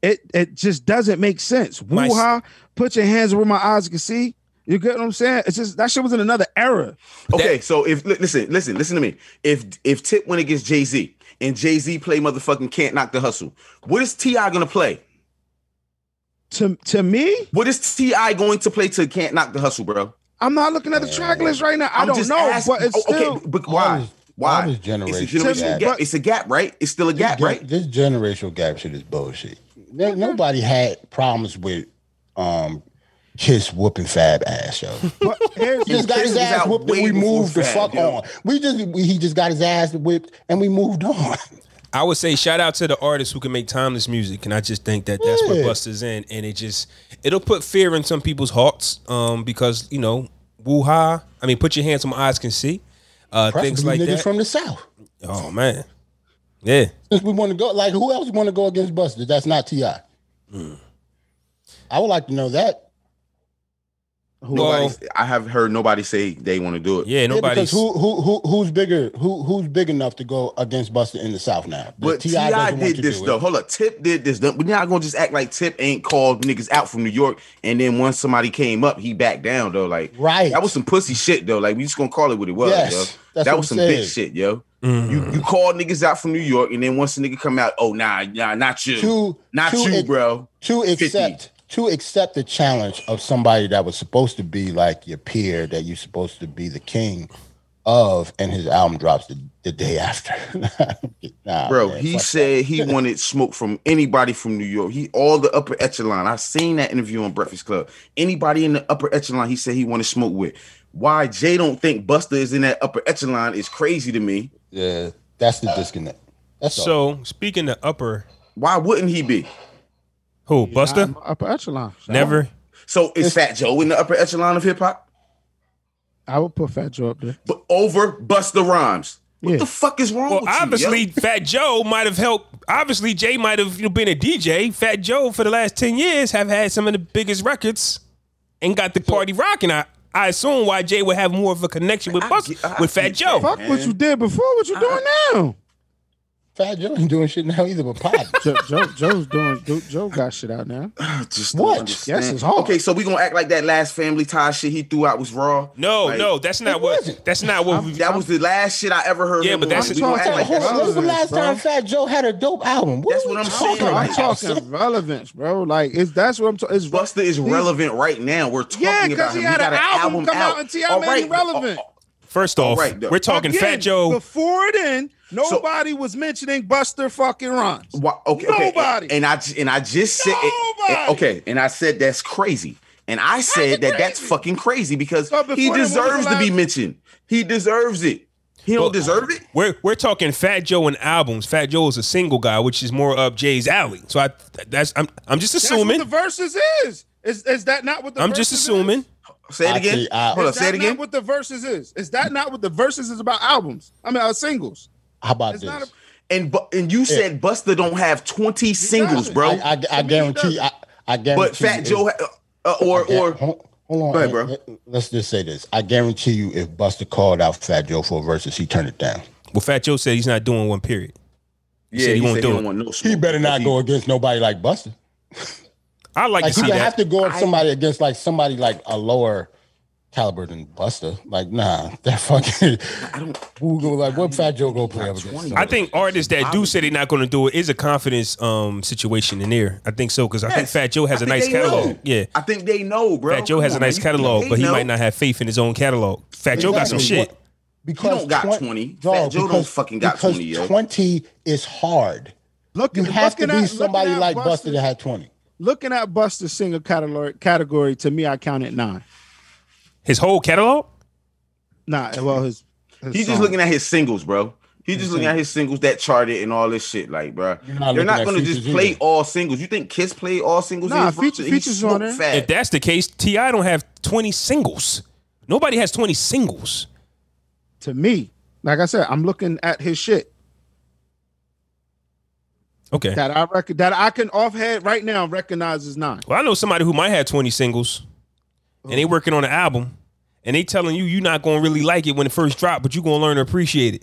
D: it it just doesn't make sense.
A: My-
D: Woo ha! Put your hands where my eyes can see. You get what I'm saying? It's just that shit was in another era.
E: Okay, so if li- listen, listen, listen to me. If if Tip went against Jay Z and Jay Z play motherfucking can't knock the hustle, what is Ti gonna play?
D: To to me,
E: What is Ti going to play to can't knock the hustle, bro?
D: I'm not looking at the track list right now. I
E: I'm
D: don't
E: just
D: know,
E: asking-
D: but it's
E: Oh,
D: still
E: but
C: All
E: why?
C: this-
E: why?
C: all this
E: It's a
C: generation
E: generational
C: gap.
E: gap. It's a gap, right? It's still a gap,
C: This
E: right?
C: gen- This generational gap shit is bullshit. No- Nobody had problems with um Kiss whooping Fab ass, yo.
E: [LAUGHS]
D: but here's
C: He just got
E: Kiss
C: his
E: was
C: ass
E: out
C: whooped and
E: way
C: we
E: before
C: moved the
E: Fab,
C: fuck
E: yo.
C: on. We just we, he just got his ass whipped and we moved on.
A: I would say shout out to the artists who can make timeless music, and I just think that that's what
C: Yeah.
A: Buster's in, and it just it'll put fear in some people's hearts, um, because you know, woo ha! I mean, put your hands on my eyes can see,
C: [LAUGHS]
A: uh, things
C: Preferably
A: like
C: niggas
A: that.
C: from the south.
A: oh man, yeah.
C: Since we want to go, like who else want to go against Buster? That's not Ti. I would like to know that.
E: Who
A: Well-
E: I have heard nobody say they want to do it.
A: Yeah,
C: Yeah, because
A: nobody's.
C: who who who who's bigger? Who who's big enough to go against Buster in the South now?
E: But T.I. did this though. Hold up, Tip did this. Though. We're not gonna just act like Tip ain't called niggas out from New York, and then once somebody came up, he backed down though. Like
C: Right.
E: that was some pussy shit though. Like we just gonna call it what it was.
C: Yes,
E: yo.
C: that's
E: That
C: what
E: was
C: I'm
E: some big
C: saying.
E: shit, yo.
A: Mm.
E: You you called niggas out from New York, and then once the nigga come out, oh nah, nah, not you,
C: To
E: not
C: to
E: you,
C: ac-
E: bro.
C: To accept to accept the challenge of somebody that was supposed to be like your peer, that you're supposed to be the king of, and his album drops the, the day after. [LAUGHS] Nah,
E: Bro,
C: man,
E: he
C: fuck
E: said
C: [LAUGHS]
E: he wanted smoke from anybody from New York. He all the upper echelon. I seen that interview on Breakfast Club. Anybody in the upper echelon, he said he wanted smoke with. Why Jay don't think Buster is in that upper echelon is crazy to me.
C: yeah, that's the disconnect. That's all.
A: So speaking of upper,
E: Why wouldldn't he be?
A: who Buster?
D: I'm upper echelon. So
A: Never.
E: So is Fat Joe in the upper echelon of hip hop?
D: I would put Fat Joe up there.
E: But over Buster Rhymes. What
D: Yeah.
E: the fuck is wrong
A: Well,
E: with you? yo?
A: obviously, Fat Joe might have helped. Obviously, Jay might have you know, been a DJ. Fat Joe for the last ten years have had some of the biggest records and got the party rocking. I I assume why Jay would have more of a connection with
E: I
A: Buster
E: get- I
A: with Fat
E: get
A: Joe.
E: that.
D: Fuck what you did before. What you doing now?
C: Fat Joe ain't doing shit now either, but pot.
D: [LAUGHS] Joe, Joe, Joe's doing. Joe, Joe got shit out
C: [SIGHS]
D: now.
E: I just
C: What?
E: don't understand.
D: Yes, it's hard.
E: Okay, so we gonna act like that last family tie shit he threw out was raw.
A: No,
E: Like,
A: no, that's not what.
C: wasn't.
A: That's not what. we-
E: That was the last shit I ever heard.
A: Yeah,
E: him
A: but
E: on.
A: that's-
E: we gonna act like
C: Hold on,
E: that's
C: when was the
D: relevant,
C: last
D: bro.
C: time Fat Joe had a dope album? What
E: That's
C: are
E: what
C: we
E: I'm
C: talking
E: saying,
D: I'm
E: like,
C: about? [LAUGHS]
D: talking relevance, bro. Like it's that's what I'm talking. It's
E: Buster is relevant right now. We're talking
D: Yeah, 'cause
E: about
D: he
E: him.
D: had
E: got
D: an album come out and T.I.
E: All
D: made him relevant.
E: oh,
A: First off,
E: right, though.
A: we're talking
D: Again,
A: Fat Joe.
D: Before then, nobody was mentioning Buster fucking Rhymes.
E: oh, wha- okay, okay.
D: Nobody.
E: And, and I j- and I just said and- and-
D: Nobody.
E: okay, and I said that's crazy. And I said
D: it
E: that that's
D: crazy?
E: fucking crazy because
D: So before
E: he
D: that, what was the
E: deserves to be
D: last-
E: mentioned. He deserves it. He don't
A: But-
E: deserve it.
A: We're we're talking Fat Joe and albums. Fat Joe is a single guy, which is more up Jay's alley. So I that's I'm I'm just
D: That's what
A: assuming.
D: the verses is. Is is that not what the
A: I'm just
D: verses
A: assuming.
D: Is?
E: Say it
C: I
E: again.
C: see, I-
E: Hold
D: Is
E: up, say
D: that
E: it again.
D: Not what the verses is? Is that not what the verses is about? Albums. I mean, uh, singles.
C: How about
D: It's
C: this?
D: not a-
E: And bu- and you said Buster don't have 20 singles,
D: doesn't.
E: bro.
C: I, I,
D: he
C: I guarantee. I,
D: doesn't.
C: I guarantee.
E: but Fat
C: if-
E: Joe ha- uh, uh, or
C: yeah,
E: or
C: hold, hold on,
E: Go ahead,
C: uh,
E: bro.
C: let- Let's just say this. I guarantee you, if Buster called out Fat Joe for a versus, he turned it down.
A: Well, Fat Joe said he's not doing one. Period.
E: yeah,
A: said he
E: he
A: won't
E: said
A: do
E: he
A: it.
E: don't want no
C: He
E: smoke.
C: better not
E: He-
C: go against nobody like Buster.
A: I
C: Like
A: like, to
C: he
A: see
C: would
A: that.
C: have to go up somebody against like somebody like a lower caliber than Buster. Like nah, that [LAUGHS] fucking. I don't. Who go like what Fat Joe go play up against?
A: I think artists that do say they're not going to do it is a confidence um, situation in there. I think so because I think
E: Yes.
A: Fat Joe has
E: I think
A: a nice
E: they know.
A: catalog. Yeah,
E: I think they know, bro.
A: Fat Joe has
E: Come
A: a
E: on,
A: nice
E: man.
A: catalog,
E: They
A: but he
E: know.
A: might not have faith in his own catalog. Fat Joe got some
C: Exactly.
A: shit.
C: What- Because
E: don't got
C: 20
E: 20. Fat
C: dog,
E: Joe don't
C: because-
E: fucking got
C: because
E: 20, yo.
C: Twenty is hard.
D: Look,
C: You have to
D: looking
C: be
D: at-
C: somebody
D: looking at
C: like Buster that had twenty.
D: Looking at Buster's single category, category to me, I count it nine.
A: His whole catalog.
D: Nah, well, his, his
E: He's just
D: song.
E: looking at his singles, bro. He's just looking at his singles that charted and all this shit, like, bro.
C: not
E: They're
C: looking
E: not
C: at
E: gonna just
C: features
E: play
C: either.
E: all singles. You think Kiss played all singles?
D: Nah,
E: in his
D: feature-
E: roster? He
D: features on
E: smoked
D: there.
E: Fat.
A: If that's the case, Ti don't have twenty singles. Nobody has twenty singles.
D: to me. Like I said, I'm looking at his shit
A: Okay.
D: that I reckon that I can offhand right now recognize as nine.
A: Well, I know somebody who might have 20 singles and
D: Oh.
A: they working on an album and they telling you you're not going to really like it when it first drop, but you're going to learn to appreciate it.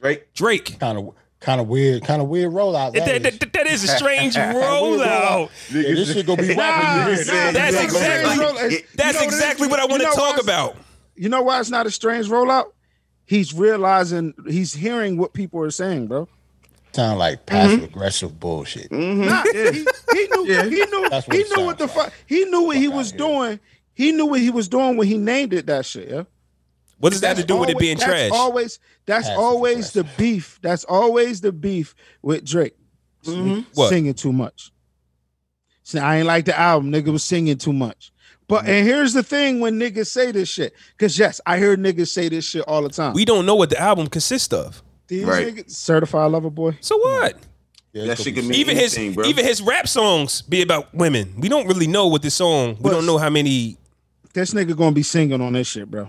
E: Drake.
A: Drake.
C: Kind of, kind of weird, kind of weird rollout.
A: That-
C: that
A: that-
C: is.
A: that- that is
D: [LAUGHS]
A: a
C: [LAUGHS]
A: strange
C: Weird
A: rollout.
C: Yeah, this shit gonna be
D: Nah,
C: rapping.
D: nah, it's
A: That's
D: not
A: exactly-
D: a strange rollout.
A: That's
D: You know what it
A: exactly
D: is?
A: what I
D: You
A: want to
D: know why
A: talk
D: it's-
A: about.
D: You know why it's not a strange rollout? He's realizing he's hearing what people are saying, bro.
C: Sound
A: Mm-hmm.
C: like passive aggressive bullshit.
A: Hmm.
D: Nah, he, he knew he knew
C: That's what
D: he
C: it
D: knew what
C: sounds
D: the
C: like.
D: fuck he knew what he
C: Fuck
D: was
C: outta
D: doing. He knew what he was doing when he named it that shit, yeah.
A: What does that have to do with it
D: always-
A: being
D: that's
A: trash?
D: Always, that's
C: Passive
D: always the beef. That's always the beef with Drake
A: Mm-hmm. What?
D: singing too much. See, I ain't like the album. Nigga was singing too much. But
A: Mm-hmm.
D: and here's the thing: when niggas say this shit, because yes, I hear niggas say this shit all the time.
A: We don't know what the album consists of.
D: These
E: Right.
D: niggas, certified lover boy.
A: So what?
C: Yeah,
E: That
C: it's
E: shit
C: gonna
E: could
C: be-
E: mean
A: Even his
E: anything, bro.
A: even his rap songs be about women. We don't really know what this song. We
D: But-
A: don't know how many.
D: This nigga gonna be singing on this shit, bro.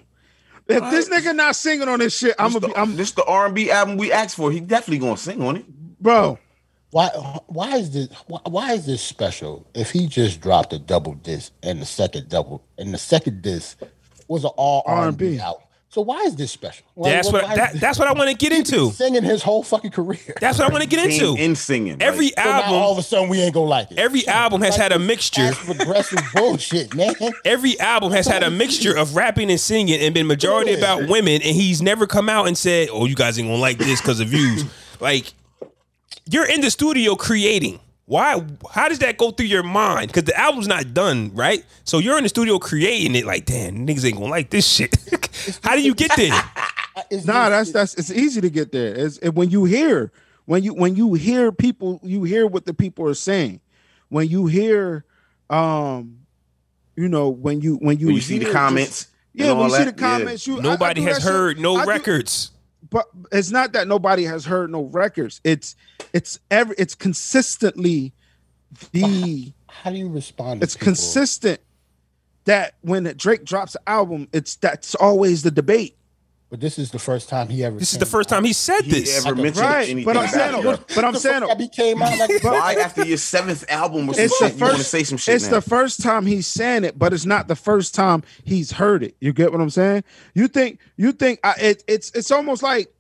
D: If this nigga not singing on this shit, I'm
E: this
D: gonna be,
E: the,
D: I'm
E: this the R and B album we asked for. He definitely gonna sing on it.
D: bro.
C: why why is this why, why is this special if he just dropped a double disc and the second double and the second disc was an all R&B,
D: R&B.
C: out. So why is this special? Like,
A: That's
C: why-
A: what
C: why
A: that,
C: is-
A: that's what I want to get into.
C: singing his whole fucking career.
A: That's what I want to get
E: Singing
A: into.
E: and singing. like,
A: Every
C: So now all of
A: album,
C: a sudden we ain't gonna like it.
A: every album has had a mixture.
C: That's regressive [LAUGHS] bullshit, man.
A: Every album has had a mixture of rapping and singing and been majority about women, and he's never come out and said, "Oh, you guys ain't gonna like this because
C: [LAUGHS]
A: of views." like, you're in the studio creating. Why? How does that go through your mind? Because the album's not done, right? So you're in the studio creating it. Like, damn, niggas ain't gonna like this shit. [LAUGHS] how do you get there?
C: It's
D: Nah,
C: just-
D: that's that's it's easy to get there. It's it, when you hear when you when you hear people, you hear what the people are saying. When you hear, um, you know, when you when you,
E: when you see the
D: hear
E: comments.
D: just- yeah,
E: and
D: when you
E: all
D: see the
E: that,
D: comments, you I- I
A: Nobody
D: do
A: has
D: that shit.
A: heard no
D: I do-
A: records.
D: but it's not that nobody has heard no records. It's it's every it's consistently the
C: how do you respond? To
D: it's
C: people?
D: consistent that when Drake drops an album, it's that's always the debate.
C: But this is the first time he ever.
A: This is
C: came
A: the first
C: out.
A: time he said
E: He
A: this.
E: ever mentioned
D: Right,
E: anything
D: but I'm
E: about
D: saying-
E: it,
D: but-
E: yo.
D: but I'm
C: The
D: saying-
C: fuck that he came out like.
E: Why after your seventh album or some
D: It's the
E: shit, you want to
D: first-
E: say some shit
D: It's
E: now?
D: the first time he's saying it, but it's not the first time he's heard it. You get what I'm saying? You think you think I, it, it's it's almost like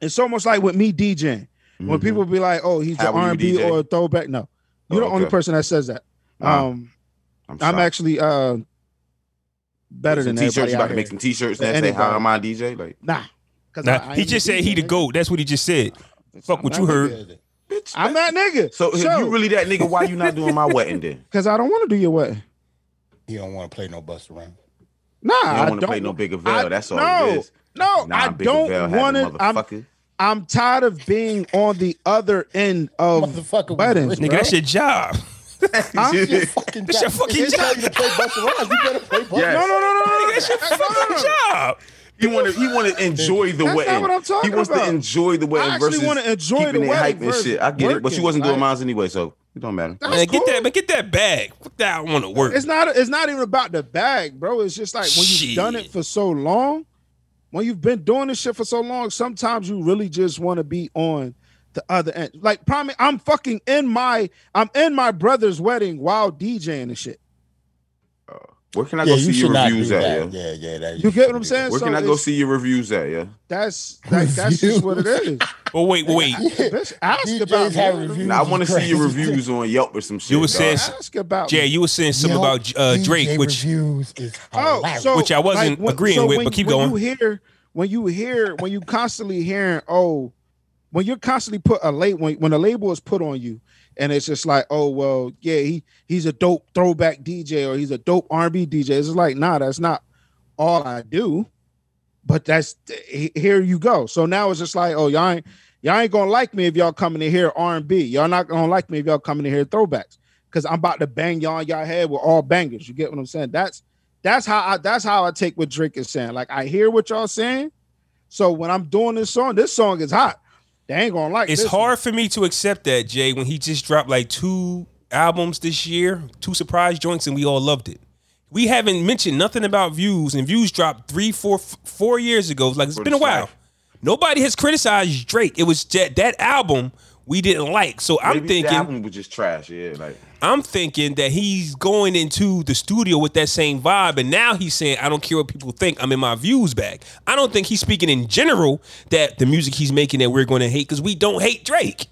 D: it's almost like with me DJing when
E: Mhm.
D: people be like, "Oh, he's
E: How
D: an
E: were you
D: R&B
E: DJ?
D: or a throwback." No, you're
E: Oh,
D: the only
E: okay.
D: person that says that.
E: Uh-huh.
D: Um,
E: shocked.
D: I'm actually uh better
E: Some
D: than
E: t-shirts.
D: everybody
E: You
D: out
E: about to
D: here.
E: make some t-shirts
D: Than
E: that say
D: anybody.
E: "How am I DJ?" Like,
D: nah, because
A: Nah, he just said he the goat. That's what he just said. Fuck what you heard.
E: bitch.
D: I'm that nigga.
E: so if
D: So-
E: you really that nigga, why you not doing my wedding then?
D: Because I don't want to do your way.
C: He don't want to play no bust around.
D: Nah,
E: You
D: I
E: don't
D: don't
E: want to play no big
D: I-
E: avail. That's all
D: no,
E: it is.
D: No,
E: Nah,
D: I
E: Big
D: don't
E: Avail had
D: want
E: a
D: it. I'm,
E: motherfucker.
D: I'm tired of being on the other end of
C: Motherfucker, was
D: buttons,
C: rich.
A: Nigga, that's your job. [LAUGHS]
C: That's your fucking
A: That's your
C: job.
A: fucking
C: If they tell
A: job.
C: you to play bust around. You better play [LAUGHS] bust
E: Yes.
D: No, no, no, no, no.
A: Nigga, that's your fucking job.
E: He want to. He want to enjoy the
D: That's not
E: wedding.
D: what I'm talking
E: he wants
D: about.
E: to enjoy the wedding
D: I actually
E: versus
D: wanna enjoy
E: keeping
D: the
E: it
D: wedding
E: hype and shit. I get it, but
D: versus
E: you wasn't doing
D: working,
E: mines anyway, so it don't matter.
D: That's
A: Man,
D: cool.
A: get that, man, get that bag. Fuck that, I want to work.
D: It's not. It's not even about the bag, bro. It's just like when you've done
A: Shit.
D: it for so long, when you've been doing this shit for so long, sometimes you really just want to be on the other end. Like, promise, I'm fucking in my, I'm in my brother's wedding while DJing and shit.
E: Where can I
C: Yeah,
E: go
C: you
E: see
C: should
E: your
C: not do
E: reviews at?
C: that.
E: Yeah.
C: Yeah, yeah, that.
D: You get what I'm saying?
E: Where
D: So
E: can I go
D: it's-
E: see your reviews at? [LAUGHS] Yeah.
D: That's
C: [LAUGHS]
D: that, that's just what it is.
A: oh wait,
D: [LAUGHS]
A: wait.
D: Bitch, ask
C: DJs
D: about
C: have
D: me.
C: reviews.
E: Now I want to see your
C: Crazy.
E: reviews on Yelp or some shit.
A: You was
E: dog.
A: saying-
D: Ask about
A: Jay,
D: me.
A: you were saying something about uh,
C: Yo,
A: Drake,
C: DJ
A: which
C: reviews is
D: Oh,
C: hilarious.
D: so
A: Which I wasn't
D: when-
A: agreeing with,
D: when,
A: but keep
D: when
A: going.
D: You hear when you hear when you constantly hearing oh, when you're constantly put a late when when a label is put on you, and it's just like oh well yeah he he's a dope throwback DJ or he's a dope R&B DJ. It's just like nah that's not all I do, but that's he- here you go. So now it's just like oh y'all ain't y'all ain't gonna like me if y'all coming to hear R&B. Y'all not gonna like me if y'all coming to hear throwbacks. Cause I'm about to bang y'all in y'all head with all bangers. You get what I'm saying? That's that's how I that's how I take what Drake is saying. Like I hear what y'all saying. So when I'm doing this song, this song is hot. They ain't gonna like
A: it's
D: this one.
A: hard for me to accept that Jay when he just dropped like two albums this year, two surprise joints, and we all loved it. We haven't mentioned nothing about views, and views dropped three, four, f- four years ago. Like it's been a
E: this
A: while.
E: life.
A: Nobody has criticized Drake. It was that that album we didn't like. So I'm
E: Maybe the
A: thinking,
E: album was just trash. Yeah, like
A: I'm thinking that he's going into the studio with that same vibe, and now he's saying, "I don't care what people think. I'm in my views back." I don't think he's speaking in general that the music he's making that we're going to hate because we don't hate Drake.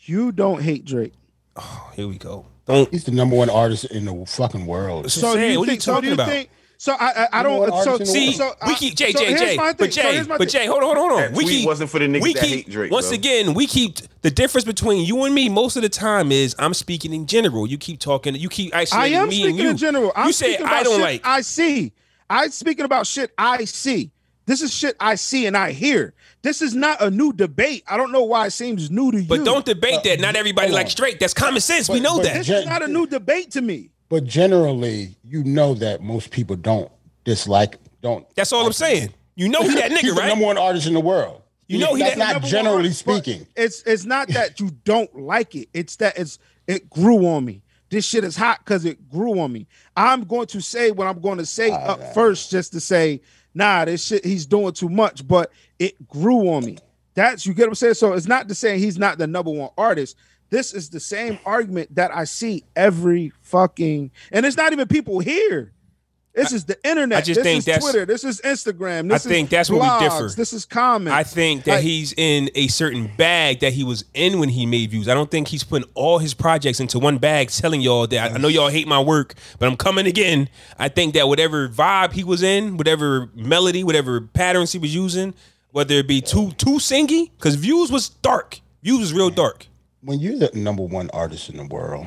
D: You don't hate Drake.
A: Oh, Here we go. Don't.
C: He's the number one artist in the fucking world.
A: So
D: So
A: Sam,
D: you
A: what are you
D: think, so
A: talking
D: do you
A: about?
D: Think, so I I, I
C: You want
D: don't so,
C: artists in the
A: See,
D: see so
A: we
D: I-
A: keep Jay,
D: so
A: Jay,
D: here's
A: Jay,
D: my
A: but
D: thing. So
A: Jay,
D: here's my
A: but
D: thing.
A: Jay, hold on, hold on, hold on.
E: That
A: We
E: tweet
A: keep,
E: wasn't for the niggas
A: we
E: that
A: keep-
E: hate Drake,
A: Once
E: bro.
A: again, we keep the difference between you and me. Most of the time is I'm speaking in general. You keep talking. You keep
D: I
A: isolating
D: am
A: me and
D: speaking
A: you.
D: in general. I'm
A: you say
D: speaking about
A: I don't
D: shit
A: like.
D: I see. I'm speaking about shit I see. This is shit I see and I hear. This is not a new debate. I don't know why it seems new to you.
A: but don't debate that. Not everybody
C: Uh, hold on.
A: likes Drake. That's common sense. we
C: But-
A: know
C: but
A: that.
D: This
C: Jay-
D: is not a new debate to me.
C: But generally, you know that most people don't dislike, don't.
A: That's all I'm saying. You know he
C: [LAUGHS]
A: that
C: He's
A: nigga,
C: the
A: right?
C: number one artist in the world.
A: You know he
C: that's
A: that
C: not
D: Number one
C: generally
D: artist, but
C: speaking.
D: It's it's not that you don't like it. It's that it's it grew on me. This shit is hot because it grew on me. I'm going to say what I'm going to say up first, just to say, nah, this shit he's doing too much, but it grew on me. That's you get what I'm saying. So it's not to say he's not the number one artist. This is the same argument that I see every fucking, and it's not even people here. This is the internet.
A: I just
D: this
A: think
D: is
A: that's-
D: Twitter. This is Instagram. This is
A: think that's where we
D: blogs,
A: differ.
D: This is common.
A: I think that
D: Like-
A: he's in a certain bag that he was in when he made views. I don't think he's putting all his projects into one bag, telling y'all that I- I know y'all hate my work, but I'm coming again. I think that whatever vibe he was in, whatever melody, whatever patterns he was using, whether it be too too singy, because views was dark. Views was
C: [LAUGHS]
A: real dark.
C: when you're the number one artist in the world,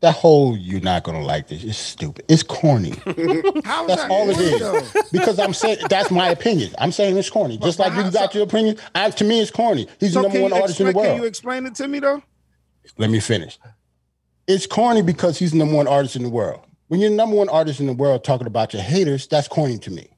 C: that whole "you're not gonna like this" is stupid.
D: [LAUGHS]
C: It's corny.
D: How is
C: That's
D: that
C: all it
D: corny,
C: is.
D: though?
C: Because I'm saying that's my opinion. I'm saying it's corny. Just like you got your opinion, I, to me it's corny. He's
D: So
C: the number
D: can
C: one
D: you,
C: artist in the
D: explain, can you
C: world.
D: explain it to me though?
C: Let me finish. It's corny because he's the number one artist in the world. When you're the number one artist in the world talking about your haters, that's corny to me.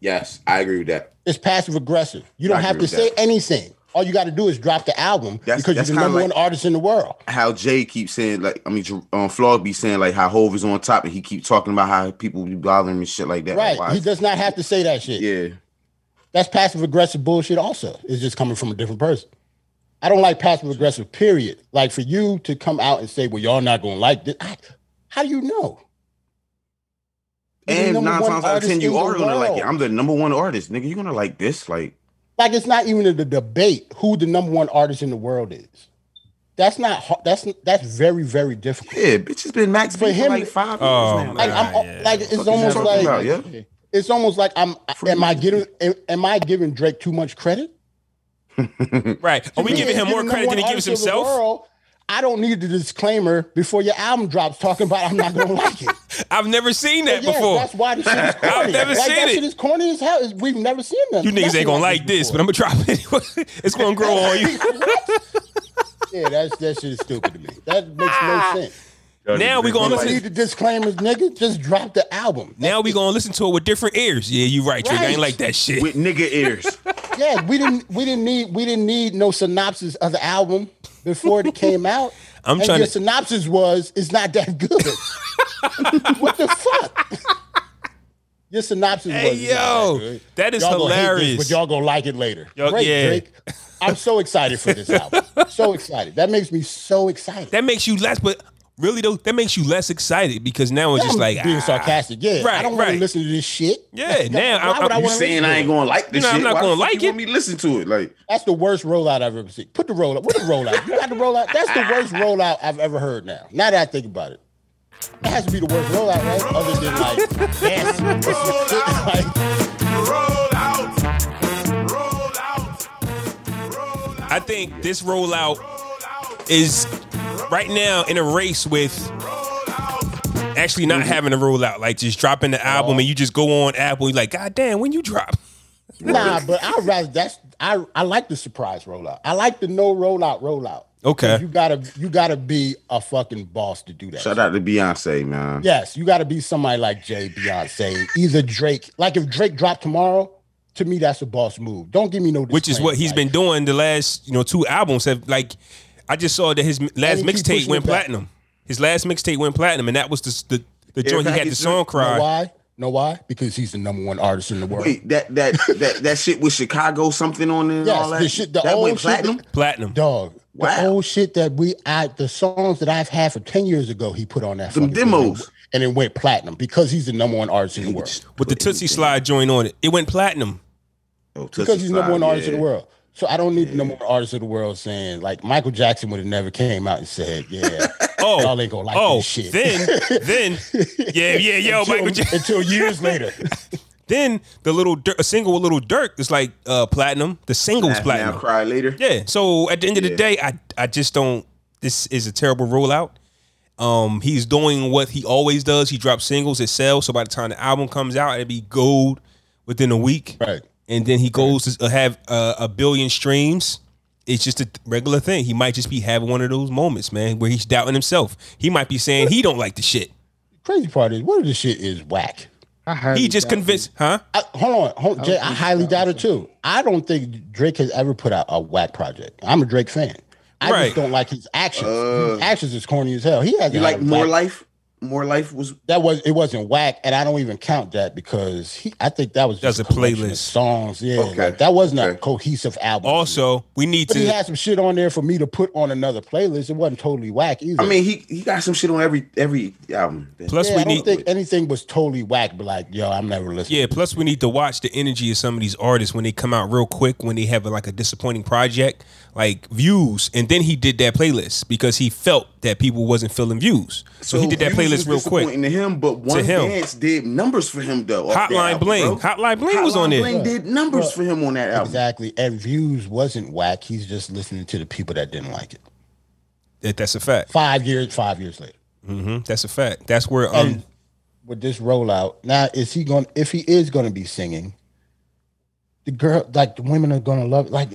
E: Yes, I agree with that.
C: It's passive aggressive. You don't
E: I
C: have
E: agree
C: to
E: with
C: say
E: that.
C: anything. All you got to do is drop the album
E: That's-
C: because
E: that's
C: you're the
E: kinda
C: number
E: like-
C: one artist in the world.
E: How Jay keeps saying like I mean, Jer- um, Flaw be saying like how Hove is on top, and he keep talking about how people be bothering him and shit like that. Like,
C: Right.
E: why-
C: He does not have to say that shit.
E: yeah.
C: That's passive aggressive bullshit. Also, it's just coming from a different person. I don't like passive aggressive. Period. Like for you to come out and say, "Well, y'all not gonna like this," I, how do you know? You're the
E: And
C: number
E: nine
C: one
E: times out of
C: artist
E: ten, you
C: in the
E: are gonna like
C: world.
E: it. I'm the number one artist, nigga. You gonna like this? Like,
C: Like it's not even a d- debate who the number one artist in the world is. That's not. ho- That's that's very very difficult.
E: yeah, bitch has been Max
C: For
E: B for
C: him-
E: like five years
A: Oh,
E: now.
C: Like
E: Like,
C: I'm
A: Yeah.
C: like it's
E: Fuck you
C: almost like
E: talking about, yeah?
C: it's almost like I'm.
E: Free
C: am I
E: music.
C: giving am, am I giving Drake too much credit?
A: Right. Are we
C: Yeah,
A: giving him more
C: the
A: credit
C: number
A: than he
C: one
A: gives
C: artist in the
A: himself?
C: world, I don't need the disclaimer before your album drops talking about I'm not gonna like
A: [LAUGHS]
C: it.
A: I've never seen that
C: Yeah,
A: before.
C: That's why this shit is corny.
A: [LAUGHS] I've never
C: like,
A: seen
C: that
A: it.
C: shit is corny as hell. It's- We've never seen them.
A: you niggas
C: Nothing
A: ain't gonna like this, but I'm gonna drop it anyway. it's gonna grow on you.
C: before. yeah, that's [LAUGHS] that shit is stupid to me. That makes no sense.
A: Ah. Now we
C: You
A: gonna
C: don't
A: listen.
C: need the disclaimers, nigga. Just drop the album.
A: Now we gonna listen to it with different ears. Yeah, you right, Trick. I ain't
C: Right.
A: like that shit.
E: with nigga ears.
C: Yeah, we didn't we didn't need we didn't need no synopsis of the album before it came out.
A: [LAUGHS] I'm
C: and
A: trying
C: your
A: to-
C: synopsis was it's not that good.
A: [LAUGHS]
C: what the fuck? Your synopsis
A: Hey
C: was "It's not that
A: yo,
C: good."
A: that is
C: y'all gonna hate this,
A: hilarious.
C: but y'all gonna like it later.
A: Yo-
C: Great,
A: yeah.
C: Drake. I'm so excited for this
A: [LAUGHS]
C: album. so excited. That makes me so excited.
A: [LAUGHS] that makes you less, but really though, that makes you less excited because now it's just
C: I'm
A: like
C: being
A: ah,
C: sarcastic. Yeah,
A: Right,
C: I don't want
A: right.
C: to listen to this shit.
A: Yeah, now
C: why
A: I-
C: would
A: I-
C: I,
A: you
E: You
C: want to
E: saying I ain't gonna like this
A: No, I'm
E: shit?
A: not
E: Why the
A: gonna
E: fuck
A: like
E: you
A: it.
E: Want me to listen to it? Like,
C: That's the worst rollout I've ever seen. Put the rollout. What a rollout. You got the rollout. That's the worst rollout I've ever heard now. Now that I think about it. That has to be the worst rollout, right? Other than like dance. like,
F: Roll out. Roll out. Roll out.
A: I think this rollout
F: Roll out.
A: is right now in a race with
F: Roll out.
A: actually
C: Mm-hmm.
A: not having a rollout, like just dropping the
C: Oh.
A: album and you just go on Apple, you're like, God damn, when you drop.
C: nah, but I rather that's I I like the surprise rollout. I like the no rollout rollout.
A: Okay.
C: You gotta you gotta be a fucking boss to do that.
E: shout out to Beyonce, man.
C: Yes, you gotta be somebody like Jay, Beyonce, either Drake. Like if Drake dropped tomorrow, to me that's a boss move. Don't give me no
A: which is what
C: he's
A: he's been doing the last you know two albums have like i just saw that his m- last
C: he keep
A: mixtape
C: pushing
A: went
C: it back.
A: platinum his last mixtape went platinum and that was the the, the joint he had the
E: Package
A: song
C: Know
A: cry
C: why? Know why? Because he's the number one artist in the world.
E: Wait, that
C: [LAUGHS]
E: that that that shit with Chicago something on it and
C: Yes,
E: all that.
C: the shit- the
E: that went
C: old shit that-
E: platinum.
A: platinum
C: Dog,
E: Wow.
C: the old shit that we I the songs that I've had for ten years ago, he put on that
E: Them
C: fucking thing
E: demos.
C: and it went platinum because he's the number one artist in the world.
A: with the tootsie slide joint on it it went platinum
E: Oh, Tootsie
C: Because he's the number
E: Slide,
C: one artist in
E: yeah.
C: the world. So I don't need the number one artist in the world saying like Michael Jackson would have never came out and said, "Yeah,
A: [LAUGHS] oh
C: y'all ain't gonna like
A: oh
C: this shit."
A: then
C: [LAUGHS]
A: then [LAUGHS] yeah yeah yo
C: until,
A: michael
C: [LAUGHS]
A: Jackson.
C: until years later,
A: [LAUGHS] then the little Dirk- a single with little dirk is like uh platinum the single was
E: Laugh Now
A: platinum
E: cry later.
A: Yeah. So at the end of the
E: Yeah.
A: day, I I just don't. This is a terrible rollout. Um, he's doing what he always does. He drops singles, it sells. So by the time the album comes out, it'll be gold within a week.
C: right?
A: And then he goes to have uh, a billion streams. It's just a regular thing. He might just be having one of those moments, man, where he's doubting himself. He might be saying he don't like the shit.
C: Crazy part is, what if this shit is whack?
D: I highly
A: He just
D: doubt it.
A: convinced, huh?
C: I, hold on, hold, Jay, I highly doubt it too. I don't think Drake has ever put out a whack project. I'm a Drake fan. I
A: Right.
E: Uh,
C: just don't like his actions. his actions is corny as hell. He has
E: You like more life? More Life was
C: That was it wasn't whack, and I don't even count that because he. I think that was
A: That's
C: just
A: a
C: collection of
A: playlist.
C: songs. Yeah,
E: Okay.
C: like, that wasn't a
E: Okay.
C: cohesive album.
A: Also, we need
C: but he
A: to.
C: had some shit on there for me to put on another playlist. It wasn't totally whack either.
E: I mean, he he got some shit on every every album.
A: Plus,
C: yeah, I
A: we
C: don't
A: need.
C: think anything was totally whack, but like, yo, I'm never listening.
A: Yeah, plus we need to watch the energy of some of these artists when they come out real quick when they have like a disappointing project, like views. And then he did that playlist because he felt that people wasn't feeling views. So, he did that
E: Views was
A: playlist real quick.
E: disappointing To him, but one
A: him.
E: dance did numbers for him though. off that
A: Hotline
E: album,
A: Bling.
E: bro.
A: Hotline Bling was on
E: Hotline
A: there.
E: Bling did numbers
C: Bruh.
E: for him on that album.
C: Exactly. And views wasn't whack. He's just listening to the people that didn't like it.
A: That, that's a fact.
C: Five years, five years later.
A: hmm That's a fact. That's where
C: And
A: um
C: with this rollout, now is he going to if he is gonna be singing, the girl like the women are gonna love it. Like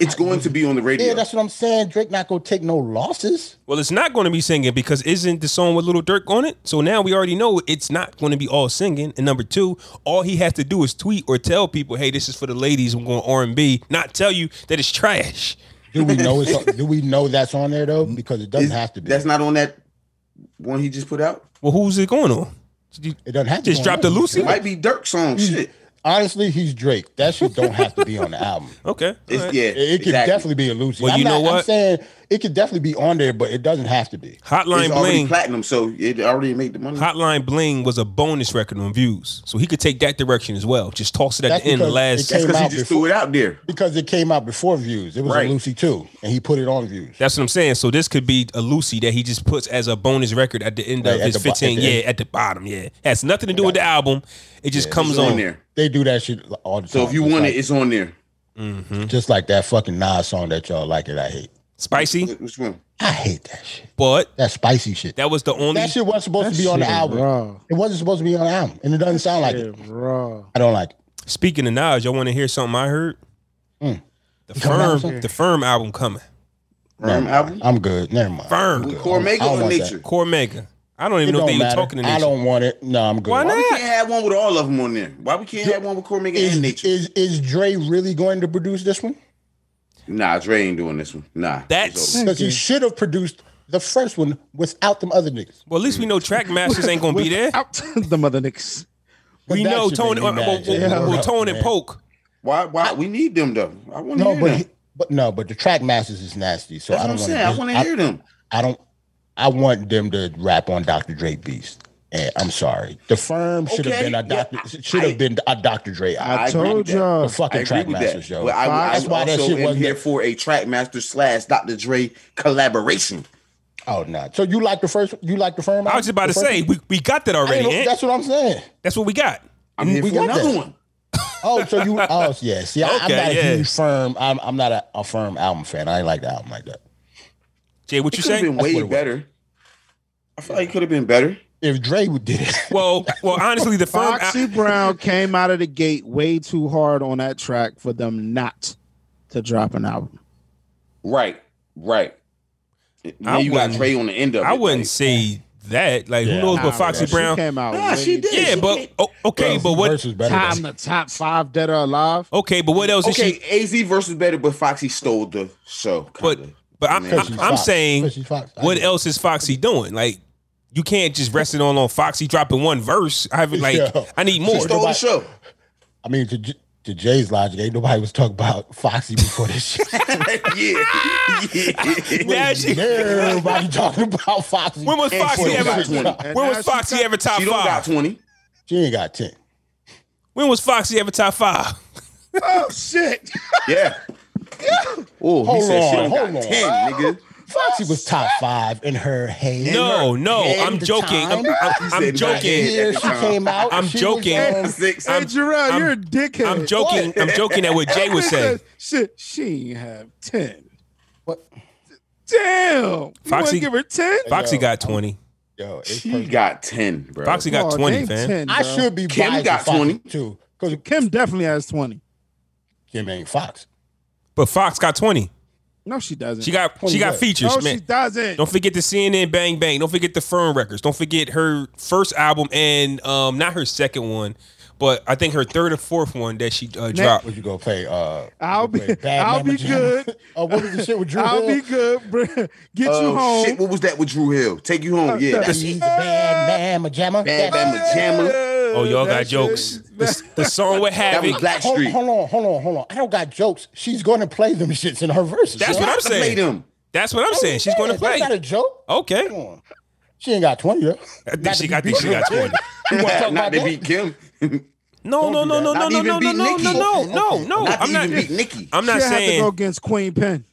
E: It's going to be on the radio.
C: yeah, that's what I'm saying. Drake not gonna take no losses.
A: well, it's not going to be singing because isn't the song with Little Dirk on it? So now we already know it's not going to be all singing. And number two, all he has to do is tweet or tell people, "Hey, this is for the ladies. I'm going R and B." Not tell you that it's trash.
C: Do we [LAUGHS] know it's do we know that's on there though? Because it doesn't
E: Is-
C: have to
E: [LAUGHS]
C: be.
E: That's not on that one he just put out.
A: Well, who's it going on? You
C: it doesn't have to
A: Just
C: be on
A: drop the
C: there.
A: Lucy.
E: It might be Dirk song shit.
C: Honestly, he's Drake. That shit don't have to be on the album.
A: [LAUGHS] Okay.
E: It's,
A: all right.
E: Yeah,
C: It, it could
E: exactly.
C: definitely be a Lucy.
A: Well,
C: I'm
A: you know
C: not- I'm
A: what?
C: saying it could definitely be on there, but it doesn't have to be.
A: Hotline
E: It's already
A: Bling.
E: platinum, so it already made the money.
A: Hotline Bling was a bonus record on views, so he could take that direction as well. Just toss it at
C: That's
A: the end, the
C: because
A: last.
C: it
E: That's because
C: came
E: he
C: out
E: just
C: before-
E: threw it out there.
C: Because it came out before views. It was
E: Right.
C: a Lucy too, and he put it on views.
A: That's what I'm saying. So this could be a Lucy that he just puts as a bonus record at the end
C: Right,
A: of
C: at
A: his
C: the bo- at
A: 15.
C: the
A: yeah,
C: end.
A: at the bottom. Yeah, has nothing to do with the album. It just comes
E: It's
A: on.
E: on there.
C: They do that shit all the time.
E: So if you
C: Just
E: want
C: like-
E: it, it's on there.
A: Mm-hmm.
C: just like that fucking Nas song that y'all like it, I hate.
A: Spicy,
E: Which one?
C: I hate that shit.
A: but
C: That spicy shit. That,
A: that was the only.
C: shit wasn't supposed to be on the album.
D: Raw.
C: It wasn't supposed to be on the album, and it doesn't sound like
D: Yeah,
C: it.
D: raw.
C: I don't like it.
A: Speaking of Nas, y'all want to hear something I heard?
C: Mm.
A: The
C: Come on,
A: firm,
C: sir.
A: the firm album coming.
C: Never
E: Firm
C: mind.
E: album?
C: I'm good. Never mind.
A: Firm,
E: With Cormega
C: I don't
E: or
C: want
E: Nature?
A: Core Mega. I don't
C: It
A: even know
C: don't
A: if they
C: matter.
A: even talking to
C: I
A: Nation.
C: don't want it. No, I'm good.
A: Why
E: Why we
A: not?
E: can't have one with all of them on there? Why we can't have one with Cormega
C: Is,
E: and Nature?
C: is is Dre really going to produce this one?
E: nah, Dre ain't doing this one. Nah. it's
A: That's-
D: Thank
C: Because he
D: you.
C: should have produced the first one without them other niggas.
A: Well, at least we know track masters ain't gonna be there.
D: Out
E: [LAUGHS]
D: the mother nicks.
A: We
C: That
A: know
C: should make
A: Tony, uh,
C: me
A: well, well,
C: mad, Jay.
A: well,
D: Yeah.
A: Tone
C: Man.
A: and Poke.
E: Why? Why we need them though? I want to
C: No,
E: hear
C: but
E: them.
C: he- but no, but the track masters is nasty. So
E: That's what
C: I don't
E: I'm saying. I want to hear them.
C: I don't. I want them to rap on Dr. Dre beats. And I'm sorry, the firm should have
E: Okay,
C: been a
E: yeah,
C: doctor. should have
E: I-
C: been a Dr. Dre. album.
D: I,
E: I agree with
D: told
E: that.
D: y'all.
C: the fucking track masters, yo.
E: But I, I
C: That's why that
E: also
C: shit
E: am
C: wasn't.
E: here for a track master slash Dr. Dre collaboration.
C: oh no! So you like the first? You like the firm?
A: I was just about to say we, we got that already. Ant.
C: That's what I'm saying.
A: That's what we got.
E: I'm here
C: We
E: for
C: got
E: another
C: that.
E: one.
C: Oh, so you? Oh, yeah. See, I, I'm
A: Okay,
C: not
A: yeah.
C: a huge firm. I'm, I'm not a, a firm album fan. I ain't like the album like that.
A: Jay, what
E: It
A: you
E: could have
A: saying?
E: been way
C: what it was.
E: better. I feel like it could have been better.
C: If Dre would did it,
A: [LAUGHS] Well, well, honestly, the firm. [LAUGHS]
D: Foxy Brown came out of the gate way too hard on that track for them not to drop an album.
E: Right. Right. Now you got
A: wouldn't-
E: Dre on the end of it.
A: I wouldn't
E: like-
A: say that. Like, who
C: Yeah,
A: knows
D: Nah,
A: what Foxy
D: she
A: Brown?
D: came out.
E: Nah,
D: way
E: she did.
A: yeah,
E: she
A: but
E: did.
A: oh, okay, but what?
C: Versus better
D: Time the
C: than-
D: top five dead or alive.
A: Okay, but what else is
E: Okay,
A: she?
E: AZ versus better, but Foxy stole the show.
A: But
E: kinda.
A: but I'm,
E: Because
A: I'm,
C: she's
A: I'm
C: Fox.
A: saying,
C: Because she's
A: [LAUGHS]
C: Fox. I
A: what
C: get it.
A: else is Foxy doing? Like, you can't just rest it on on Foxy dropping one verse. I haven't like
C: Yeah.
A: I need more.
E: She stole the
C: nobody-
E: show.
C: I mean, to, J- to Jay's logic, ain't nobody was talking about Foxy before this
E: [LAUGHS]
C: shit.
B: [LAUGHS]
E: yeah. yeah.
A: Now she-
C: Everybody talking about Foxy.
A: [LAUGHS] When was
E: And
A: Foxy
E: she don't
A: ever?
E: got 20.
D: And
A: When
D: now
A: was
D: she
A: Foxy
D: got-
A: ever top
E: She don't got
A: five?
E: 20.
C: She ain't got ten.
A: When was Foxy ever top five?
D: Oh shit!
E: Yeah. Oh, he
C: Hold
E: said she don't
C: on, hold
E: got 10,
C: on.
E: nigga.
C: Foxy was top five in her head.
A: No, no,
C: Head
A: I'm
C: to
A: joking. I'm,
C: time.
A: I'm- I'm
E: He said my
A: joking.
E: head.
C: Yeah, she came out.
A: I'm
C: she was
A: joking.
C: on-
E: Six.
A: I'm-
D: hey, Jarrell,
A: I'm-
D: you're a dickhead.
A: I'm joking. I'm joking at what Jay would say.
D: Shit, she ain't have ten.
C: What?
D: Damn,
A: Foxy-
D: Foxy, you wanna give her ten.
A: Foxy
C: Yo,
A: got 20.
C: Yo, it's
E: She
C: perfect.
E: got 10, bro.
A: Foxy got 20, fam.
D: I
C: I should be
E: Kim
C: biased
E: got
C: with Foxy,
E: 20.
C: too, because
D: Kim definitely has twenty.
C: Kim ain't Fox.
A: But Fox got 20.
D: No, she doesn't.
A: She got she
C: 20
A: got
C: what?
A: features,
D: No, she
A: man.
D: doesn't.
A: Don't forget the CNN Bang Bang. Don't forget the Firm Records. Don't forget her first album and um not her second one, but I think her third or fourth one that she uh, dropped.
C: What you gonna play? Uh,
D: I'll
C: you gonna
D: be-
C: play
D: [LAUGHS]
C: Bad
D: I'll
C: Mama
D: be
C: Jam?
D: good.
C: [LAUGHS] oh, what was the shit with Drew?
D: I'll
C: Hill?
D: be good, bruh. Get you
E: Oh,
D: home.
E: shit. What was that with Drew Hill? Take you home. Yeah.
D: Uh,
E: that's-
C: He's a bad Bam, jamma.
E: Bam Bam Jamma.
A: Oh, y'all
D: That
A: got
D: shit-
A: jokes. The, the song with
E: That was
A: Havoc.
C: Hold,
E: Blackstreet.
C: hold on, hold on, hold on. I don't got jokes. She's going to play them shits in her verses.
A: That's what I'm
E: Play
A: saying.
E: them.
A: That's what I'm saying. She's going to play.
C: That's not a joke. Come
A: Okay.
C: on. She ain't got 20, though.
A: I think she, I think she got 20.
C: You want to
E: Not
C: talk about
E: to
C: that?
E: beat Kim.
A: No, no, no, no, no,
E: Not
A: no,
E: even
A: no, no,
E: beat
A: no,
E: Nicki.
A: no, no,
C: Okay,
A: no,
C: okay.
A: no.
E: Not to
A: I'm not.
E: even beat Nikki.
A: I'm not
D: She'll have to go
A: saying
D: against Queen Pen.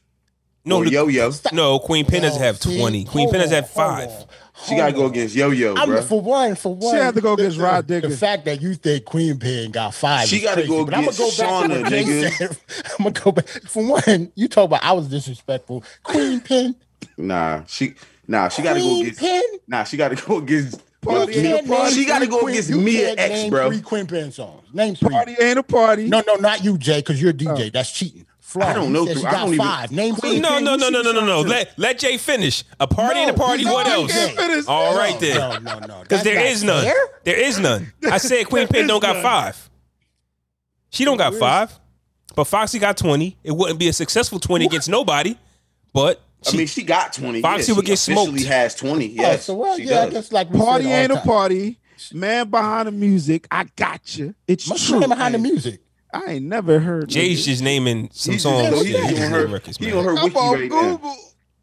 E: No,
A: no. the-
E: Yo Yo.
A: No, Queen Pen doesn't have
C: See?
A: twenty. Queen
C: Hold
A: Pen doesn't
C: on,
A: have five.
C: hold on.
E: She gotta go against Yo Yo,
C: I'm
E: bro.
C: for one, for one.
D: had to go against
C: the-
D: Rod
C: the-
D: Digger.
C: The fact that you think Queen Pen got five.
E: She gotta
C: got to
E: go
C: but I'm gonna go
E: against
C: back
E: Shauna, nigga.
C: [LAUGHS] I'm gonna go back. For one, you talk about I was disrespectful. Queen Pen,
E: Nah, she nah, she gotta go
C: Queen
E: against
C: Pen.
E: Nah, she gotta go against
D: Well,
C: You can't
E: Yo,
C: name
E: She gotta
C: three
E: go
C: Queen-
E: against
C: you
E: Mia
C: can't
E: X,
C: name
E: bro.
C: Three Queen Pen songs. Name three.
D: Party ain't a party. Oh.
C: No, no, not you, Jay, because you're a DJ. That's cheating. Flaw.
E: I don't
C: You
E: know
C: said
E: three.
C: She
E: I
C: got
E: don't even-
C: five. Name three.
A: No, no, no, no, no, no, no.
D: too.
A: Let let Jay finish. A party and a
C: No,
A: party.
C: no,
A: What
C: he
A: else?
C: can't
D: finish.
A: All
D: No,
A: right
C: No,
A: then,
C: no, no.
A: because
C: That's
A: there
C: not
A: is none.
C: fair.
A: There is none.
C: [LAUGHS]
A: I said Queen
D: There
A: Pen
D: is
A: don't got
D: none.
A: five. She don't got five, but Foxy got twenty. It wouldn't be a successful twenty against nobody, but
E: I mean, she got 20.
A: Foxy
E: yeah,
A: would
E: she
A: get smoked.
E: officially has 20. Yes.
C: Oh, so well,
E: she
C: yeah, I
E: does.
C: guess like we
D: Party
C: said all
D: ain't
C: the
D: a
C: time.
D: party. Man behind the music, I got you. It's
C: What's
D: true.
C: the name behind the
D: man.
C: music?
D: I ain't never heard.
A: Jay's just naming some
E: He just-
A: songs.
E: so he,
A: that
E: he
A: he's
E: on
A: doing
E: her,
A: records,
E: he
A: man.
E: on her
D: I'm
E: wiki
D: on
E: right now.
D: Google.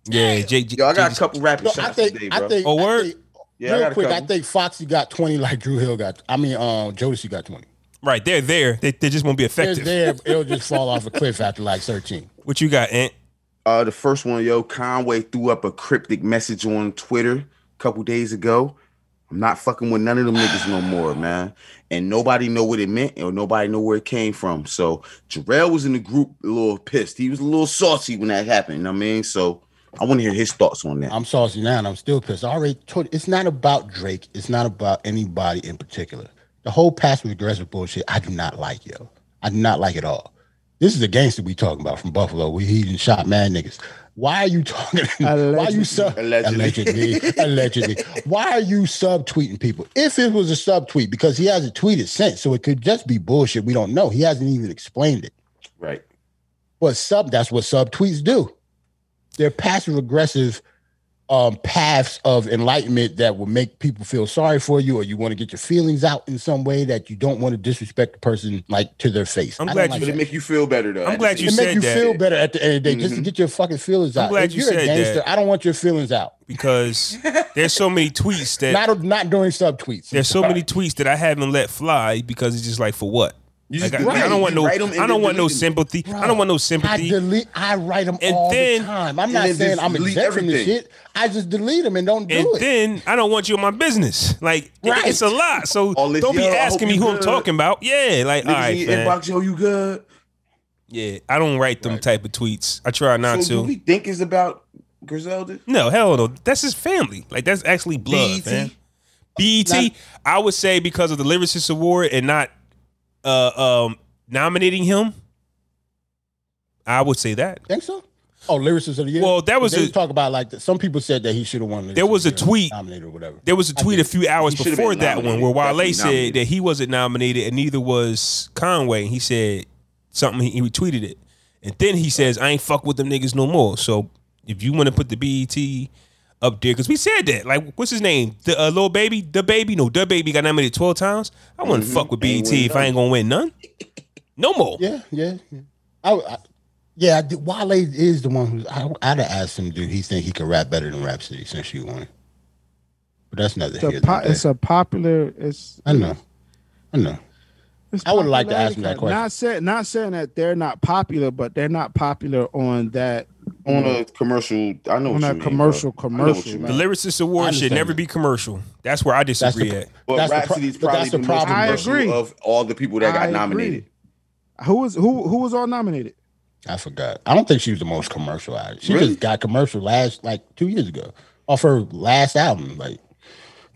A: Yeah, Jay. Jay
E: Yo, I got a
A: just-
E: couple rapping
C: No, I
E: shots
C: think,
E: today, bro.
C: I think,
A: Oh,
C: I
A: word?
C: think-
E: Yeah, I got
C: real
E: a
C: quick, I
E: couple.
C: think Foxy got 20 like Drew Hill got. I mean, um, Jodeci got 20.
A: right. They're there. They, they just won't be
C: They're
A: effective.
C: there, it'll just fall
A: [LAUGHS]
C: off a cliff after like 13.
A: What you got, Ant?
E: uh, the first one, yo, Conway threw up a cryptic message on Twitter a couple days ago. I'm not fucking with none of them niggas no more, man. And nobody know what it meant, or nobody know where it came from. So Jarrell was in the group a little pissed. He was a little saucy when that happened. You know what I mean, so I want to hear his thoughts on that.
C: I'm saucy now and I'm still pissed. I already told you, it's not about Drake. It's not about anybody in particular. The whole passive aggressive bullshit, I do not like, yo. I do not like it all. This is the gangster we talking about from Buffalo. We he done shot mad niggas. Why are you talking? Why are you sub
E: Allegedly.
C: [LAUGHS]
E: [LAUGHS]
C: allegedly, allegedly. Why are you subtweeting people? If it was a subtweet, because he hasn't tweeted since, so it could just be bullshit. We don't know. He hasn't even explained it.
E: right.
C: But sub that's what subtweets do. They're passive aggressive um, paths of enlightenment that will make people feel sorry for you, or you want to get your feelings out in some way that you don't want to disrespect the person like to their face. I
A: I'm
C: don't
A: glad
C: like
A: you-
E: But it
C: that.
E: make you feel better though.
A: I'm
E: at the
A: glad
E: same
A: you
C: It
A: said
C: make you
A: that.
C: feel better at the end of the day, just to
E: Mhm.
C: get your fucking feelings
A: I'm
C: out.
A: glad
C: if
A: you
C: you're
A: said
C: a gangster,
A: that.
C: I don't want your feelings out.
A: Because there's so many tweets that
C: Not not during subtweets.
A: there's so many tweets that I haven't let fly because it's just like for what?
E: You
A: Like,
E: just
A: I,
E: delete
A: I don't
E: it.
A: want
E: You
A: no. I
E: write 'em and
A: don't
E: then
A: want no
E: delete 'em.
A: sympathy. I don't want no
C: I
A: sympathy.
C: delete. I write them
A: And
C: all
A: then-
C: the time. I'm
E: and
C: not
E: then
C: saying
E: just
C: I'm
E: delete
C: exempt from this
E: everything.
C: shit. I just delete them and don't do
A: and
C: it.
A: then I don't want you in my business. Like it-
C: Right.
A: it's a lot. So
E: All this,
A: don't be
E: yo, I hope
A: asking me
E: you
A: who I'm
E: good.
A: talking about. Yeah, like all
E: Niggas
A: right,
E: in your
A: man.
E: inbox, yo, you good?
A: Yeah, I don't write them type of tweets. I try not
E: so do
A: to.
E: we think it's about Griselda?
A: no, hell no. That's his family. Like that's actually blood,
E: BET?
A: man. BET,
C: Not-
A: I would say because of the lyricist award and not uh um nominating him. I would say that.
C: Think so? Oh, lyricist of the year.
A: Well, that was
C: they
A: a-
C: talk about like that. some people said that he should have won. Lyricist
A: There was
C: of the
A: a
C: Year,
A: tweet-
C: nominated or whatever.
A: There was a tweet a few hours
E: He should've
A: before
E: been
A: that one
E: nominated.
A: where Wale
E: Definitely
A: said
E: nominated.
A: that he wasn't nominated and neither was Conway. He said something, he, he retweeted it. And then he says, I ain't fuck with them niggas no more. So if you want to put the BET up there, because we said that. Like, what's his name? The uh, little baby? The baby? No, the baby got nominated 12 times. I wouldn't fuck with
E: Mm-hmm. Ain't
A: BET
E: win
A: if I ain't going to win none. No more.
C: Yeah, yeah. yeah. I, I yeah. I did, Wale is the one who's. I, I'd have asked him, do he think he could rap better than Rhapsody since she won? it? But that's neither
D: It's a,
C: here.
D: po-
C: nor there.
D: it's a popular. It's
C: I know. I know.
D: It's
C: I would like to ask
D: popularity
C: him that
D: cut.
C: question.
D: Not saying not saying that they're not popular, but they're not popular on that
E: On
C: Mm.
E: a commercial, I
D: on
E: know what you
D: a
E: mean,
D: commercial
E: bro. I know what
D: commercial.
E: you mean.
A: The Lyricist Award should
C: understand
A: never
C: that.
A: be commercial. That's where I
C: That's the
A: disagree at.
E: But
C: that's the pro-
E: Rhapsody's
C: but
E: probably
C: that's
E: the,
C: the problem.
E: most
D: I
E: commercial
D: agree.
E: of all the people that
D: I
E: got
D: agree.
E: nominated.
D: Who was who who was all nominated?
C: I forgot. I don't think she was the most commercialized. She
E: Really?
C: just got commercial last like two years ago off her last album. Like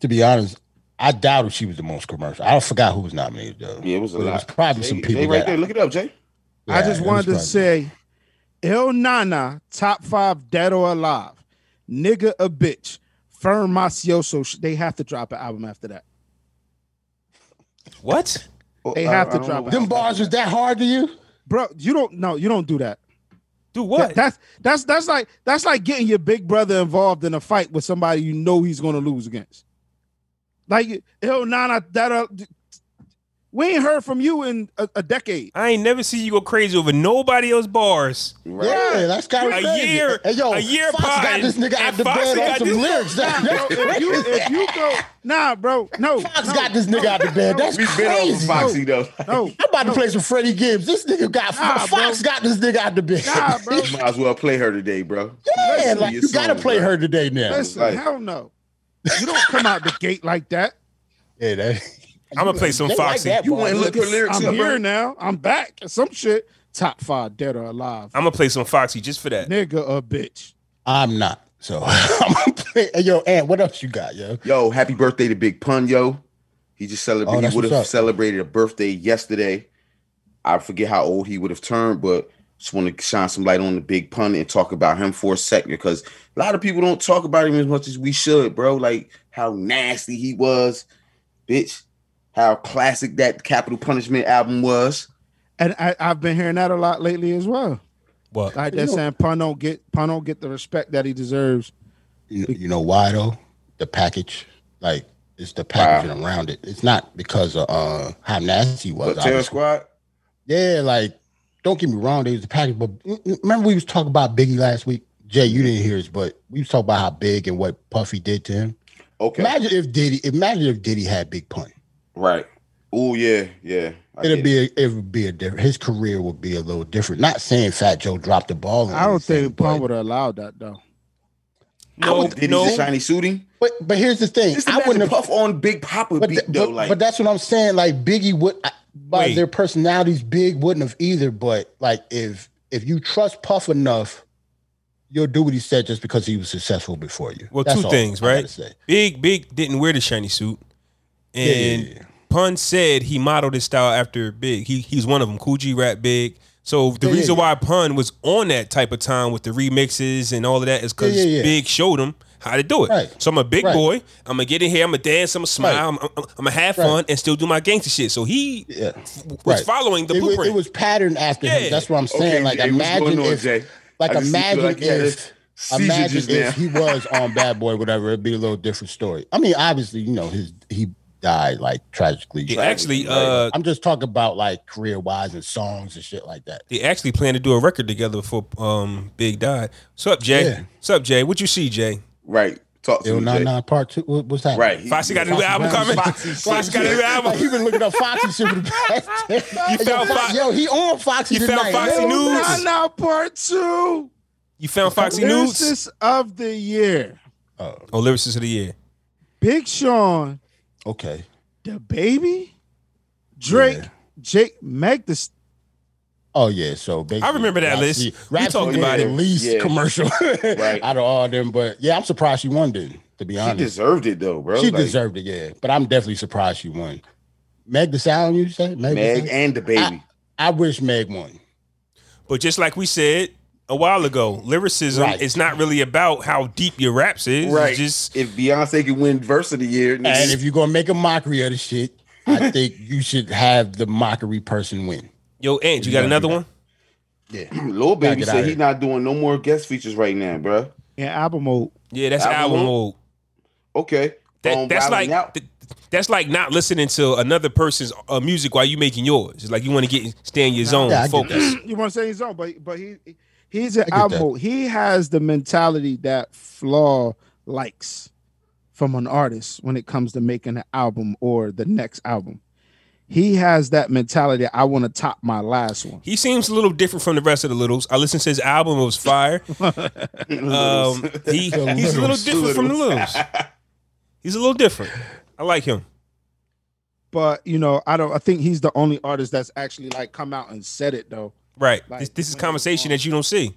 C: to be honest, I doubt if she was the most commercial. I forgot who was nominated though.
E: Yeah, it was a
C: But
E: lot.
C: It was probably
E: Jay-
C: some people
E: Jay right
C: that-
E: there. Look it up, Jay.
D: I
C: Yeah,
D: just
C: it
D: wanted to
C: was
D: say, El Nana, top five dead or alive, nigga a bitch, Firm Masioso. sh- They have to drop an album after that.
A: What?
D: They have to
E: don't
D: drop
E: know.
D: it.
C: them bars was that hard to you?
D: Bro, you don't no, you don't do that.
A: Do
D: Th-
A: what?
D: that's that's that's like that's like getting your big brother involved in a fight with somebody you know he's gonna lose against. Like, hell, Nana, that uh, we ain't heard from you in a, a decade.
A: I ain't never seen you go crazy over nobody else bars.
C: Yeah, that's kind of
A: A
C: crazy.
A: year-
C: Hey, yo,
A: a year
C: Fox got
A: pod,
C: this nigga out
A: and
C: the
A: Foxy
C: bed on
A: got
C: some
A: this-
D: [LAUGHS]
C: lyrics.
D: Nah, bro, if you,
C: [LAUGHS]
D: if you go, nah, bro, no.
C: Fox
D: no,
C: [LAUGHS] got this nigga out the bed. That's
E: We've been on
C: crazy.
E: Foxy though.
D: No,
C: I'm about to play some Freddie Gibbs. This nigga got
D: Nah,
C: [LAUGHS] Fox
D: bro.
C: got this nigga out the bed.
D: nah,
C: [LAUGHS]
D: bro.
E: Might as well play her today, bro.
C: [LAUGHS] yeah,
E: Listen to
C: like
E: your
C: you gotta
E: song,
C: play
E: bro.
C: her today now.
D: Listen,
E: Like-
D: hell no. You don't come out the gate like that.
C: Yeah, that, [LAUGHS]
A: I'm gonna play some
C: They like
A: Foxy.
C: that,
E: You
C: boy.
E: went and looked her lyrics
D: I'm
E: up,
D: here
E: bro.
D: now. I'm back. Some shit. Top five, dead or alive.
A: I'm gonna play some Foxy just for that.
D: Nigga, a bitch.
C: I'm not. So I'm gonna play. [LAUGHS] Hey, yo, Ant, what else you got, yo?
E: [LAUGHS] Yo, happy birthday to Big Pun, yo. He just
C: Oh,
E: celebrated.
C: that's
E: he would have
C: what's up.
E: celebrated a birthday yesterday. I forget how old he would have turned, but just want to shine some light on the Big Pun and talk about him for a second because a lot of people don't talk about him as much as we should, bro. Like how nasty he was, bitch. How classic that Capital Punishment album was.
D: And I, I've been hearing that a lot lately as well.
A: What?
D: Like they're saying Pun don't get Pun don't get the respect that he deserves.
C: You, you know why though? The package, like it's the packaging around it. It's not because of uh, how nasty he was.
E: But Terror
C: obviously.
E: Squad,
C: Yeah, like don't get me wrong, they was the package, but mm, mm, remember we was talking about Biggie last week. Jay, you didn't hear us, but we was talking about how big and what Puffy did to him.
E: okay,
C: Imagine if Diddy, imagine if Diddy had Big Pun.
E: right? Oh yeah, yeah. I
C: It'd
E: get
C: be a, it would be a different. His career would be a little different. Not saying Fat Joe dropped the ball. or
D: I don't
C: anything,
D: think
C: but-
D: Pun would have allowed that though.
A: No,
E: Did
A: no.
E: he shiny suiting?
C: But but here's the thing,
E: Just
C: I
E: imagine
C: wouldn't have.
E: Puff on Big Papa
C: But,
E: beat
C: th-
E: though,
C: but,
E: like
C: but that's what I'm saying. Like Biggie would, I- by
A: Wait.
C: their personalities, Big wouldn't have either. But like if if you trust Puff enough, you'll do what he said just because he was successful before you.
A: Well,
C: That's
A: two
C: all
A: things,
C: I gotta
A: right?
C: say.
A: Big Big didn't wear the shiny suit,
C: yeah,
A: and
C: yeah.
A: Pun said he modeled his style after Big. He he's one of them. Cool G Rap Big. So the
C: Yeah, yeah,
A: reason why Pun was on that type of time with the remixes and all of that is because
C: Yeah, yeah, yeah.
A: Big showed him how to do it.
C: Right.
A: So I'm a big
C: Right.
A: boy. I'm gonna get in here. I'm gonna dance. I'm gonna smile. I'm, I'm, I'm gonna have
C: Right.
A: fun and still do my gangster shit. So he
C: Yeah.
A: was
C: Right.
A: following the
C: it, was,
A: blueprint.
C: it was patterned after
A: Yeah.
C: him. That's what I'm saying. like
E: Jay, what's
C: imagine
E: going on,
C: if,
E: Jay?
C: like
E: I just feel
C: imagine
E: like you had a
C: if,
E: seizure
C: imagine
E: just
C: if
E: now.
C: he was on Bad Boy, whatever. It'd be a little different story. I mean, obviously, you know, his he died like tragically.
A: they actually,
E: Right.
A: uh,
C: I'm just talking about like career wise and songs and shit like that.
A: they actually planned to do a record together before um Big died. What's up, Jay?
C: Yeah.
A: What's up, Jay? What you see, Jay?
E: Right. Talk to
C: Yo,
E: me, Jay.
C: nine nine part two. What, what's that?
E: Right. He-
A: Foxy got a new
C: Foxy
A: album
C: Brown.
A: coming.
E: Foxy
A: Foxy, got a new
C: Like, he
A: album.
C: been looking up Foxy shit for the
A: [LAUGHS]
C: past. [LAUGHS] Yo,
A: found
C: Fo-
A: Fox-
C: yo, he on Foxy
A: you found
C: tonight.
A: Foxy
C: Hell
A: News?
C: nah.
D: Not now, part two.
A: You found Foxy News?
D: Lyricist of the year,
A: Oh, lyricist of the year.
D: Big Sean,
C: Okay.
D: the baby, Drake,
C: Yeah.
D: Jake, Meg the.
C: Oh yeah, so basically,
A: I remember that list. We talked
E: about
C: the
E: it.
C: least
E: Yeah.
C: commercial [LAUGHS] out of all them. But yeah, I'm surprised she won. Then to be
E: She
C: honest,
E: deserved it though, bro.
C: she
E: Like,
C: deserved it. Yeah, but I'm definitely surprised she won. Meg the Stallion, you say? Meg. the
E: Meg
C: Stallion?
E: and the baby.
C: I wish Meg won.
A: But just like we said a while ago, lyricism
C: Right.
A: is not really about how deep your raps is. It's
E: right.
A: just
E: if Beyonce could win verse of the year,
C: And
E: nigga,
C: if you're gonna make a mockery of the shit,
E: [LAUGHS]
C: I think you should have the mockery person win.
A: yo, Ant, you got another one?
C: Yeah,
E: [CLEARS THROAT] Lil Baby
C: get
E: said
C: outta
E: he
C: here.
E: not doing no more guest features right now, bro.
D: Yeah, album mode.
A: Yeah, that's
E: Album
A: album
E: mode?
A: mode.
E: Okay.
A: That,
E: Um,
A: that's
E: wilding
A: like
E: out.
A: th- that's like not listening to another person's uh, music while you making yours. It's like you want to get stay in your zone,
C: Yeah, I get
A: focus.
D: you want to say his own, but but he he's an
C: get
D: album.
C: that.
D: mode. He has the mentality that Flaw likes from an artist when it comes to making an album or the next album. He has that mentality. I want to top my last one.
A: He seems a little different from the rest of the littles. I listened to his album; it was fire.
C: [LAUGHS]
A: um, he he's a little
C: Littles.
A: different from
C: [LAUGHS]
A: the littles. He's a little different. I like him.
D: But you know, I don't. I think he's the only artist that's actually like come out and said it though.
A: Right.
D: Like,
A: this, this is
D: when um,
A: conversation
D: they
A: that you don't see.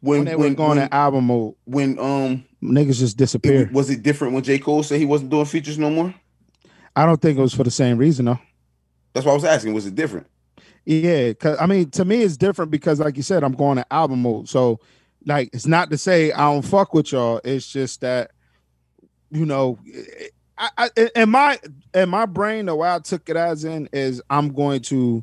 E: when
D: When they
E: when,
D: were
E: when,
D: going
E: when,
D: to album mode,
E: um
D: niggas just disappeared.
E: was it different when J. Cole said he wasn't doing features no more?
D: I don't think it was for the same reason though.
E: That's why I was asking, was it different?
D: Yeah, cause I mean, to me, it's different because, like you said, I'm going to album mode. So, like, it's not to say I don't fuck with y'all. It's just that, you know, I, I in my in my brain, the way I took it as in is I'm going to,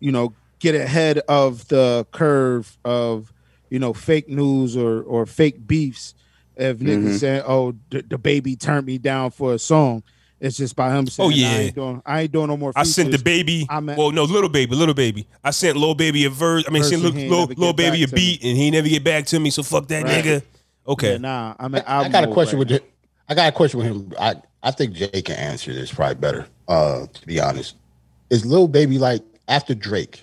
D: you know, get ahead of the curve of, you know, fake news or or fake beefs. If niggas
E: Mhm.
A: Mm-hmm.
D: saying, "Oh, the, the baby turned me down for a song," It's just by him saying,
A: Oh, yeah.
D: I ain't doing, I ain't doing no more.
A: I sent the
D: features."
A: baby.
D: I'm at-
A: well, no, little baby, little baby. I sent little baby a verse. I mean,
D: Verse
A: sent
D: and he ain't
A: little
D: never
A: little
D: get
A: baby a
D: back to me.
A: beat, and he never get back to me. So fuck that
D: Right.
A: nigga. Okay,
D: Yeah, nah, I'm at
C: I
D: album
C: got a
D: mode
C: question
D: right
C: with the, I got a question with him. I, I think Jay can answer this probably better. Uh, to be honest, is Lil Baby like after Drake?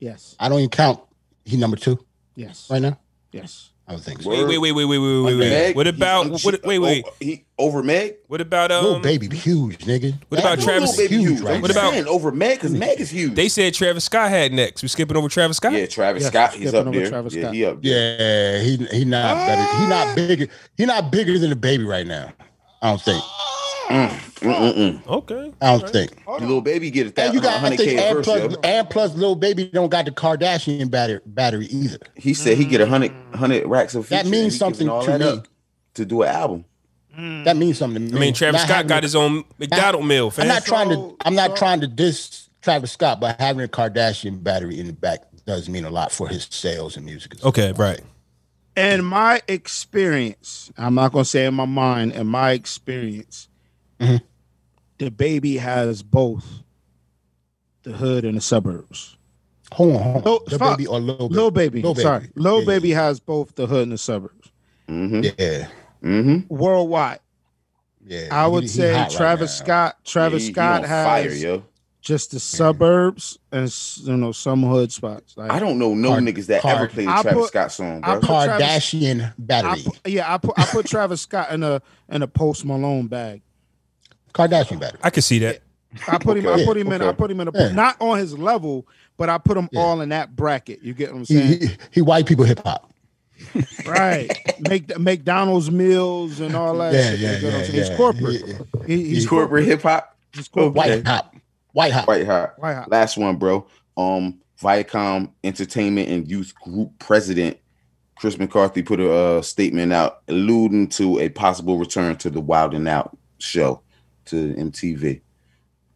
D: now. Yes,
C: I don't even count. He number two
D: yes,
C: right now.
D: yes.
C: I would think so.
A: wait, wait, wait, wait, wait, wait, wait, wait.
E: Meg,
A: What
E: he's
A: about
E: unche-
A: what? Wait, wait.
E: oh, he over Meg.
A: What about um?
C: Lil Baby huge nigga.
A: What about
C: That
A: Travis-
E: Lil
C: dude
E: Baby huge.
C: right
E: I'm
A: What
C: now.
E: just
A: about-
E: saying over Meg? Because Meg is huge.
A: They said Travis Scott had next. We skipping over Travis Scott.
E: yeah, Travis
D: Yeah,
E: Scott. He's
D: skipping
E: up
D: over
E: there.
D: Travis
E: yeah,
D: Scott.
E: he up. there. Ah!
C: Yeah, he he not better. He not bigger. He not bigger than the baby right now. I don't think.
E: Mm, mm,
A: Okay.
C: I don't think.
E: mm. Little baby get a
C: And you
E: thousand,
C: got I
E: hundred
C: think
E: k a
C: and
E: verse.
C: plus
E: yo.
C: and plus little baby don't got the Kardashian battery battery either.
E: He said he get a hundred, hundred racks of.
C: That
E: features,
C: means
E: he giving
C: something
E: all
C: to
E: that
C: me.
E: up to do an album. Hmm.
C: That means something to
A: I
C: me.
A: mean, Travis
C: Not
A: Scott
C: having-
A: got his own McDonald meal,
C: I'm
A: fam.
C: not trying to.
D: So-
C: I'm not
D: so-
C: trying to diss Travis Scott, but having a Kardashian battery in the back does mean a lot for his sales and music.
A: okay, right.
D: In my experience, I'm not gonna say in my mind. In my experience,
C: Mhm.
D: the baby has both the hood and the suburbs.
C: Hold on, hold on.
D: No,
C: the
D: stop.
C: baby or Oh, little baby?
D: Lil baby,
C: Lil Baby.
D: sorry, Lil
C: Yeah,
D: baby has both the hood and the suburbs
E: Mm-hmm.
C: Yeah,
E: Mm-hmm.
D: worldwide.
C: yeah.
D: I would
C: He- he
D: say
C: hot right
D: Travis
C: now.
D: Scott. Travis Scott
E: on
D: has
E: fire, yo.
D: just the suburbs and s- you know some hood spots. Like,
E: I don't know no
C: Card-
E: niggas that ever
C: card.
E: played a
D: I
E: Travis
D: put-
E: Scott song,
D: I
E: bro.
D: put- Travis-
C: Kardashian
D: I
C: battery.
D: pu- yeah, I put I put Travis Scott in a in a Post Malone bag.
C: Kardashian battery.
A: I can see that.
D: I put him.
E: Okay.
D: I put him in. I
E: Okay.
D: put him in a
C: Yeah.
D: not on his level, but I put him
C: Yeah.
D: all in that bracket. You get what I'm
C: He, [LAUGHS]
D: saying?
C: he, he white people hip hop.
D: right. Make McDonald's meals and all that.
C: Yeah,
D: shit. You
C: yeah,
D: get what I'm
C: yeah,
D: saying?
C: yeah.
D: He's corporate.
C: Yeah,
D: He-
E: He's
D: he's
E: corporate hip hop,
D: He's corporate.
C: White
E: Okay.
C: hop. White hop.
E: white hop.
D: White House.
E: Last one, bro. Um, Viacom Entertainment and Youth Group President Chris McCarthy put a uh, statement out alluding to a possible return to the Wild and Out show to MTV.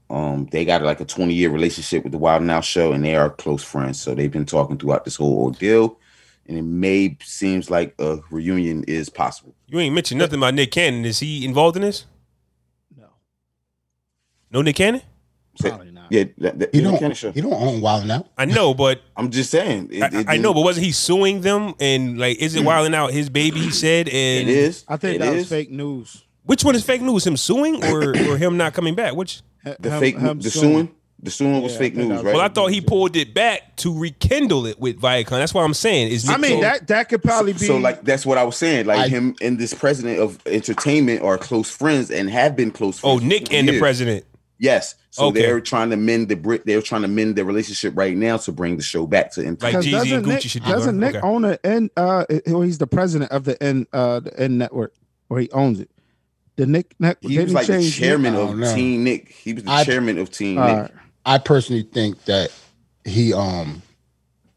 E: Um, they got like a 20 year relationship with the Wild and Out show, and they are close friends. So they've been talking throughout this whole ordeal, and it may seems like a reunion is possible.
A: You ain't mentioned nothing about Nick Cannon. Is he involved in this?
D: No,
A: No, Nick Cannon.
D: probably not.
E: Yeah, that, that,
C: He
E: yeah,
C: don't.
E: kinda sure.
C: He don't own Wild Now.
A: I know, but
E: I'm just saying. It,
A: I,
E: it
A: I
E: didn't-
A: know, but wasn't he suing them? And like, is it wilding out his baby? He said,
E: it
A: and
E: is.
D: I think
E: it
D: that was
E: is.
D: fake news.
A: which one is fake news? Him suing or or him not coming back? Which?
D: H-
E: The
D: him-
E: fake,
D: him
E: the
D: suing.
E: suing, the suing was
D: Yeah, I think
E: fake
D: that
E: news,
D: was
E: right?
A: Well, I thought he pulled it back to rekindle it with Viacom. That's why I'm saying. Is
D: I
A: Nick
D: mean
A: Cannon-
D: that that could probably be
E: So like that's what I was saying. Like
C: I-
E: him and this president of entertainment are close friends and have been close
A: Oh,
E: friends. for
A: Nick and the
E: years.
A: president.
E: Yes. So
A: Okay.
E: they're trying to mend the bri- they're trying to mend their relationship right now to bring the show back to MTV.
A: Like
D: Because
A: Jeezy and
D: doesn't
A: Gucci
D: Nick,
A: should do,
D: doesn't
A: right?
D: Nick
A: Okay.
D: own an N? Uh, well, he's the president of the N uh the N network, or he owns it. The Nick network.
E: he was like the chairman
C: I
E: of
D: Oh,
C: don't know.
E: Team Nick. He was the
C: I-
E: chairman of Team Nick.
C: I personally think that he um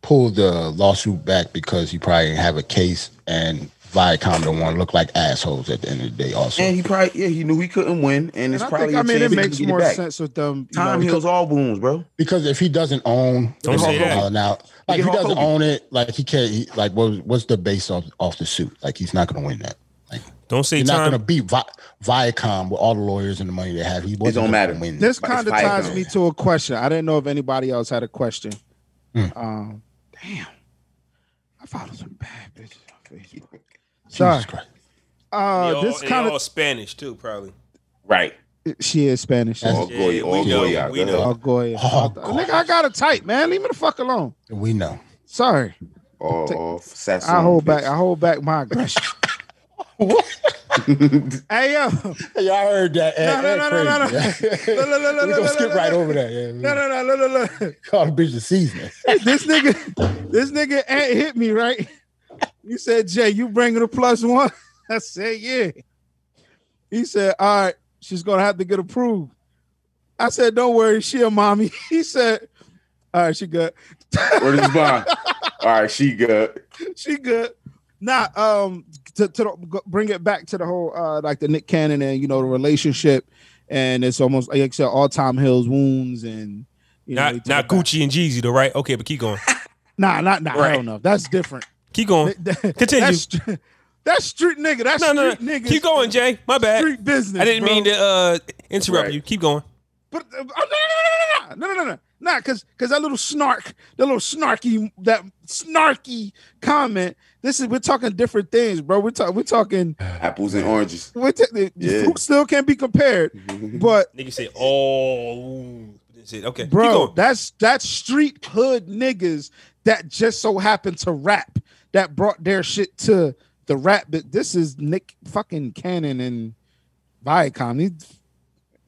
C: pulled the lawsuit back because he probably didn't have a case and Viacom don't want to look like assholes at the end of the day. Also,
E: And he probably yeah, he knew he couldn't win. And it's
D: and I
E: probably
D: think I
E: a
D: mean
E: chance
D: it
E: he can
D: makes
E: get
D: more
E: back.
D: sense with them. you
E: Time
D: know,
E: heals all wounds, bro.
C: because if he doesn't own,
A: Don't say that.
C: Uh,
E: Look at
C: now, like if he
E: Hulk
C: doesn't
E: Hogan.
C: own it, like he can't. He, like what, what's the base off, off the suit? Like he's not going to win that. Like
A: Don't say
C: you're not
A: time.
C: going to beat Vi- Viacom with all the lawyers and the money they have. He wasn't
E: don't
C: gonna
E: matter.
C: Win.
D: This
E: Like,
D: kind of
E: it's
D: ties
E: Viacom.
D: me to a question. I didn't know if anybody else had a question.
C: Hmm.
D: Um, damn, I followed some bad bitches on Facebook. Sorry,
C: Jesus Christ.
D: uh,
A: They all-
D: this
A: they
D: kind
A: all
D: of
A: Spanish too, probably.
E: Right.
D: she is Spanish.
C: That's-
E: All
A: Yeah,
E: Goya,
A: we
E: all
A: know,
E: Goya.
A: we
E: Go
A: know.
E: ahead.
D: Oh, Goya.
C: Oh,
D: Nigga, I got a type, man. Leave me the fuck alone.
C: we know.
D: Sorry.
E: All, all Oh, Sassoon
D: I
E: [LAUGHS]
D: hold
E: bitch.
D: back. I hold back my aggression. hey yo, no
C: Hey, I heard that.
D: no no no no no. no no no no
C: [LAUGHS] We're
D: no
C: gonna
D: no,
C: skip
D: no,
C: right
D: no.
C: over that. Yeah, we
D: No no no no no no.
C: call the bitch the seasoning.
D: This nigga, this nigga ain't hit me right. You said Jay, you bringing a plus one? [LAUGHS] I said yeah. He said all right. She's gonna have to get approved. I said don't worry, she a mommy. [LAUGHS] He said all right, she good.
E: Where is Bond? All right, she good.
D: [LAUGHS] she good. Nah, um, to, to the- go- bring it back to the whole uh, like the Nick Cannon and you know the relationship, and it's almost like you said, all time Hill's wounds and you know, they
A: Not
D: talk
A: not
D: about-
A: Gucci and Jeezy though, right? Okay, but keep going.
D: Nah, not nah, I
E: Right.
D: don't know. That's different. [LAUGHS]
A: Keep going.
D: That- that-
A: Continue.
D: That's, That's street nigga. That's
A: No, no,
D: street
A: no.
D: nigga.
A: Keep going, Jay. My bad.
D: Street business.
A: I didn't
D: bro.
A: mean to uh, interrupt
E: Right.
A: you. Keep going.
D: [LAUGHS] But uh, oh, no, no, no, no, no, no, no, no, no, nah, cause, cause that little snark, that little snarky, that snarky comment. This is we're talking different things, bro. We're talking, we're talking,
E: Apples and oranges.
D: we're ta- the the
E: Yeah.
D: fruit still can't be compared, but
A: Nigga said, oh. That's it. Okay. Keep
D: bro,
A: going.
D: that's that's street hood niggas that just so happened to rap that brought their shit to the rap. But this is Nick fucking Cannon and Viacom. These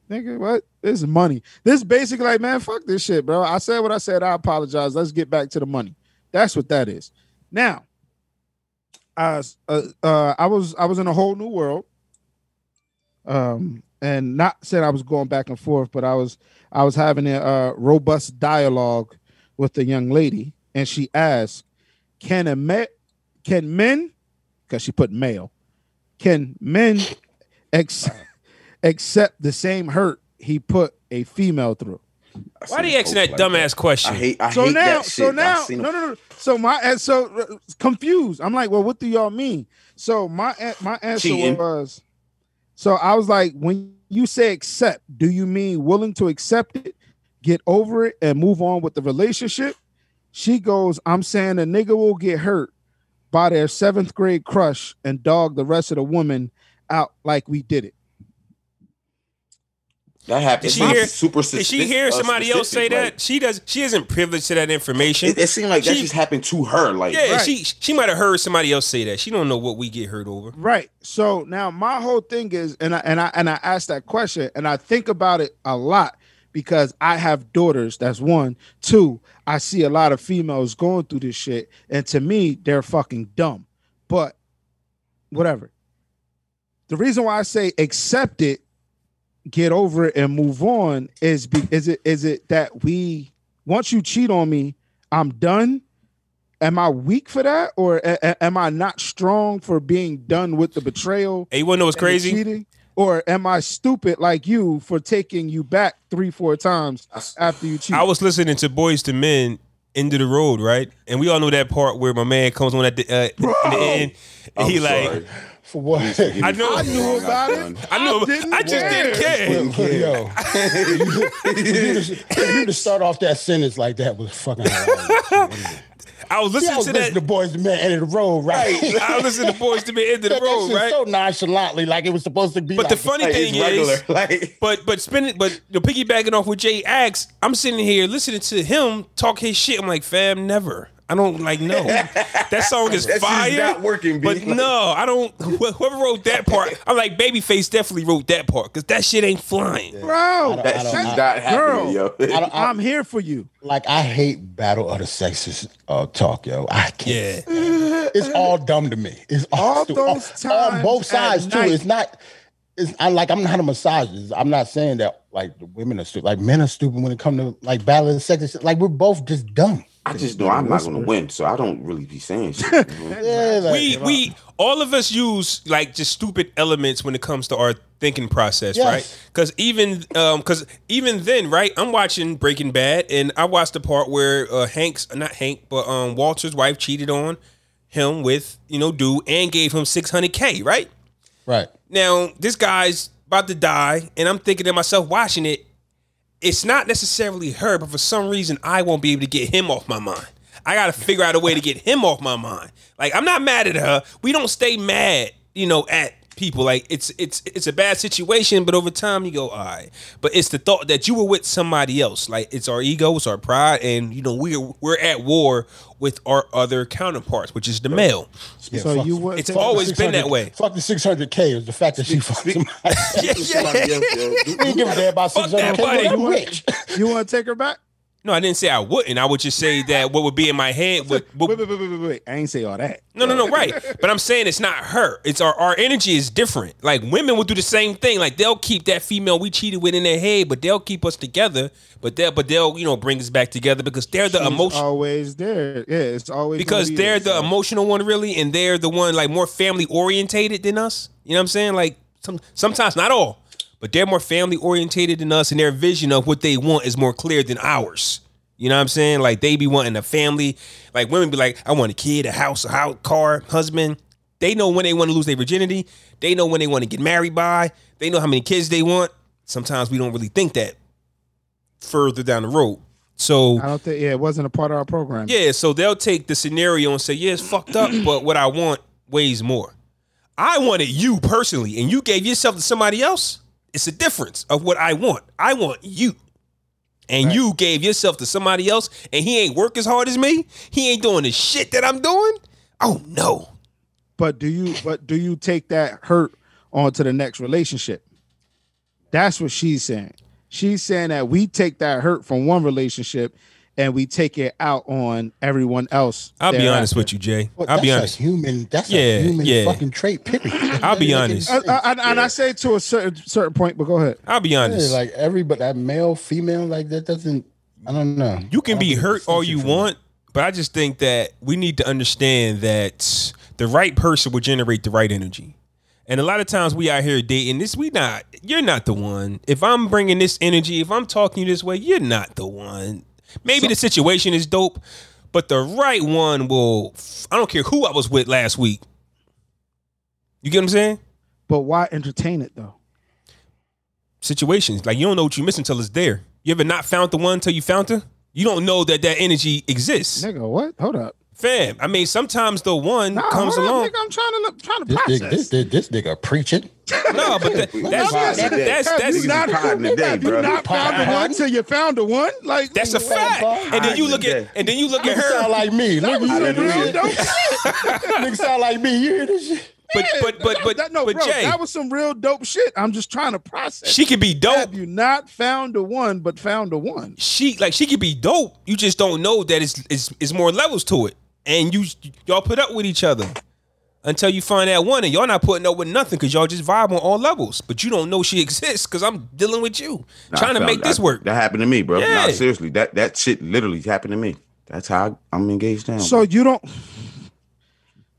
D: nigga, what? This is money. This is basically like, man, fuck this shit, bro. I said what I said. I apologize. Let's get back to the money. That's what that is. Now, I uh, uh, I was I was in a whole new world. Um, and not said I was going back and forth, but I was I was having a uh, robust dialogue with a young lady, and she asked, "Can a me- can men? Because she put male. Can men ex- [LAUGHS] accept the same hurt he put a female through?"
E: I
A: Why are
E: seen
A: they asking that
E: folks like
A: dumbass question?
E: I hate. I
D: so
E: hate
D: now,
E: that shit.
D: so now,
E: I seen
D: no, no, no. So my and so uh, confused. I'm like, well, what do y'all mean? So my an- my answer
E: Cheating.
D: was, so I was like, when you say accept, do you mean willing to accept it, get over it, and move on with the relationship? She goes, I'm saying a nigga will get hurt by their seventh grade crush and dog the rest of the woman out like we did it.
E: that
A: Did
E: happened.
A: she
E: It's
A: hear-
E: super
A: Did she
E: specific-
A: hear
E: uh,
A: somebody else say
E: specific,
A: that?
E: like,
A: She does. She isn't privileged to that information.
E: It, it seemed like that
A: She-
E: just happened to her. Like,
A: yeah,
D: Right.
A: she she might have heard somebody else say that. She don't know what we get hurt over.
D: Right. So now my whole thing is, and I and I and I ask that question, and I think about it a lot because I have daughters. That's one. Two, I see a lot of females going through this shit, and to me, they're fucking dumb. But whatever. The reason why I say accept it, get over it, and move on is be, is it is it that we once you cheat on me, I'm done am I weak for that, or a- a- am I not strong for being done with the betrayal,
A: Hey, you wanna know what's
D: and the
A: crazy?
D: cheating, or am I stupid like you for taking you back three, four times after you cheat?
A: I was listening to Boys to Men, End of the Road, right? And we all know that part where my man comes on at the, uh, in the end. And
E: I'm
A: he like,
E: sorry.
C: For what?
A: I know, I,
E: I
A: knew,
E: knew-
D: about
E: Done.
D: it.
A: I know,
D: didn't
A: I, just
D: care.
A: didn't care.
C: Yo, yo. For you to start off that sentence like that was fucking hilarious.
A: [LAUGHS] I was
C: Yeah, I
A: listening
C: was
A: to
C: listening to
A: that.
C: Boys and Men End of the Road, right? [LAUGHS]
A: I was listening to Boys to Men, End of the
C: That
A: Road,
C: shit
A: right?
C: So nonchalantly, like it was supposed to be.
A: But the
C: like,
A: funny
E: Like,
A: thing
E: it's
A: is,
E: regular. Like,
A: But but spinning but the piggybacking off what Jay asked, I'm sitting here listening to him talk his shit. I'm like, fam, never. I don't like no. That song is
E: That shit's
A: fire.
E: not working, B.
A: But
E: Like-
A: no, I don't. wh- Whoever wrote that part, I'm like, Babyface definitely wrote that part because that shit ain't flying.
D: Bro,
E: that
C: I don't-
E: shit's
C: I-
E: not happening,
D: girl,
E: yo.
C: I don't, I,
D: I'm here for you.
A: [LAUGHS]
C: like I hate battle of the sexes uh, talk, yo. I can't.
A: Yeah,
C: It's all dumb to me. It's all,
D: All
C: stupid.
D: those
C: on, on
D: times
C: both
D: at
C: sides too.
D: night.
C: It's not. It's I like I'm not a misogynist. I'm not saying that like the women are stupid. Like men are stupid when it comes to like battle of the sexes. Like we're both just dumb.
E: I just know I'm not gonna win, so I don't really be saying shit. you
D: [LAUGHS]
E: know?
C: Yeah, like,
A: we we all of us use like just stupid elements when it comes to our thinking process,
C: Yes.
A: right? Because even because even then, right? I'm watching Breaking Bad, and I watched the part where uh, Hank's not Hank, but um, Walter's wife cheated on him with you know dude and gave him 600k, right?
C: right.
A: Now this guy's about to die, and I'm thinking to myself watching it. It's not necessarily her, but for some reason I won't be able to get him off my mind. I gotta figure out a way to get him off my mind. Like I'm not mad at her. We don't stay mad, you know, at people. Like it's it's it's a bad situation, but over time you go, all right. But it's the thought that you were with somebody else. Like it's our ego, it's our pride, and you know we're we're at war with our other counterparts, which is the male.
C: Yeah,
D: so
C: fuck-
D: you would
A: It's
D: take-
A: always
C: fuck the
A: been that
C: 600
A: way.
C: Fuck the 600k is the fact that she fucked him. We
A: [LAUGHS]
E: Somebody else,
C: [LAUGHS]
E: yo.
C: ain't give a damn about
A: Fuck that
C: 600k.
A: money.
C: I'm rich.
D: you want to take her back?
A: No, I didn't say I wouldn't. I would
D: [LAUGHS]
A: just say that what would be in my head would, would
D: Wait, wait, wait, wait, wait, wait. I ain't say all that. Uh,
A: No, no, no, right.
D: [LAUGHS]
A: But I'm saying it's not her. It's our our energy is different. Like women will do the same thing. Like they'll keep that female we cheated with in their head, but they'll keep us together. But they'll but they'll you know bring us back together because they're the
D: She's uh,
A: emotion
D: always there. Yeah, it's always gonna
A: because
D: be
A: they're
D: there.
A: the emotional one really, and they're the one like more family orientated than us. You know what I'm saying? Like some sometimes not all, but they're more family orientated than us, and their vision of what they want is more clear than ours. You know what I'm saying? Like they be wanting a family. Like women be like, I want a kid, a house, a house, car, husband. They know when they want to lose their virginity. They know when they want to get married by. They know how many kids they want. Sometimes we don't really think that further down the road. So
D: I don't think yeah, it wasn't a part of our program.
A: yeah, so they'll take the scenario and say, yeah, it's fucked up, but what I want weighs more. I wanted you personally, and you gave yourself to somebody else. It's a difference of what I want. I want you. And you gave yourself to somebody else, and he ain't work as hard as me. He ain't doing the shit that I'm doing. Oh no.
D: But do you but do you take that hurt onto the next relationship? That's what she's saying. She's saying that we take that hurt from one relationship and we take it out on everyone else.
A: I'll be honest with you, Jay.
C: Well,
A: I'll be
C: that's
A: honest.
C: A human. That's
A: Yeah,
C: a human
A: yeah.
C: fucking trait. Period.
A: I'll
C: [LAUGHS]
A: be honest.
D: And, and, and I say to a certain certain point, but go ahead.
A: I'll be
C: Yeah,
A: honest.
C: like everybody, that male, female, [LAUGHS] like that doesn't. I don't know.
A: You can
C: I don't
A: be
C: think
A: hurt
C: it's
A: all you
C: sensitive.
A: want, but I just think that we need to understand that the right person will generate the right energy. And a lot of times we out here dating this, we not, you're not the one. If I'm bringing this energy, if I'm talking you this way, you're not the one. Maybe the situation is dope, but the right one will, I don't care who I was with last week. You get what I'm saying?
D: But why entertain it though?
A: situations. Like you don't know what you miss until it's there. You ever not found the one until you found her? You don't know that that energy exists,
D: Nigga, what? Hold up.
A: fam. I mean, sometimes the one
D: Nah,
A: comes
D: hold
A: along.
D: Up, nigga, I'm trying to look, trying to
C: This
D: process.
C: nigga, this, this, this nigga preaching.
A: no, but that, that's,
D: Niggas
A: that's
D: is
A: that's that's
E: Niggas is potting today,
D: you
E: brother.
D: not found the
C: Pardon?
D: one till you found the one. Like
A: that's a fact. And then you look at and then you look at
C: Nigga sound
A: her.
C: like me. Nigga, you hear this
D: Real
C: shit?
A: [LAUGHS]
D: dope shit.
C: Nigga sound like me. You hear this shit?
A: But but but
D: That-
A: but
D: that, no,
A: but
D: bro,
A: Jay,
D: that was some real dope shit. I'm just trying to process.
A: she could be dope.
D: Have you not found the one, but found the one?
A: She like she could be dope. You just don't know that it's it's, it's more levels to it. And you y'all put up with each other until you find that one, and y'all not putting up with nothing because y'all just vibe on all levels. But you don't know she [LAUGHS] exists because I'm dealing with you,
E: Nah,
A: trying to
E: fam,
A: make this
E: that-
A: work.
E: That happened to me, bro.
A: Yeah.
E: Nah, seriously, that that shit literally happened to me. That's how I, I'm engaged now.
D: So you don't.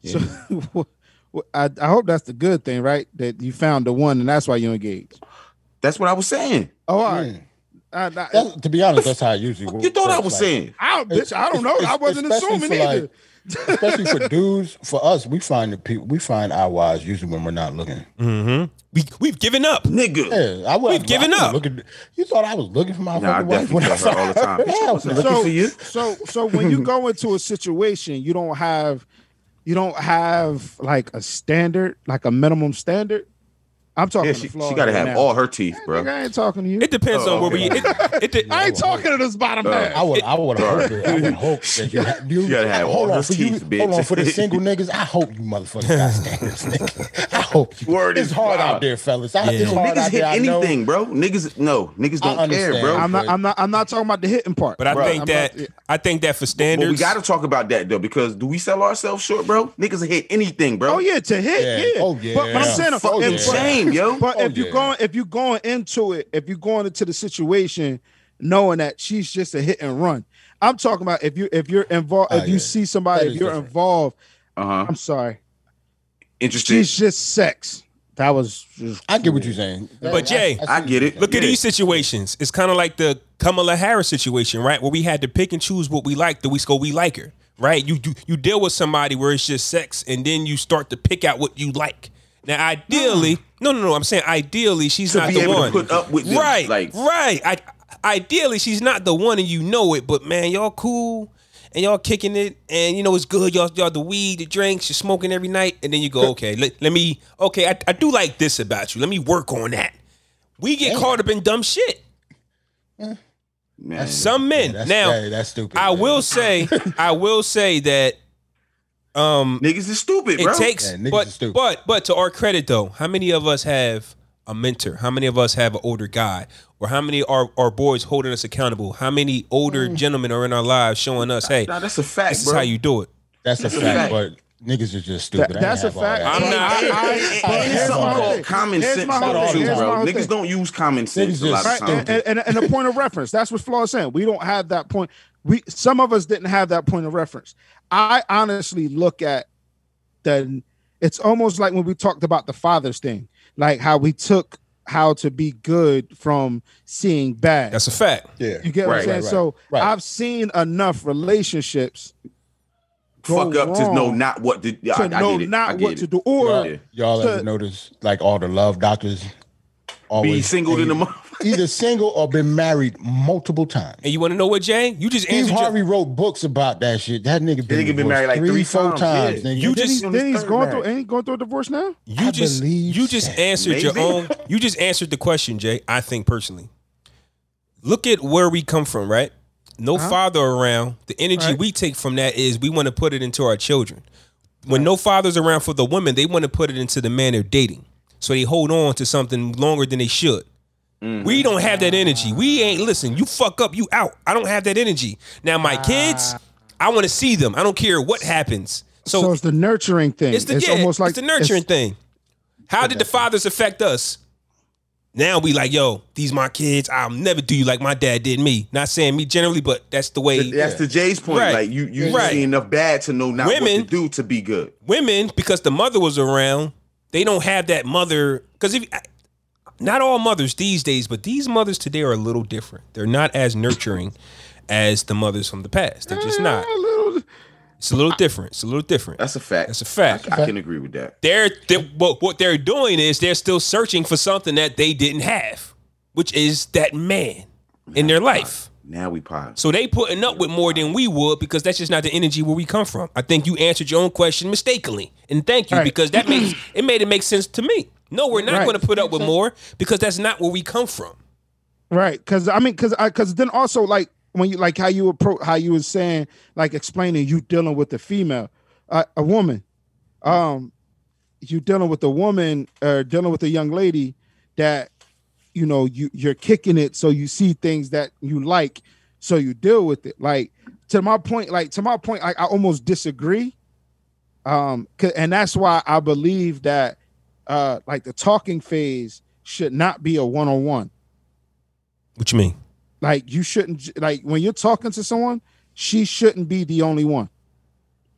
D: So, [LAUGHS] I, I hope that's the good thing, right? That you found the one, and that's why you engaged.
E: that's what I was saying.
D: Oh, all right.
C: Mm.
D: I, I-
C: That's, to be honest, that's how I usually.
E: You thought I
C: works,
E: was
C: like,
E: saying?
D: I don't, bitch. I don't know. I wasn't
C: Especially
D: assuming
C: for,
D: either.
C: like-
E: [LAUGHS]
C: especially for dudes, for us, we find the people we find our wives usually when we're not looking. Mm-hmm.
A: We we've given up.
E: Nigga,
C: Yeah, I would.
A: We've given up.
C: Looking, you thought I was looking for my
E: Nah, I
C: fucking wife
E: definitely
C: when I
E: got her
C: saw
E: all the time.
C: her. Hell no.
E: Looking for you?
D: So so when you go into a situation, you don't have you don't have like a standard, like a minimum standard. I'm talking
E: yeah,
D: to
E: she,
D: Florida
E: she gotta have
D: now.
E: all her teeth,
D: Nigga,
E: bro.
D: I ain't talking to you.
A: It depends
E: Oh,
A: on where we.
E: okay.
A: It, it,
D: [LAUGHS]
A: de-
D: I ain't talking to this bottom man.
C: I would, I would hope that. I would hope that you, had- you,
E: You gotta have all
C: hold on
E: those
C: for you,
E: teeth,
C: hold on
E: bitch.
C: for the single niggas. I hope you
E: [LAUGHS]
C: motherfuckers got standards, nigga. I hope you.
E: Word
C: it's
E: is
C: hard
E: wild.
C: out there, fellas. I, It's hard
E: Niggas
C: out
E: hit
C: there. I know.
E: anything, bro. Niggas, no, niggas don't care,
C: understand.
E: bro.
D: I'm not I'm not I'm not talking about the hitting part.
A: but I
E: Bruh,
A: think
D: I'm
A: that
D: not-
A: I think that for
E: But
A: standards,
E: we gotta talk about that though, because do we sell ourselves short, bro? Niggas hit anything, bro.
D: Oh yeah, to hit,
C: Yeah.
D: yeah.
C: Oh,
D: But, but I'm
C: yeah.
D: saying,
E: Fucking
D: if,
E: shame, yo.
D: But
C: Oh,
D: if you're
C: yeah.
D: going, if you're going into it, if you're going into the situation knowing that she's just a hit and run, I'm talking about if you if you're involved, if
C: Ah,
D: you
C: yeah.
D: see somebody,
C: That
D: if
C: is
D: you're
C: different.
D: involved,
E: Uh huh.
D: I'm sorry,
E: Interesting.
D: she's just sex. That was just
C: I get what you're saying,
A: But Jay,
C: see
E: I
C: what
E: get
C: you're
E: it.
C: saying.
A: look at
E: Yeah.
A: these situations. It's kind of like the Kamala Harris situation, right? Where we had to pick and choose what we like. Do we go? We like her, right? You you you deal with somebody where it's just sex, and then you start to pick out what you like. Now, ideally, no, no, no. I'm saying ideally, she's
E: Mm. To
A: not
E: be
A: the
E: able to
A: one.
E: put up with this,
A: right,
E: like
A: right. I, ideally, she's not the one, and you know it. But man, y'all cool, and y'all kicking it, and you know it's good. Y'all, y'all the weed, the drinks, you're smoking every night, and then you
E: [LAUGHS]
A: go, okay, let, let me, okay, I, I do like this about you. Let me work on that. We get caught up in dumb shit.
E: man.
A: Some men.
C: That's,
A: now,
C: hey, that's stupid.
A: I
C: man.
E: [LAUGHS]
A: will say, I will say that um,
E: niggas is stupid,
A: it
E: bro.
A: takes
C: Yeah, niggas is
A: but
C: stupid.
A: but but to our credit though how many of us have a mentor how many of us have an older guy or how many are our boys holding us accountable how many older gentlemen are in our lives showing us hey
E: Mm. nah, that's a fact,
A: this
E: bro.
A: is how you do it
C: that's a
E: a
C: fact,
E: fact.
C: but niggas is just stupid.
D: that,
C: I
D: that's a
C: ain't have all
D: fact.
C: that.
A: I'm
D: And-
A: not-
D: and-
E: I-
D: and-
C: I-
E: and it's
D: here's
E: something
D: my
E: called
D: thing.
E: common
D: Here's
E: sense,
D: my whole
E: though,
D: thing.
E: too,
D: Here's my
E: bro.
D: whole
E: Niggas
D: thing.
E: don't use common sense
C: Niggas
E: a lot
C: just-
E: of
D: right?
E: times.
D: And, and, and, and a point of reference. That's what Flaw is saying. We don't have that point. We some of us didn't have that point of reference. I honestly look at the. It's almost like when we talked about the fathers thing, like how we took how to be good from seeing bad.
A: that's a fact
C: Yeah.
D: you get what I'm
E: Right,
D: saying.
C: right,
D: so
C: right.
D: I've seen enough relationships go
E: fuck up to
D: wrong.
E: know not what to. Yeah,
D: to
E: I, I
D: know
E: get it. I
D: not
E: get
D: what
E: it.
D: to do, or
E: Yeah.
C: Y'all
D: So-
C: ever notice like all the love doctors always
E: Be singled in the month.
C: either single or been married multiple times.
A: And you want to know what, Jay? You just
C: Steve
A: answered. your-
C: Harvey wrote books about that shit. That nigga been,
E: nigga been
C: divorced
E: married, like, three
C: four
E: times,
C: times.
E: yeah.
C: nigga.
A: You
D: then,
A: just-
D: he,
E: on his
D: then he's
E: third
D: going through.
E: marriage.
D: Ain't he going through a divorce now?
A: You
C: I
A: just
C: believe
A: you just
C: that.
A: answered your
E: Maybe.
A: own. You just answered the question, Jay. I think personally, look at where we come from, right? No
C: Uh-huh.
A: father around. The energy
D: Right.
A: we take from that is we want to put it into our children. When no father's around for the women, they want to put it into the man they're dating. So they hold on to something longer than they should.
G: mm.
A: We don't have that energy. We ain't listen. You fuck up, you out. I don't have that energy. Now my kids,
C: Ah.
A: I want to see them. I don't care what happens.
D: So, it's the nurturing thing.
A: It's
D: It's,
A: the yeah,
D: almost like
A: it's the
D: it's-
A: nurturing thing. How did the fathers affect us? Now we like, yo, these my kids. I'll never do you like my dad did me. Not saying me generally, but that's the way
E: That's the Jay's point.
A: Right.
E: Like you, you
A: Right.
E: see enough bad to know not
A: Women-
E: what to do to be good.
A: women, because the mother was around, they don't have that mother. Because if not all mothers these days, but these mothers today are a little different. They're not as nurturing as the mothers from the past. They're just not.
D: A little-
A: It's a little different. It's a little different.
E: That's a fact.
A: That's a fact.
E: I can agree with that.
A: they're, they what, what they're doing is they're still searching for something that they didn't have, which is that man in their life.
E: Now we pause.
A: So they putting up with more than we would because that's just not the energy where we come from. I think you answered your own question mistakenly, and thank you
D: Right.
A: because that makes it made it make sense to me. No, we're not
D: Right.
A: going to put up with more because that's not where we come from.
D: right? Because I mean, because I because then also like when you like how you approach how you was saying like explaining you dealing with the female, uh, a woman, um, you dealing with a woman or dealing with a young lady that you know you you're kicking it so you see things that you like so you deal with it like to my point like to my point like i almost disagree um 'cause- and that's why i believe that uh like the talking phase should not be a one-on-one
A: What you mean?
D: like you shouldn't j- like when you're talking to someone she shouldn't be the only one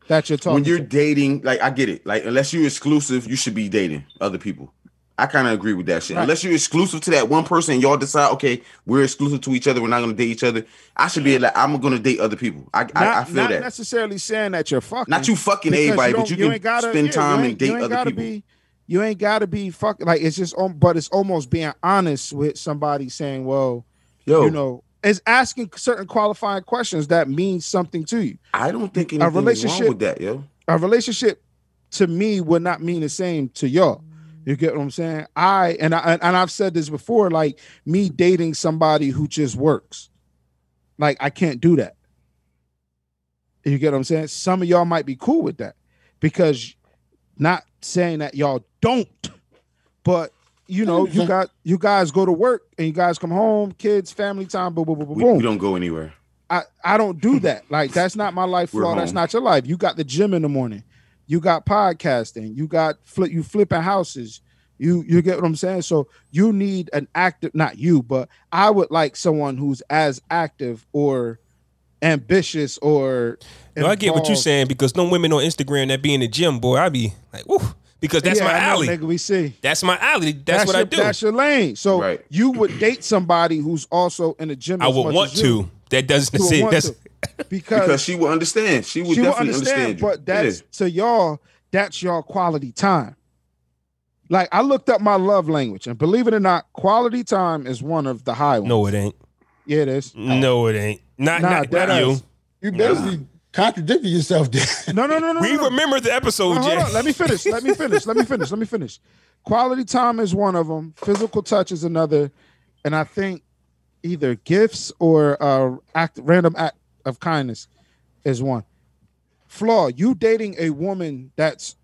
D: that you're talking
E: When you're
D: to
E: dating, like I get it. Like unless you're exclusive, you should be dating other people. I kind of agree with that shit.
D: Right.
E: Unless you're exclusive to that one person, and y'all decide, okay, we're exclusive to each other. We're not gonna date each other. I should be like, I'm gonna date other people. I
D: not,
E: I, I feel
D: not
E: that.
D: necessinely saying that you're fucking
E: Not you fucking
D: because
E: everybody,
D: don't-
E: but you, can
D: ain't gotta-
E: spend
D: yeah,
E: time
D: you
E: and
D: ain't-
E: date
D: you ain't
E: other
D: gotta
E: people.
D: Be, you ain't gotta be fucking like it's just on, but it's almost being honest with somebody saying, "Well,
E: Yo,
D: you know," it's asking certain qualifying questions that means something to you.
E: I don't think
D: a
E: anything relationship,
D: relationship-
E: wrong with that, yo.
D: A relationship to me would not mean the same to y'all. You get what I'm saying? I and I and I've said this before, like me dating somebody who just works, like I can't do that. You get what I'm saying? Some of y'all might be cool with that because not saying that y'all don't, but you know, you got you guys go to work and you guys come home, kids, family time, boom, boom, boom, boom,
E: We,
D: boom.
E: we don't go anywhere.
D: I, I don't do
E: [LAUGHS]
D: that. Like that's not my life
E: We're
D: flaw. That's
E: home.
D: not your life. You got the gym in the morning. You got podcasting. You got flip you flipping houses. You you get what I'm saying? So you need an active not you, but I would like someone who's as active or ambitious or
A: No, I get what you're
D: involved.
A: saying because no women on Instagram that be in the gym, boy, I be like, woo, because that's
D: Yeah,
A: my
D: I know,
A: alley.
D: Nigga, we see.
A: That's my alley. That's, what
D: your,
A: I do.
D: That's your lane. So
E: Right.
D: you would date somebody who's also in the gym.
A: I
D: as
A: would
D: much
A: want
D: as you.
A: to. That doesn't
D: You would
A: say
D: want
A: that's.
D: to.
E: Because she will understand. She will
D: she will
E: definitely
D: understand,
E: understand, you.
D: but that's to y'all, that's y'all quality time. Like I looked up my love language, and believe it or not, quality time is one of the high ones.
A: No, it ain't.
D: Yeah, it is.
A: No, it ain't. Not,
D: Nah,
A: not,
D: that
A: not you.
D: is-
C: You basically contradicted yourself there.
D: No, no, no, no.
A: We
D: no, no.
A: remember the episode,
D: No, hold
A: Jay.
D: on. Let me finish. Let
A: [LAUGHS]
D: me finish. Let me finish. Let me finish. Quality time is one of them. Physical touch is another, and I think either gifts or uh, act random act of kindness is one. Flaw, you dating a woman that's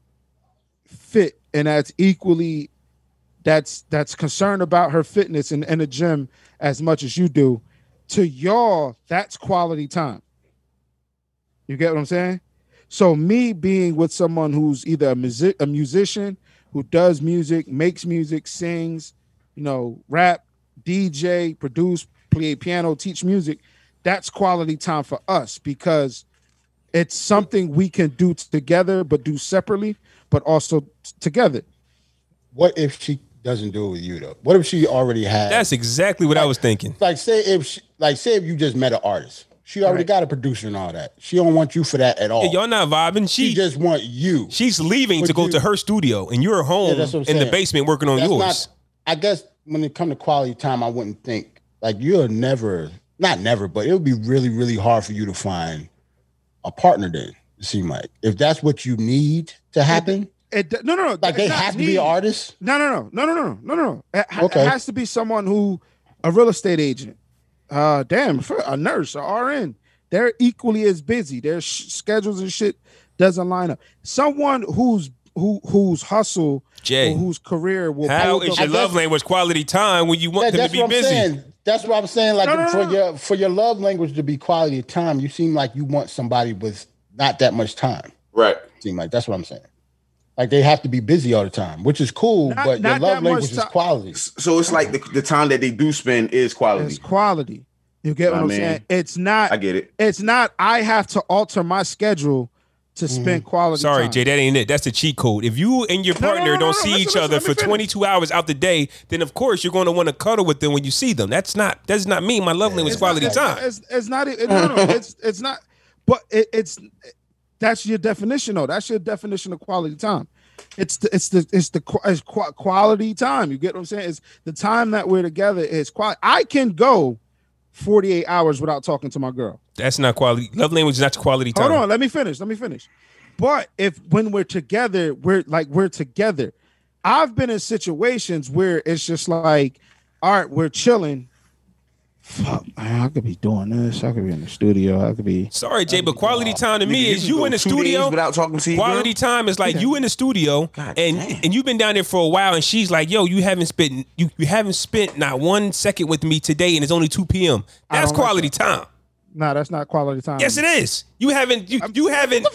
D: fit and that's equally that's that's concerned about her fitness and in the gym as much as you do. To y'all, that's quality time. You get what I'm saying? So me being with someone who's either a music a musician who does music, makes music, sings, you know, rap, DJ, produce, play piano, teach music, that's quality time for us because it's something we can do together but do separately, but also t- together.
C: What if she doesn't do it with you though? What if she already had?
A: That's exactly what I was thinking.
C: like say if she, like say if you just met an artist, She already got a producer and all that. She don't want you for that at all.
A: Y'all not vibing.
C: she
A: She
C: just want you.
A: she's leaving
C: But
A: to go
C: you-
A: to her studio, and you're home
C: that's what I'm
A: in the
C: saying.
A: basement working on
C: That's
A: yours.
C: not- I guess when it come to quality time, I wouldn't think like you'll never, not never, but it would be really, really hard for you to find a partner. Then it seem like if that's what you need to happen,
D: It, no, no, no.
C: like they
D: it's not
C: have to be
D: needed.
C: an artist.
D: No, no, no, no, no, no, no, no. It, ha-
C: Okay.
D: it has to be someone who, a real estate agent, uh, damn, [LAUGHS] f- a nurse, a RN. They're equally as busy. Their sh- schedules and shit doesn't line up. Someone who's who whose hustle,
A: Jay,
D: or whose career will.
A: how
D: build
A: is
D: up-
A: your
C: I
A: love
C: guess-
A: language quality time when you want
C: That-
A: them to
C: that's
A: be
C: what I'm
A: busy?
C: saying. That's what I'm saying. Like
D: No, no,
C: for
D: no.
C: your for your love language to be quality time, you seem like you want somebody with not that much time.
E: Right.
C: Seem like that's what I'm saying. Like they have to be busy all the time, which is cool,
D: Not-
C: but your
D: not
C: love
D: that much
C: language is
D: time.
C: quality.
E: So it's like the, the time that they do spend is quality.
D: It's quality. You get what
E: I
D: I'm
E: mean,
D: saying? It's not.
E: I get it.
D: It's not. I have to alter my schedule to
E: Mm-hmm.
D: spend quality.
A: Sorry,
D: time.
A: Jay, that ain't it. That's the cheat code. If you and your
D: no,
A: partner
D: no, no,
A: don't
D: no.
A: see
D: Listen,
A: each
D: listen,
A: other
D: let me
A: for
D: finish.
A: 22 hours out the day, then of course you're going to want to cuddle with them when you see them. That's not that's not me. My love language is
D: It's not-
A: quality
D: it's-
A: time.
D: It's, it's not. It, no, no, it's it's not. But it, it's that's your definition, though. That's your definition of quality time. It's the it's the it's the qu- it's qua- quality time. You get what I'm saying? It's the time that we're together is quality. I can go 48 hours without talking to my girl.
A: that's not quality. Love language is not quality time.
D: Hold on, let me finish. Let me finish. But if when we're together, we're like we're together. I've been in situations where it's just like, all right, we're chilling. Fuck, man, I could be doing this. I could be in the studio. I could be.
A: Sorry, Jay, but quality time to
E: Nigga,
A: me is
E: can
A: you
E: go
A: in the
E: two days
A: studio.
E: without talking to you.
A: Quality time is like you in the studio
E: God
A: and
E: damn.
A: and you've been down there for a while and she's like, yo, you haven't spent you, you haven't spent not one second with me today and it's only two PM. That's
D: don't like Um,
A: quality time.
D: Nah, that's not quality time.
A: Yes, it is. You haven't you, you haven't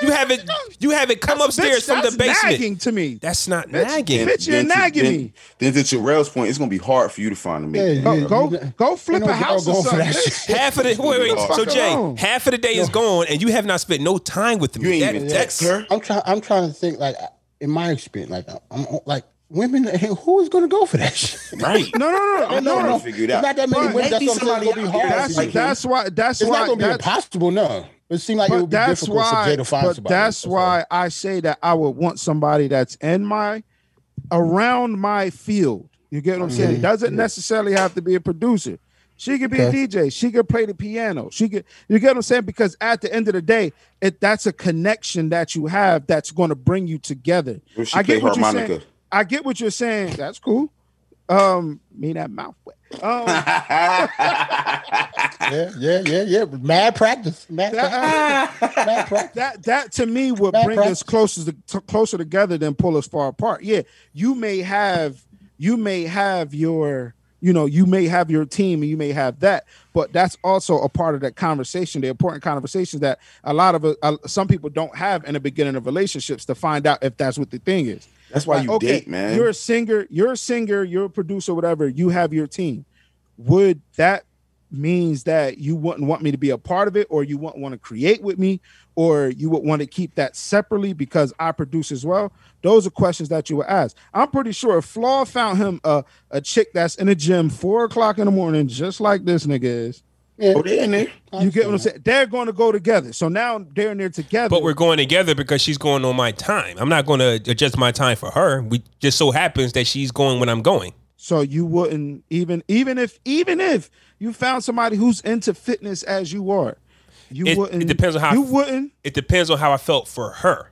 A: you haven't you haven't come upstairs
D: Bitch,
A: from the
D: that's
A: basement.
D: nagging to me.
A: That's not nagging.
D: bitch, you're nagging
E: then,
D: me.
E: Then, to Terrell's point, it's gonna be hard for you to find a mate.
C: Yeah,
D: Go
C: you-
D: go,
C: you-
D: go flip
C: Ain't
D: a
C: no girl
D: house or
C: going for
D: something.
C: that
D: bitch.
C: shit.
A: Half of the wait, wait,
E: Fuck
A: so Jay,
D: alone.
A: half of the day is gone, and you have not spent no time with me.
E: You ain't
A: That-
E: even
A: that's
E: text her.
C: I'm trying. I'm trying to think. Like in my experience, like I'm like women. [LAUGHS] Who is going to go for that shit?
E: Right.
D: No, no, no,
C: [LAUGHS]
D: no,
E: I'm not
D: no.
E: gonna
D: no.
E: figure it
C: It's
E: out.
C: not that many
D: But
C: women. That's
E: maybe
C: what I'm saying.
E: somebody
C: It's gonna be
E: out there
C: hard.
E: that's
C: for
E: like
C: you.
D: That's
E: Like you.
D: that's why. That's
C: it's
D: why.
C: not going to be
D: that's-
C: impossible. No, it seems like it would
D: but
C: be
D: that's
C: difficult for Jay
D: why.
C: to find
D: But
C: somebody.
D: that's why I say that I would want somebody that's in my around my field. You get what I'm saying?
C: Mm-hmm.
D: Doesn't necessarily have to be a producer. She could be
C: Okay.
D: a DJ. She could play the piano. She could. You get what I'm saying? Because at the end of the day, it that's a connection that you have that's going to bring you together.
E: Well, she
D: I get
E: play
D: what you're saying.
E: harmonica.
D: I get what you're saying. That's cool. Um, me that mouth wet. Um,
C: Yeah, yeah, yeah, yeah. Mad practice. Mad practice. Mad practice.
D: uh, [LAUGHS] that that to me would
C: Matt
D: bring
C: Pratt?
D: us closer to, to- closer together than pull us far apart. Yeah, you may have you may have your you know you may have your team and you may have that, but that's also a part of that conversation, the important conversations that a lot of uh, some people don't have in the beginning of relationships to find out if that's what the thing is.
E: That's why
D: Like,
E: you date, man.
D: You're a singer, you're a singer, you're a producer, whatever. You have your team. Would that means that you wouldn't want me to be a part of it, or you wouldn't want to create with me, or you would want to keep that separately because I produce as well? Those are questions that you would ask. I'm pretty sure if Flaw found him a, a chick that's in the gym four o'clock in the morning, just like this nigga is.
C: Yeah.
E: oh, they in there.
D: You get what I'm saying? They're going to go together. So now they're in there together.
A: But we're going together because she's going on my time. I'm not going to adjust my time for her. We just so happens that she's going when I'm going.
D: So you wouldn't even even if even if you found somebody who's into fitness as you are, you
A: It- it
D: wouldn't.
A: depends on how-
D: you wouldn't.
A: It depends on how I felt for her.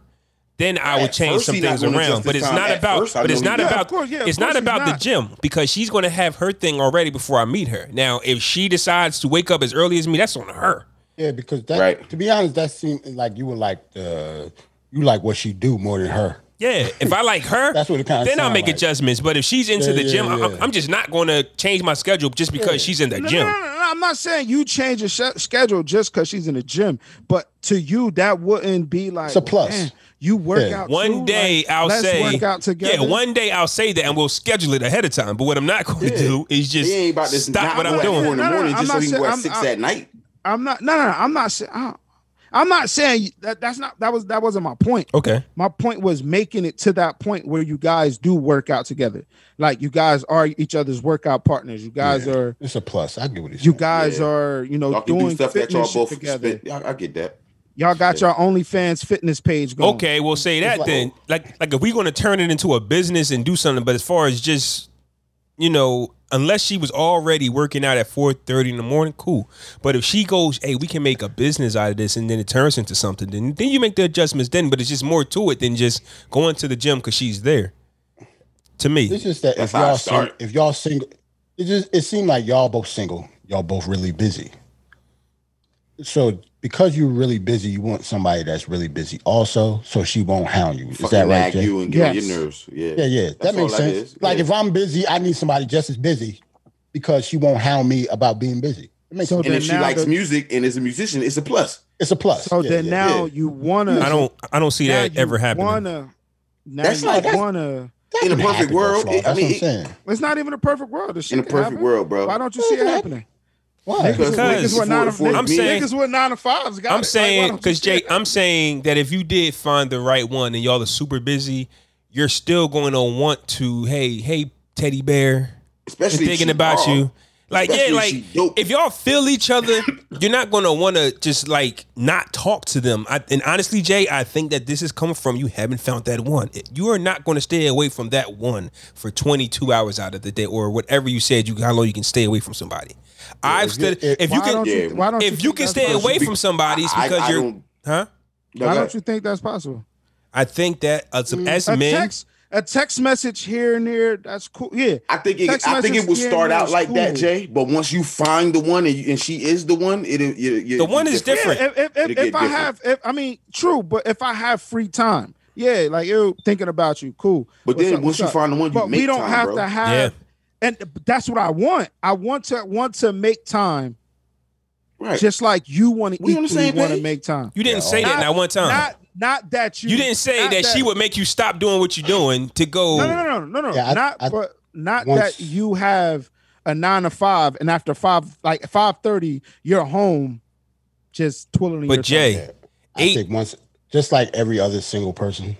A: Then I would
E: At
A: change
E: first,
A: some
E: he not
A: things
E: gonna
A: around,
E: adjust
A: but
E: his
A: it's
E: time.
A: not
E: At
A: about.
E: first, I
A: but
E: know
A: it's
E: he
A: not
E: not.
A: about.
D: Of course, yeah, of
A: it's not
D: course he's
A: about the
D: not.
A: gym because she's going to have her thing already before I meet her. Now, if she decides to wake up as early as me, that's on her.
C: Yeah, because that.
E: Right.
C: To be honest, that seemed like you were like uh, you like what she do more than her.
A: Yeah, if I like
E: [LAUGHS]
A: her,
C: That's what it kinda
A: then I'll
C: sound
A: make
C: like.
A: adjustments. But if she's into
C: Yeah,
A: the
C: yeah,
A: gym, I-
C: yeah.
A: I'm, I'm just not going to change my schedule just because she's in the
D: No, no,
A: gym.
D: no, no, no, I'm not saying you change your sh- schedule just because she's in the gym, but to you that wouldn't be like
C: It's a plus.
D: "Man, you work
C: Yeah.
D: out
A: One
D: too?
A: day
D: Like,
A: I'll
D: let's
A: say,
D: work out together.
A: yeah, one day I'll say that, and we'll schedule it ahead of time. But what I'm not going to do is just
E: He ain't about to
A: stop
E: knock
A: what
E: you
A: I'm
E: at
A: doing.
E: Four in the
D: No, no,
E: morning
D: I'm
E: just so
D: not
E: he can go
D: saying-
E: at
D: I'm-
E: six
D: I'm-
E: at night.
D: I'm not. No, no, no, I'm not saying. I don't- I'm not saying that that's not that was that wasn't my point.
A: Okay.
D: My point was making it to that point where you guys do work out together. Like you guys are each other's workout partners. You guys
C: Yeah.
D: are
C: It's a plus. I get what it's
D: you guys
E: Yeah.
D: are, you know,
E: Y'all can
D: doing
E: do stuff that y'all
D: fitness shit
E: both
D: together.
E: spit. I, I get that.
D: Y'all got your OnlyFans fitness page going.
A: Okay, well, say that
C: like-
A: then. Like, like if we're going to turn it into a business and do something, but as far as just, you know, unless she was already working out at four thirty in the morning, cool. But if she goes, hey, we can make a business out of this, and then it turns into something, then then you make the adjustments then. But it's just more to it than just going to the gym because she's there. To me,
C: It's just that
E: That's
C: if
E: how I
C: y'all sing,
E: start.
C: if y'all single, it just it seemed like y'all both single. Y'all both really busy. So because you're really busy, you want somebody that's really busy also, so she won't hound you. Is
E: Fucking
C: that right?
E: nag
C: Jay?
E: you and get on
D: Yes.
E: your nerves. Yeah.
C: Yeah, yeah, that
E: That's
C: makes
E: all
C: sense.
E: is.
C: Like
E: Yeah.
C: if I'm busy, I need somebody just as busy because she won't hound me about being busy. It makes
D: So
C: sense.
E: and
D: then
E: if she
D: now
E: likes
D: the-
E: music and is a musician, it's a plus.
C: It's a plus.
D: So
C: Yeah,
D: then
C: yeah.
D: now
E: yeah.
D: you wanna
A: I don't, I don't see
D: now
A: that
D: you
A: ever happening.
D: Wanna, now
E: That's
D: you
E: like- that's-
D: wanna
C: That
E: in a
C: can
E: perfect
C: happen, though,
E: world,
C: Flaw.
E: it- I
C: that's
E: mean,
C: what
E: it-
C: I'm saying.
D: it's not even a perfect world. This shit
E: In a
D: could
E: perfect
D: happen.
E: world, bro.
D: Why don't you see it happening?
C: Why?
D: Niggas,
A: Because
D: niggas were nine.
E: before-
A: I'm
D: niggas,
A: saying-
D: niggas were nine to fives. Got it.
A: I'm
D: Like, why
A: saying
D: don't you
A: because
D: see it
A: Jay, I'm saying that if you did find the right one and y'all are super busy, you're still going to want to. Hey, hey, teddy bear, been
E: Especially if
A: thinking
E: she
A: about
E: raw.
A: you. Like
E: Especially
A: yeah,
E: if
A: like
E: she dope.
A: if y'all feel each other, you're not gonna want to just like not talk to them. I, and honestly, Jay, I think that this is coming from you haven't found that one. You are not going to stay away from that one for 22 hours out of the day or whatever you said. You how long you can stay away from somebody. I've
C: if you-
A: said
C: if-
A: if you
D: Why don't
A: can
E: Yeah.
D: why don't
A: if you
D: think
A: can
D: that's
A: stay
D: possible?
A: away from somebody, it's
E: I-
A: because
E: I
A: you're
E: don't-
A: huh.
E: No,
D: Why
E: go
D: don't
E: ahead.
D: you think that's possible? Mm.
A: I think that as, as
D: A
A: men,
D: text, a text message here and there. That's cool. Yeah,
E: I think it,
D: Text
E: I think it
D: message
E: will
D: here and
E: start
D: there
E: out
D: is
E: like that,
D: cool.
E: Jay. But once you find the one and, you, and she is the one, it, it, it,
A: The one is
D: Yeah,
A: different.
D: if, if, if,
E: It'll get
D: if I
E: different.
D: have, if, I mean, true. But if I have free time, yeah, like you thinking about you, cool.
E: But
D: What's
E: then
D: up,
E: once
D: what's
E: you
D: up?
E: find the one, you
D: but
E: make
D: we don't
E: time,
D: have
E: bro.
D: to have, and that's what I want. I want to want to make time,
E: Right.
D: just like you want to
E: We on the
D: equally
E: same
D: want to
E: page?
D: make time.
A: you didn't say that
D: Not-
A: not one time.
D: Not not that you
A: you didn't say
D: not
A: that, she would make you stop doing what you're doing to go.
D: No, no, no, no, no, no.
C: Yeah, I-
D: not
C: I-
D: but not
C: once-
D: that you have a nine to five, and after five, like five thirty, you're home, just twiddling.
A: But
D: your
A: Jay,
D: thumbs.
C: I think once, just like every other single person,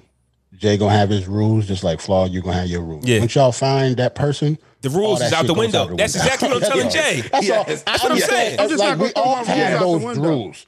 C: Jay gonna have his rules, just like Flaw, you gonna have your rules.
A: Yeah.
C: Once y'all find that person,
A: the rules
C: all
A: is
C: that
A: out
C: shit
A: the
C: goes
A: window.
C: out the
A: That's
C: window.
A: exactly what
C: [LAUGHS]
A: I'm telling Jay.
C: that's all.
E: Yes.
A: That's what I'm saying.
D: I'm just
C: like,
D: not gonna
C: we
D: throw my
C: all
D: rules out
C: have
D: the
C: those
D: window.
C: rules.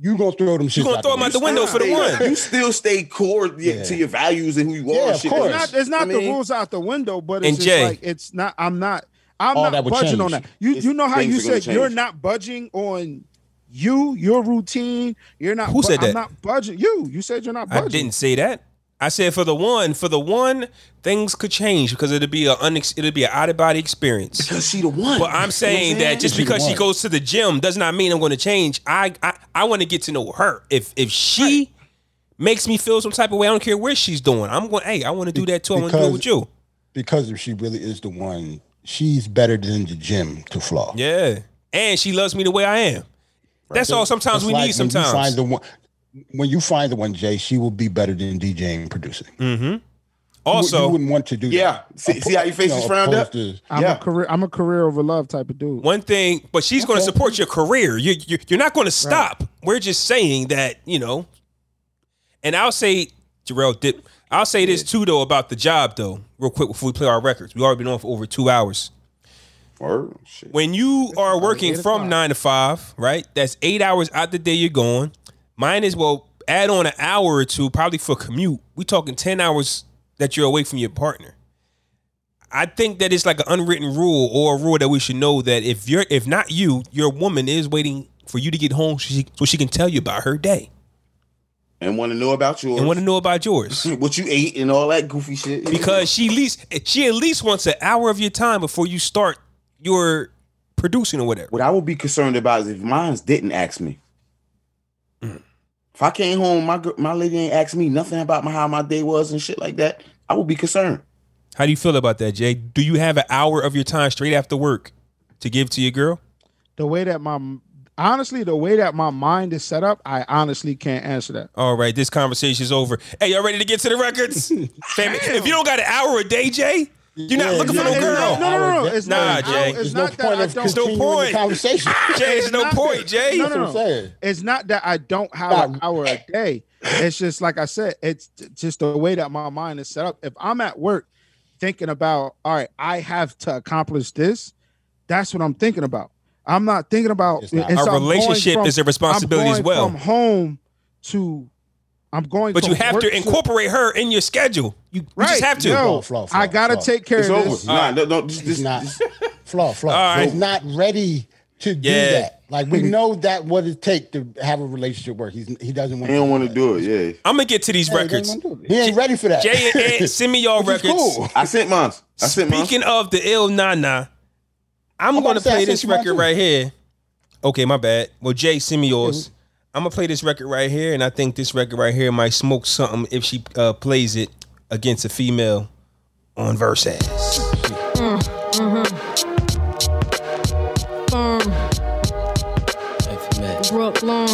C: You gonna throw them shit?
A: You gonna throw them out the window for the
E: Stay-
A: one.
E: You still stay core yeah,
C: Yeah.
E: to your values and who you are.
C: Yeah,
E: and
C: of
E: shit.
C: course.
D: it's not it's not
E: I
D: the
E: mean,
D: rules out the window, but it's
A: And
D: just
A: Jay.
D: like it's not. I'm not. I'm
C: All that
D: not
C: would
D: budging on
C: change.
D: that. You
E: It's-
D: you know how
E: things
D: you
E: are gonna
D: said you're
E: change.
D: not budging on you your routine. You're not.
A: Who said that?
D: I'm not budging you. You said you're not budging.
A: I didn't say that. I said for the one, for the one, things could change because it'll be a unex- it'll be an out of body experience.
E: Cause she the one.
A: But I'm saying that just
C: She
A: because she
C: won.
A: goes to the gym does not mean I'm going to change. I I, I want to get to know her. If if she makes me feel some type of way, I don't care where she's doing. I'm going. Hey, I want to do that too. I want to do it
C: because-
A: with you.
C: because if she really is the one, she's better than the gym to Flaw.
A: Yeah, and she loves me the way I am. That's all. Sometimes
C: Just
A: we
C: like
A: need.
C: when you
A: Sometimes
C: find the one. When you find the one, Jay, she will be better than DJing and producing. You wou- you,
A: Mm-hmm. also.
C: wouldn't want to do
E: Yeah.
C: that.
E: See- see how your face is frowned up?
C: opposed to-
D: I'm
E: Yeah.
D: a career. I'm a career over love type of dude.
A: one thing, but she's going to
C: Okay.
A: support your career. You, you you're not going to stop. We're just saying that you know. And I'll say, Jarrell, dip. I'll say this too though about the job though, real quick before we play our records. We already been on for over two hours.
E: Word. Shit.
A: When you are working
D: eight to
A: from
D: five.
A: nine to five, right? That's eight hours out the day you're going. Might as well add on an hour or two, probably for commute. We talking ten hours that you're away from your partner. I think that it's like an unwritten rule or a rule that we should know that if you're if not you, your woman is waiting for you to get home so she, so she can tell you about her day
E: And want to know about yours.
A: and want to know about yours.
E: [LAUGHS] what you ate and all that goofy shit.
A: because she at least she at least wants an hour of your time before you start your producing or whatever.
E: What I would be concerned about is if mine didn't ask me. If I came home, my gir- my lady ain't asked me nothing about my, how my day was and shit like that. I would be concerned.
A: How do you feel about that, Jay? Do you have an hour of your time straight after work to give to your girl?
D: The way that my honestly, the way that my mind is set up, I honestly can't answer that.
A: All
D: [LAUGHS]
A: right, this conversation's over. Hey, y'all ready to get to the records? Fam, if you don't got an hour a day, Jay, You're not
C: Yeah,
A: looking
C: yeah,
A: for no
C: it's
A: girl.
C: not-
D: No, no, no,
C: Nah,
D: It's not.
A: Jay.
D: It's
C: There's no
D: not that
C: point
D: I
C: of
D: don't.
A: There's no
C: continuing the
A: point.
C: conversation.
A: [LAUGHS] Jay, it's no
D: not
A: point,
D: that-
A: Jay.
D: No,
C: That's
D: no,
C: what I'm
D: no.
C: saying.
D: It's not that I don't have an
C: Stop.
D: hour a day. It's just like I said, it's t- just the way that my mind is set up. If I'm at work thinking about, all right, I have to accomplish this, that's what I'm thinking about. I'm not thinking about
C: It's not.
D: and so
A: a
D: I'm going
A: relationship
D: from-
A: is a responsibility
D: I'm
A: as
D: going
A: well.
D: From home to, I'm going.
A: But
D: from
A: you have
D: work
A: to incorporate her in your schedule. You, you just
D: Right,
A: have to.
D: yo.
C: Flaw, flaw, flaw,
D: I gotta
C: flaw.
D: take care
E: It's
D: of
E: over.
D: this.
E: Nah, no, no. This,
C: He's
E: this,
C: not
E: this-
C: flaw, flaw.
A: All right.
C: He's not ready to do
A: Yeah. Mm-hmm.
C: that. Like we know that what it takes to have a relationship work. He's he doesn't want.
E: they don't want to do it. Yeah,
A: I'm gonna get to these
C: He,
A: records.
C: doesn't wanna do it. He ain't ready for that.
A: Jay
E: [LAUGHS]
A: and Ed, send me y'all
C: Which is
A: records.
C: cool.
E: I sent mine. I sent mine.
A: Speaking of the ill Nana, I'm,
C: I'm
A: gonna
C: about to say,
A: play
C: I sent
A: this
C: you mine
A: record
C: too. Mm-hmm.
A: right here. Okay, my bad. Well, Jay, send me yours. I'm gonna play this record right here, and I think this record right here might smoke something if she uh, plays it against a female on Versus.
D: Mm, mm-hmm.
H: Brooklyn.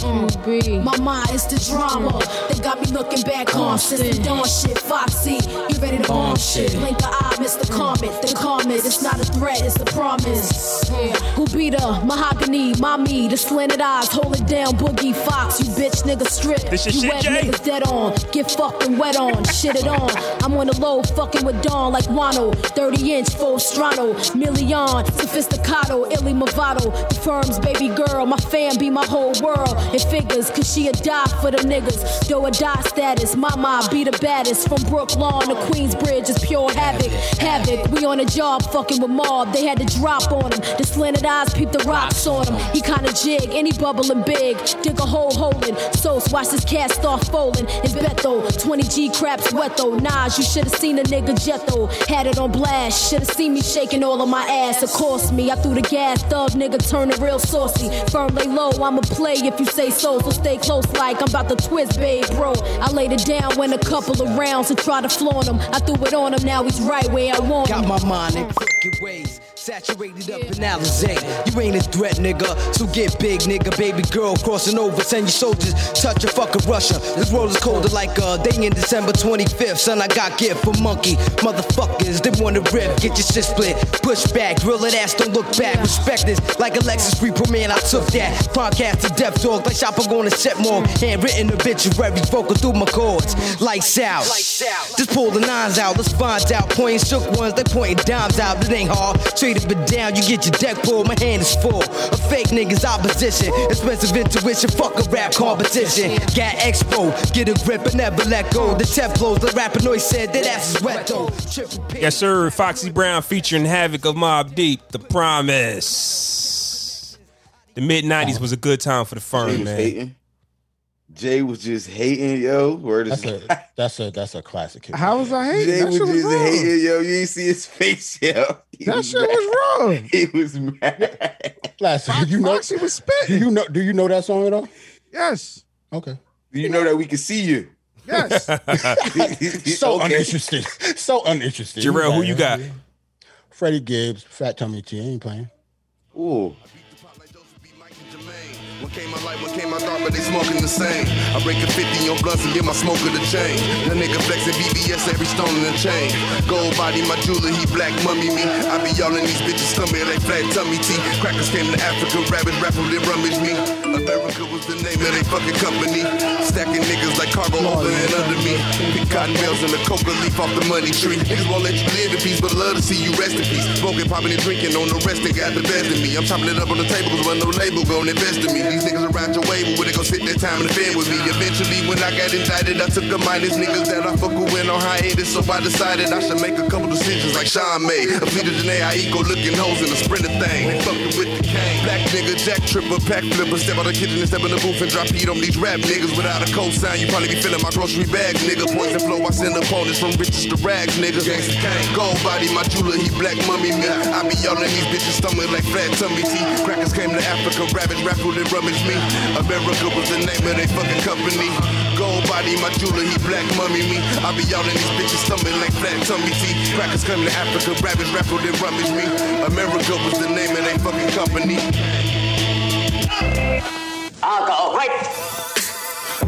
H: QB.
I: My mind is the drama. They got me looking back home since the dawn shit. Foxy, you ready to bomb shit? Blink the eye, miss the comment. The comment, it's not a threat, it's a promise. Who be the mahogany, mommy, the slanted eyes, hold it down, boogie fox. You bitch nigga strip.
A: This is
I: you
A: shit,
I: wet
A: Jay.
I: niggas dead on. Get fucking wet on, shit it on. I'm on the low, fucking with Dawn like Wano. 30 inch, full strano. Million, sophisticado, illy Movado. The firm's baby girl, my fam be my whole world. It figures, cause she a die for them niggas. Though a die status, mama be the baddest. From Brooklawn to Queensbridge is pure havoc. Havoc, we on a job fucking with Mob. They had to drop on him. The slanted eyes peep the rocks on him. He kinda jig, any bubbling big. Dig a hole holding. Souls, watch this cat start folding. It's Beto, 20G craps wet though. Nas, you should've seen a nigga jet though. Had it on blast, should've seen me shaking all of my ass. Of course, me, I threw the gas, thug nigga turning real saucy. Firm lay low, I'ma play if you say so. So stay close like I'm about to twist, babe, bro. I laid it down, went a couple of rounds and tried to flaunt him. I threw it on him, now he's right where I want him.
G: Got my mind in crooked ways, saturated up in Alizé. You ain't a threat, nigga, so get big, nigga. Baby girl crossing over, send your soldiers, touch a fucking Russia. This world is colder like a day in December 25th. Son, I got gift for monkey. Motherfuckers, they wanna rip, get your shit split. Push back, real it ass, don't look back. Respect this, like Alexis Reaper, man, I took that. Podcast to Death Dog, like shopper going to set more. Handwritten obituary, vocal through my chords. Lights out. Just pull the nines out, let's find out. Pointing shook ones, they pointing dimes out. It ain't hard. Treated but down, you get your deck pulled. My hand is full of fake niggas' opposition. Expensive intuition, fuck a rap competition. Got expo, get a grip and never let go. The Teflos, the rapper noise said that ass is wet though. Triple P.
A: Yes, sir. Foxy Brown featuring Havoc of Mob Deep, The Promise. The mid '90s was a good time for the
E: Jay
A: firm,
E: Oh. was
A: man.
E: hating. Jay was just hating, [LAUGHS] yo. Word is
C: That's
E: [LAUGHS]
C: a that's a that's a classic. hit.
D: How was I hating?
E: Jay
D: That
E: was
D: shit was
E: just
D: wrong.
E: hating, yo. You ain't see his face, yo. He
D: That
E: was
D: shit
E: mad.
D: was wrong.
E: [LAUGHS] He was mad.
C: classic? You know,
D: Foxy was
C: do
D: spitting.
C: you know, do you know that song at all?
D: Yes,
C: Okay.
E: Do you know that we can see you? [LAUGHS]
D: yes.
C: So
E: Okay.
C: uninterested. So uninterested.
A: Jarrell, who
C: Like,
A: you got?
C: Freddie Gibbs, Fat Tommy T. Ain't playing.
E: Ooh.
F: One came my life, one came my thought, but they smoking the same. I break a 50 on blunts and get my smoker the chain. That nigga flexing BBS every stone in the chain. Gold body, my jeweler, he black mummy me. I be y'all in these bitches stomach like flat tummy tea. Crackers came to Africa, rabbit raffle, they rummage me. America was the name of they fucking company. Stacking niggas like cargo over and under me. Pick cotton bales and a coca leaf off the money tree. Niggas won't let you live in peace, but love to see you rest in peace. Smoking, popping, and drinking on the rest, they got the best of me. I'm chopping it up on the table, cause when no label gon' invest in me. These niggas around your way, but when they gon' sit their time in the bed with me. Eventually, when I got indicted, I took a minus niggas that I fuck with went on hiatus. So I decided I should make a couple decisions like Sean made. A Peter Janae, I eco looking hoes in a sprinter thing. Fucking with the cane. Black nigga, jack tripper, pack flipper. Step out the kitchen and step in the booth and drop heat on these rap niggas. Without a cosign, you probably be filling my grocery bags, nigga. Poison flow, I send opponents from riches to rags, nigga. Gangsta Kane. Gold body, my jeweler, he black mummy me. I be yelling these bitches stomach like flat tummy tea. Crackers came to Africa, rabbit raffled and rummaged me. America was the name of they fucking company. Gold body, my jeweler, he black mummy me. I be yelling these bitches stomach like flat tummy tea. Crackers came to Africa, rabbit raffled and rummaged me. America was the name of they fucking company.
J: I'll go right.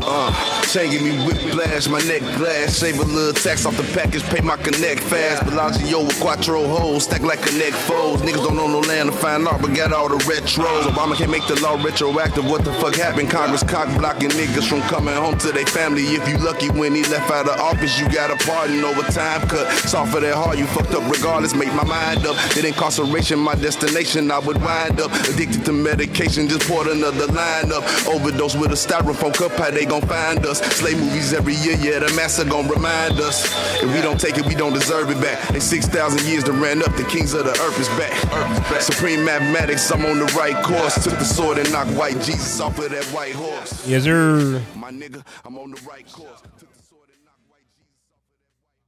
F: Uh, taking me whiplash, my neck glass. Save a little tax off the package, pay my connect fast. Bellagio with quattro holes, stack like connect foes. Niggas don't own no land to find out, but got all the retros. Obama can't make the law retroactive. What the fuck happened? Congress cock blocking niggas from coming home to their family. If you lucky when he left out of office, you got a pardon over time cut. Soft for that heart, you fucked up regardless. Make my mind up. Then incarceration, my destination, I would wind up. Addicted to medication, just poured another line up. Overdose with a styrofoam cup, how they gon' find us? Slave movies every year, yeah, the master gon' remind us. If we don't take it, we don't deserve it back. In 6,000 years that ran up, the kings of the earth is back. Supreme mathematics, I'm on the right course. Took the sword and knocked white Jesus off of that white horse.
A: Yes, sir.
F: My nigga, I'm on the right course. Took the sword and knocked white Jesus off of that white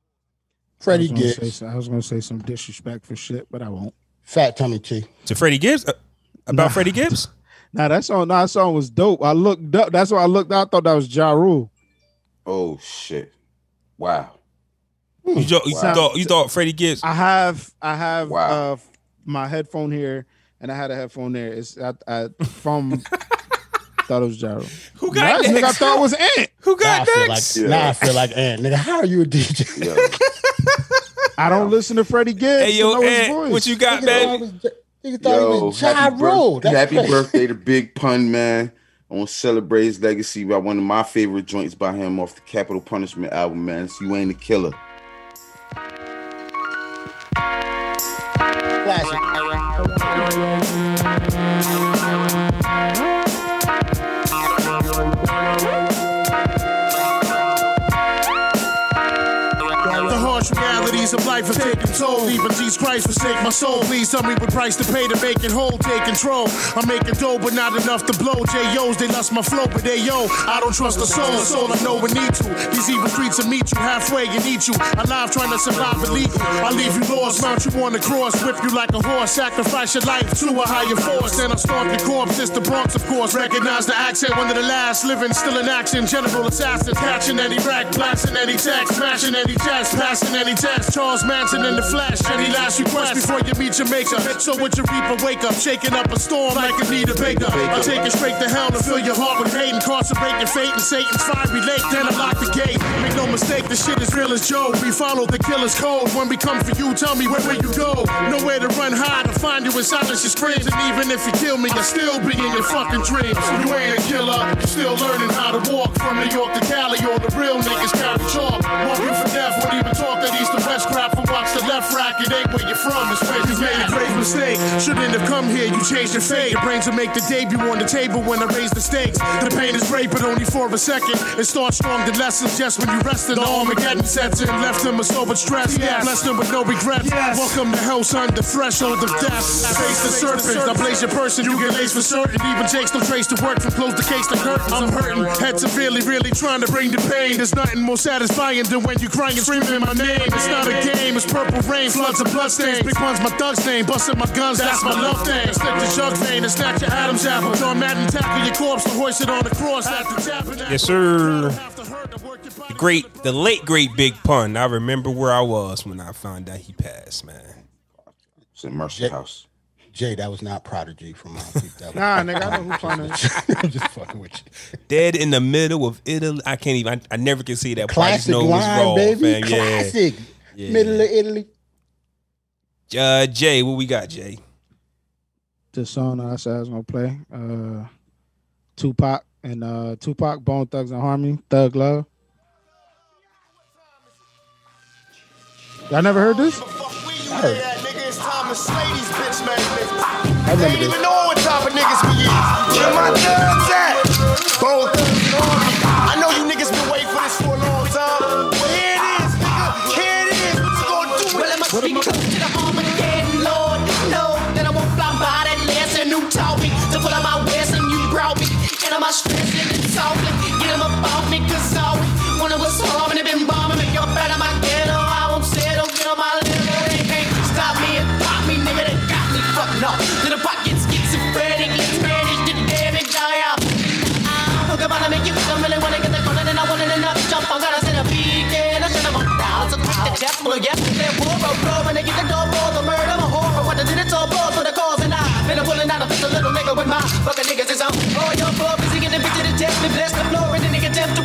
F: horse.
C: Freddie
D: was gonna say
C: Gibbs,
D: some- I was gonna say some disrespectful shit, but I won't.
C: Fat Tummy T.
A: To Freddie Gibbs? Uh, about
D: Nah.
A: Freddie Gibbs?
D: Now that song, [LAUGHS] nah, that song was dope. I looked up. That's why I looked. up, I thought that was Ja Rule.
E: Oh shit! Wow.
A: You, jo- you thought, you thought Freddie Gibbs?
D: I have, I have
E: Wow.
D: uh, my headphone here, and I had a headphone there. It's I, I
A: [LAUGHS]
D: from. thought it was Ja Rule.
A: Who
D: Nah,
A: got
D: this nigga I
A: next?
D: thought it was Ant.
A: Who
C: Now I
A: got
C: feel like,
A: next?
E: Yeah.
C: now I feel like Ant. Nigga, how are you a DJ?
E: Yo,
D: I don't listen to Freddie Gibbs.
A: Hey, yo,
D: I know his
A: Ed,
D: voice.
A: what you got,
C: Nigga thought he
A: man?
C: was Ja- Nigga thought he
E: yo
C: was Ja
E: happy, birth-
C: Rule. That's
E: happy
C: crazy.
E: birthday to Big Pun, man. I want to celebrate his legacy by one of my favorite joints by him off the Capital Punishment album, man. It's You Ain't a Killer.
C: Classic.
J: The harsh realities of life have taken toll. Even Jesus Christ forsake my soul. Please tell me what price to pay to make it whole. Take control. I'm making dough, but not enough to blow. J.O.'s, they lost my flow, but they yo. I don't trust the soul. The soul I know we need to. These evil creatures meet you halfway and eat you. Alive trying to survive illegal. I leave you lost, mount you on the cross, whip you like a horse. Sacrifice your life to a higher force. Then I stomp your corpse. It's the Bronx, of course. Recognize the accent, one of the last living, still in action. General assassin, catching any rack, blasting any text, smashing any text, passing any text. Charles Manson in the flesh, any last request before you meet your maker. So would you reap a wake up, shaking up a storm like Anita Baker? I take it straight to hell to fill your heart with hate, incarcerate your fate in Satan's fiery lake. Then I lock the gate. Make no mistake, the shit is real as Joe. We follow the killer's code. When we come for you, tell me where will you go? Nowhere to run high to find you inside of your screams. And even if you kill me, I'll still be in your fucking dreams. You ain't a killer, you still learning how to walk from New York to Cali. All the real niggas carry chalk. Walking for death, won't even talk that east to west crap. From watch the left rack, it ain't where you're from. It's where you made a grave mistake. Shouldn't have come here, you changed your fate. Your brains will make the debut on the table when I raise the stakes. The pain is great, but only for a second. It starts strong, the lessons just when you rest in the Armageddon sets in. Left them a sober stress, yeah. Blessed them with no regrets. Welcome to hell, son, the threshold of death. Face the serpent, I blaze your person, you get laced for certain. Even takes no trace to work from close the case to curtains. I'm hurting, head severely, really trying to bring the pain. There's nothing more satisfying than when you crying and screaming my name. It's not a game, it's purple rain, floods and bloodstains. Big one's my thug's name, busting my guns, that's my love thing. Stick the jug vein and snatch your Adam's apple. John Madden tackle your corpse to hoist it on the cross at the tabernacle.
A: Yes, sir.
J: After hurt, to work your body-
A: Great, the late great Big Pun. I remember where I was when I found out he passed, man.
E: It's in Mercy House.
C: Jay, that was not Prodigy from my people. That was-
D: Nah, nigga, I know who Pun is.
C: I'm just fucking with you.
A: [LAUGHS] Dead in the middle of Italy. I can't even. I, I never can see that. part. I just
C: Classic
A: know it was
C: line,
A: raw,
C: baby.
A: fam.
C: Classic.
A: [LAUGHS] Yeah.
C: Middle of Italy.
A: Yeah. Uh, Jay, what we got, Jay?
D: the song I said I was gonna play. Uh Tupac and uh Tupac, Bone Thugs and Harmony, Thug Love. Y'all never heard this?
C: I heard it. I
J: They
C: remember
J: ain't even
C: this.
J: know what type of niggas we is. Where my thugs at? Both thugs and army. I know you niggas been waiting for this for a long time. Well, here it is, nigga. Here it is. What you gonna do with
K: Well, I must be close to the home of the dead and Lord. Know that I won't fly by that lesson who taught me to put on my wisdom you brought me. And I'm stressing and talking. Get them about me, cause all we wanted was harm and they been bombing me. Up out of my ghetto, I won't settle. Get on my level, they can't stop me and pop me, nigga. They got me fucking up. Little pockets schizophrenic, let's manage the damage. I am. I'm gonna make you feel I really wanna get the corner and I want it enough. Jump on, gotta send a beat, and I should have a down. So quick to death, well, yes, they're poor, bro, bro. When they get the door, bro, the murder, I'm a horror. What I did, it's all balls for the cause, and I been a pulling out of this little nigga with my fucking niggas is on. Oh, your poor, busy getting bitch to the death, and bless the floor, and then nigga tempt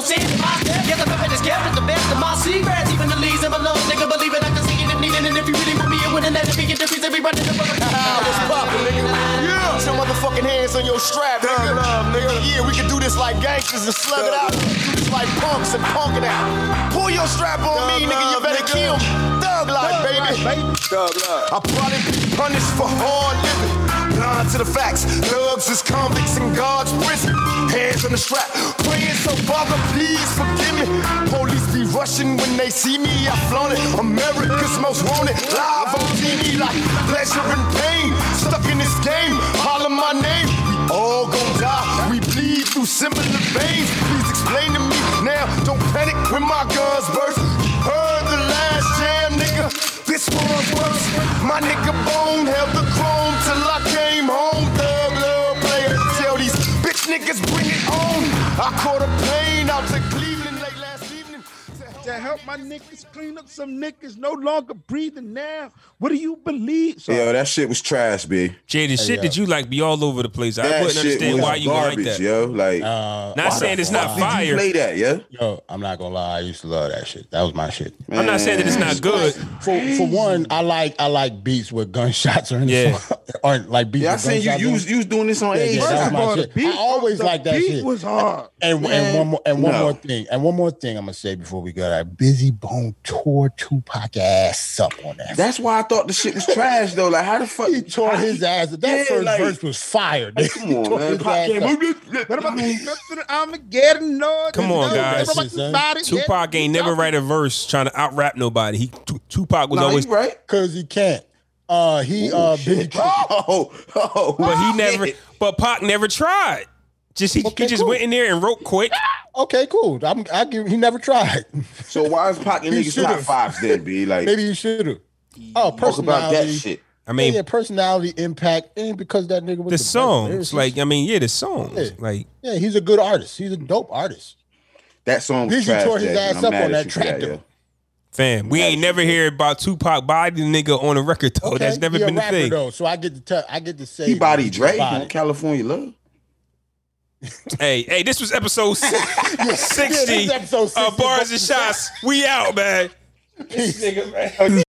K: sin in my step. Yes, I'm prepared to scare with the best of my secrets. Even the leaves in my lungs, nigga, believe it. I can see it if needed. And if you really want me, it wouldn't let it be. Get the reason we run into the
L: [LAUGHS] What's poppin', nigga?
K: [LAUGHS]
L: Yeah. Put your motherfucking hands on your strap, nigga. nigga. Yeah, we can do this like gangsters and slug it out. Do this like punks and punk it out. Pull your strap on me, nigga. You better kill me. Thug life, baby. Thug life. I'll probably be punished for hard living. Blind to the facts. Thugs is convicts in God's prison. Hands on the strap. Praying so Father, please forgive me. Police be rushing when they see me. I flaunt it. America's most wanted. Live on TV like pleasure and pain. Stuck in this game. Holler my name. We all gon' die. We bleed through similar veins. Please explain to me now. Don't panic when my guns burst. You heard the last jam, nigga. This one's worse. My nigga Bone held the chrome till I came home. Thug love player. Tell these bitch niggas bring it on. I caught a plane out to Cleveland late last evening.
D: To help my niggas clean up some niggas no longer breathing now. What do you believe? So,
E: Yo, that shit was trash, B.
A: Jay, the shit that you like be all over the place. I wouldn't understand why you like that.
E: yo. Like,
C: Uh,
A: Not saying it's not
E: Did you
A: fire.
E: play that, yeah?
C: Yo, I'm not gonna lie. I used to love that shit. That was my shit.
A: I'm not saying that it's not good.
C: For for one, I like I like beats with gunshots or anything. [LAUGHS] aren't like beats.
E: Yeah, I
C: with
E: seen you.
C: gunshots
E: You
C: in
E: was, you was doing this on
C: Yeah,
E: age.
C: yeah, that's my shit. I always
D: the
C: like that
D: beat
C: shit.
D: was hard.
C: And, and one more and one
E: No.
C: more thing and one more thing I'm gonna say before we go. That busy bone tore Tupac ass up on that.
E: That's why I thought the shit was trash though. Like, how the fuck?
C: he tore his ass. That
E: Yeah,
C: first
E: like-
C: verse was fired. [LAUGHS]
E: Come on, man. Pop came-
D: What about the steps to the Armageddon? No,
A: Come on, guys. Tupac ain't never write a verse trying to out rap nobody. He Tu- Tupac was
E: Nah,
A: always,
E: you right.
C: because he can't. Uh, he uh, busy.
E: Oh, oh,
A: but he never,
E: shit.
A: but Pac never tried. Just he,
C: Okay,
A: he just
C: cool.
A: went in there and wrote quick.
C: Okay, cool. I'm, I give. He never tried.
E: [LAUGHS] So why is Pac and
C: He
E: niggas top
C: should've.
E: fives then? Be like,
C: Maybe he should have. Oh,
E: talk
C: personality.
E: about that shit.
A: I mean,
C: yeah, yeah, personality impact, and because that nigga was
A: the
C: best
A: songs,
C: lyricist.
A: like I mean, yeah, the songs,
C: Yeah.
A: like
C: yeah, he's a good artist. He's a dope artist.
E: That song was
C: Busy
E: trash.
C: tore his
E: Jay,
C: ass
E: and I'm
C: up
E: mad
C: on
E: at
C: that
E: you for
C: track,
E: yo.
C: though.
A: fam. We ain't never hear about Tupac body nigga on a record though. That's
C: Okay?
A: never
C: He a
A: been a
C: rapper,
A: thing.
C: Though, so I get to tell, I get to say
E: He bodied Drake on
C: Body.
E: California Love.
A: Hey, hey, this was
C: [LAUGHS]
A: episode six-
C: Yeah, this
A: 60
C: is episode
A: of
C: 60.
A: Bars and Shots. We out, man.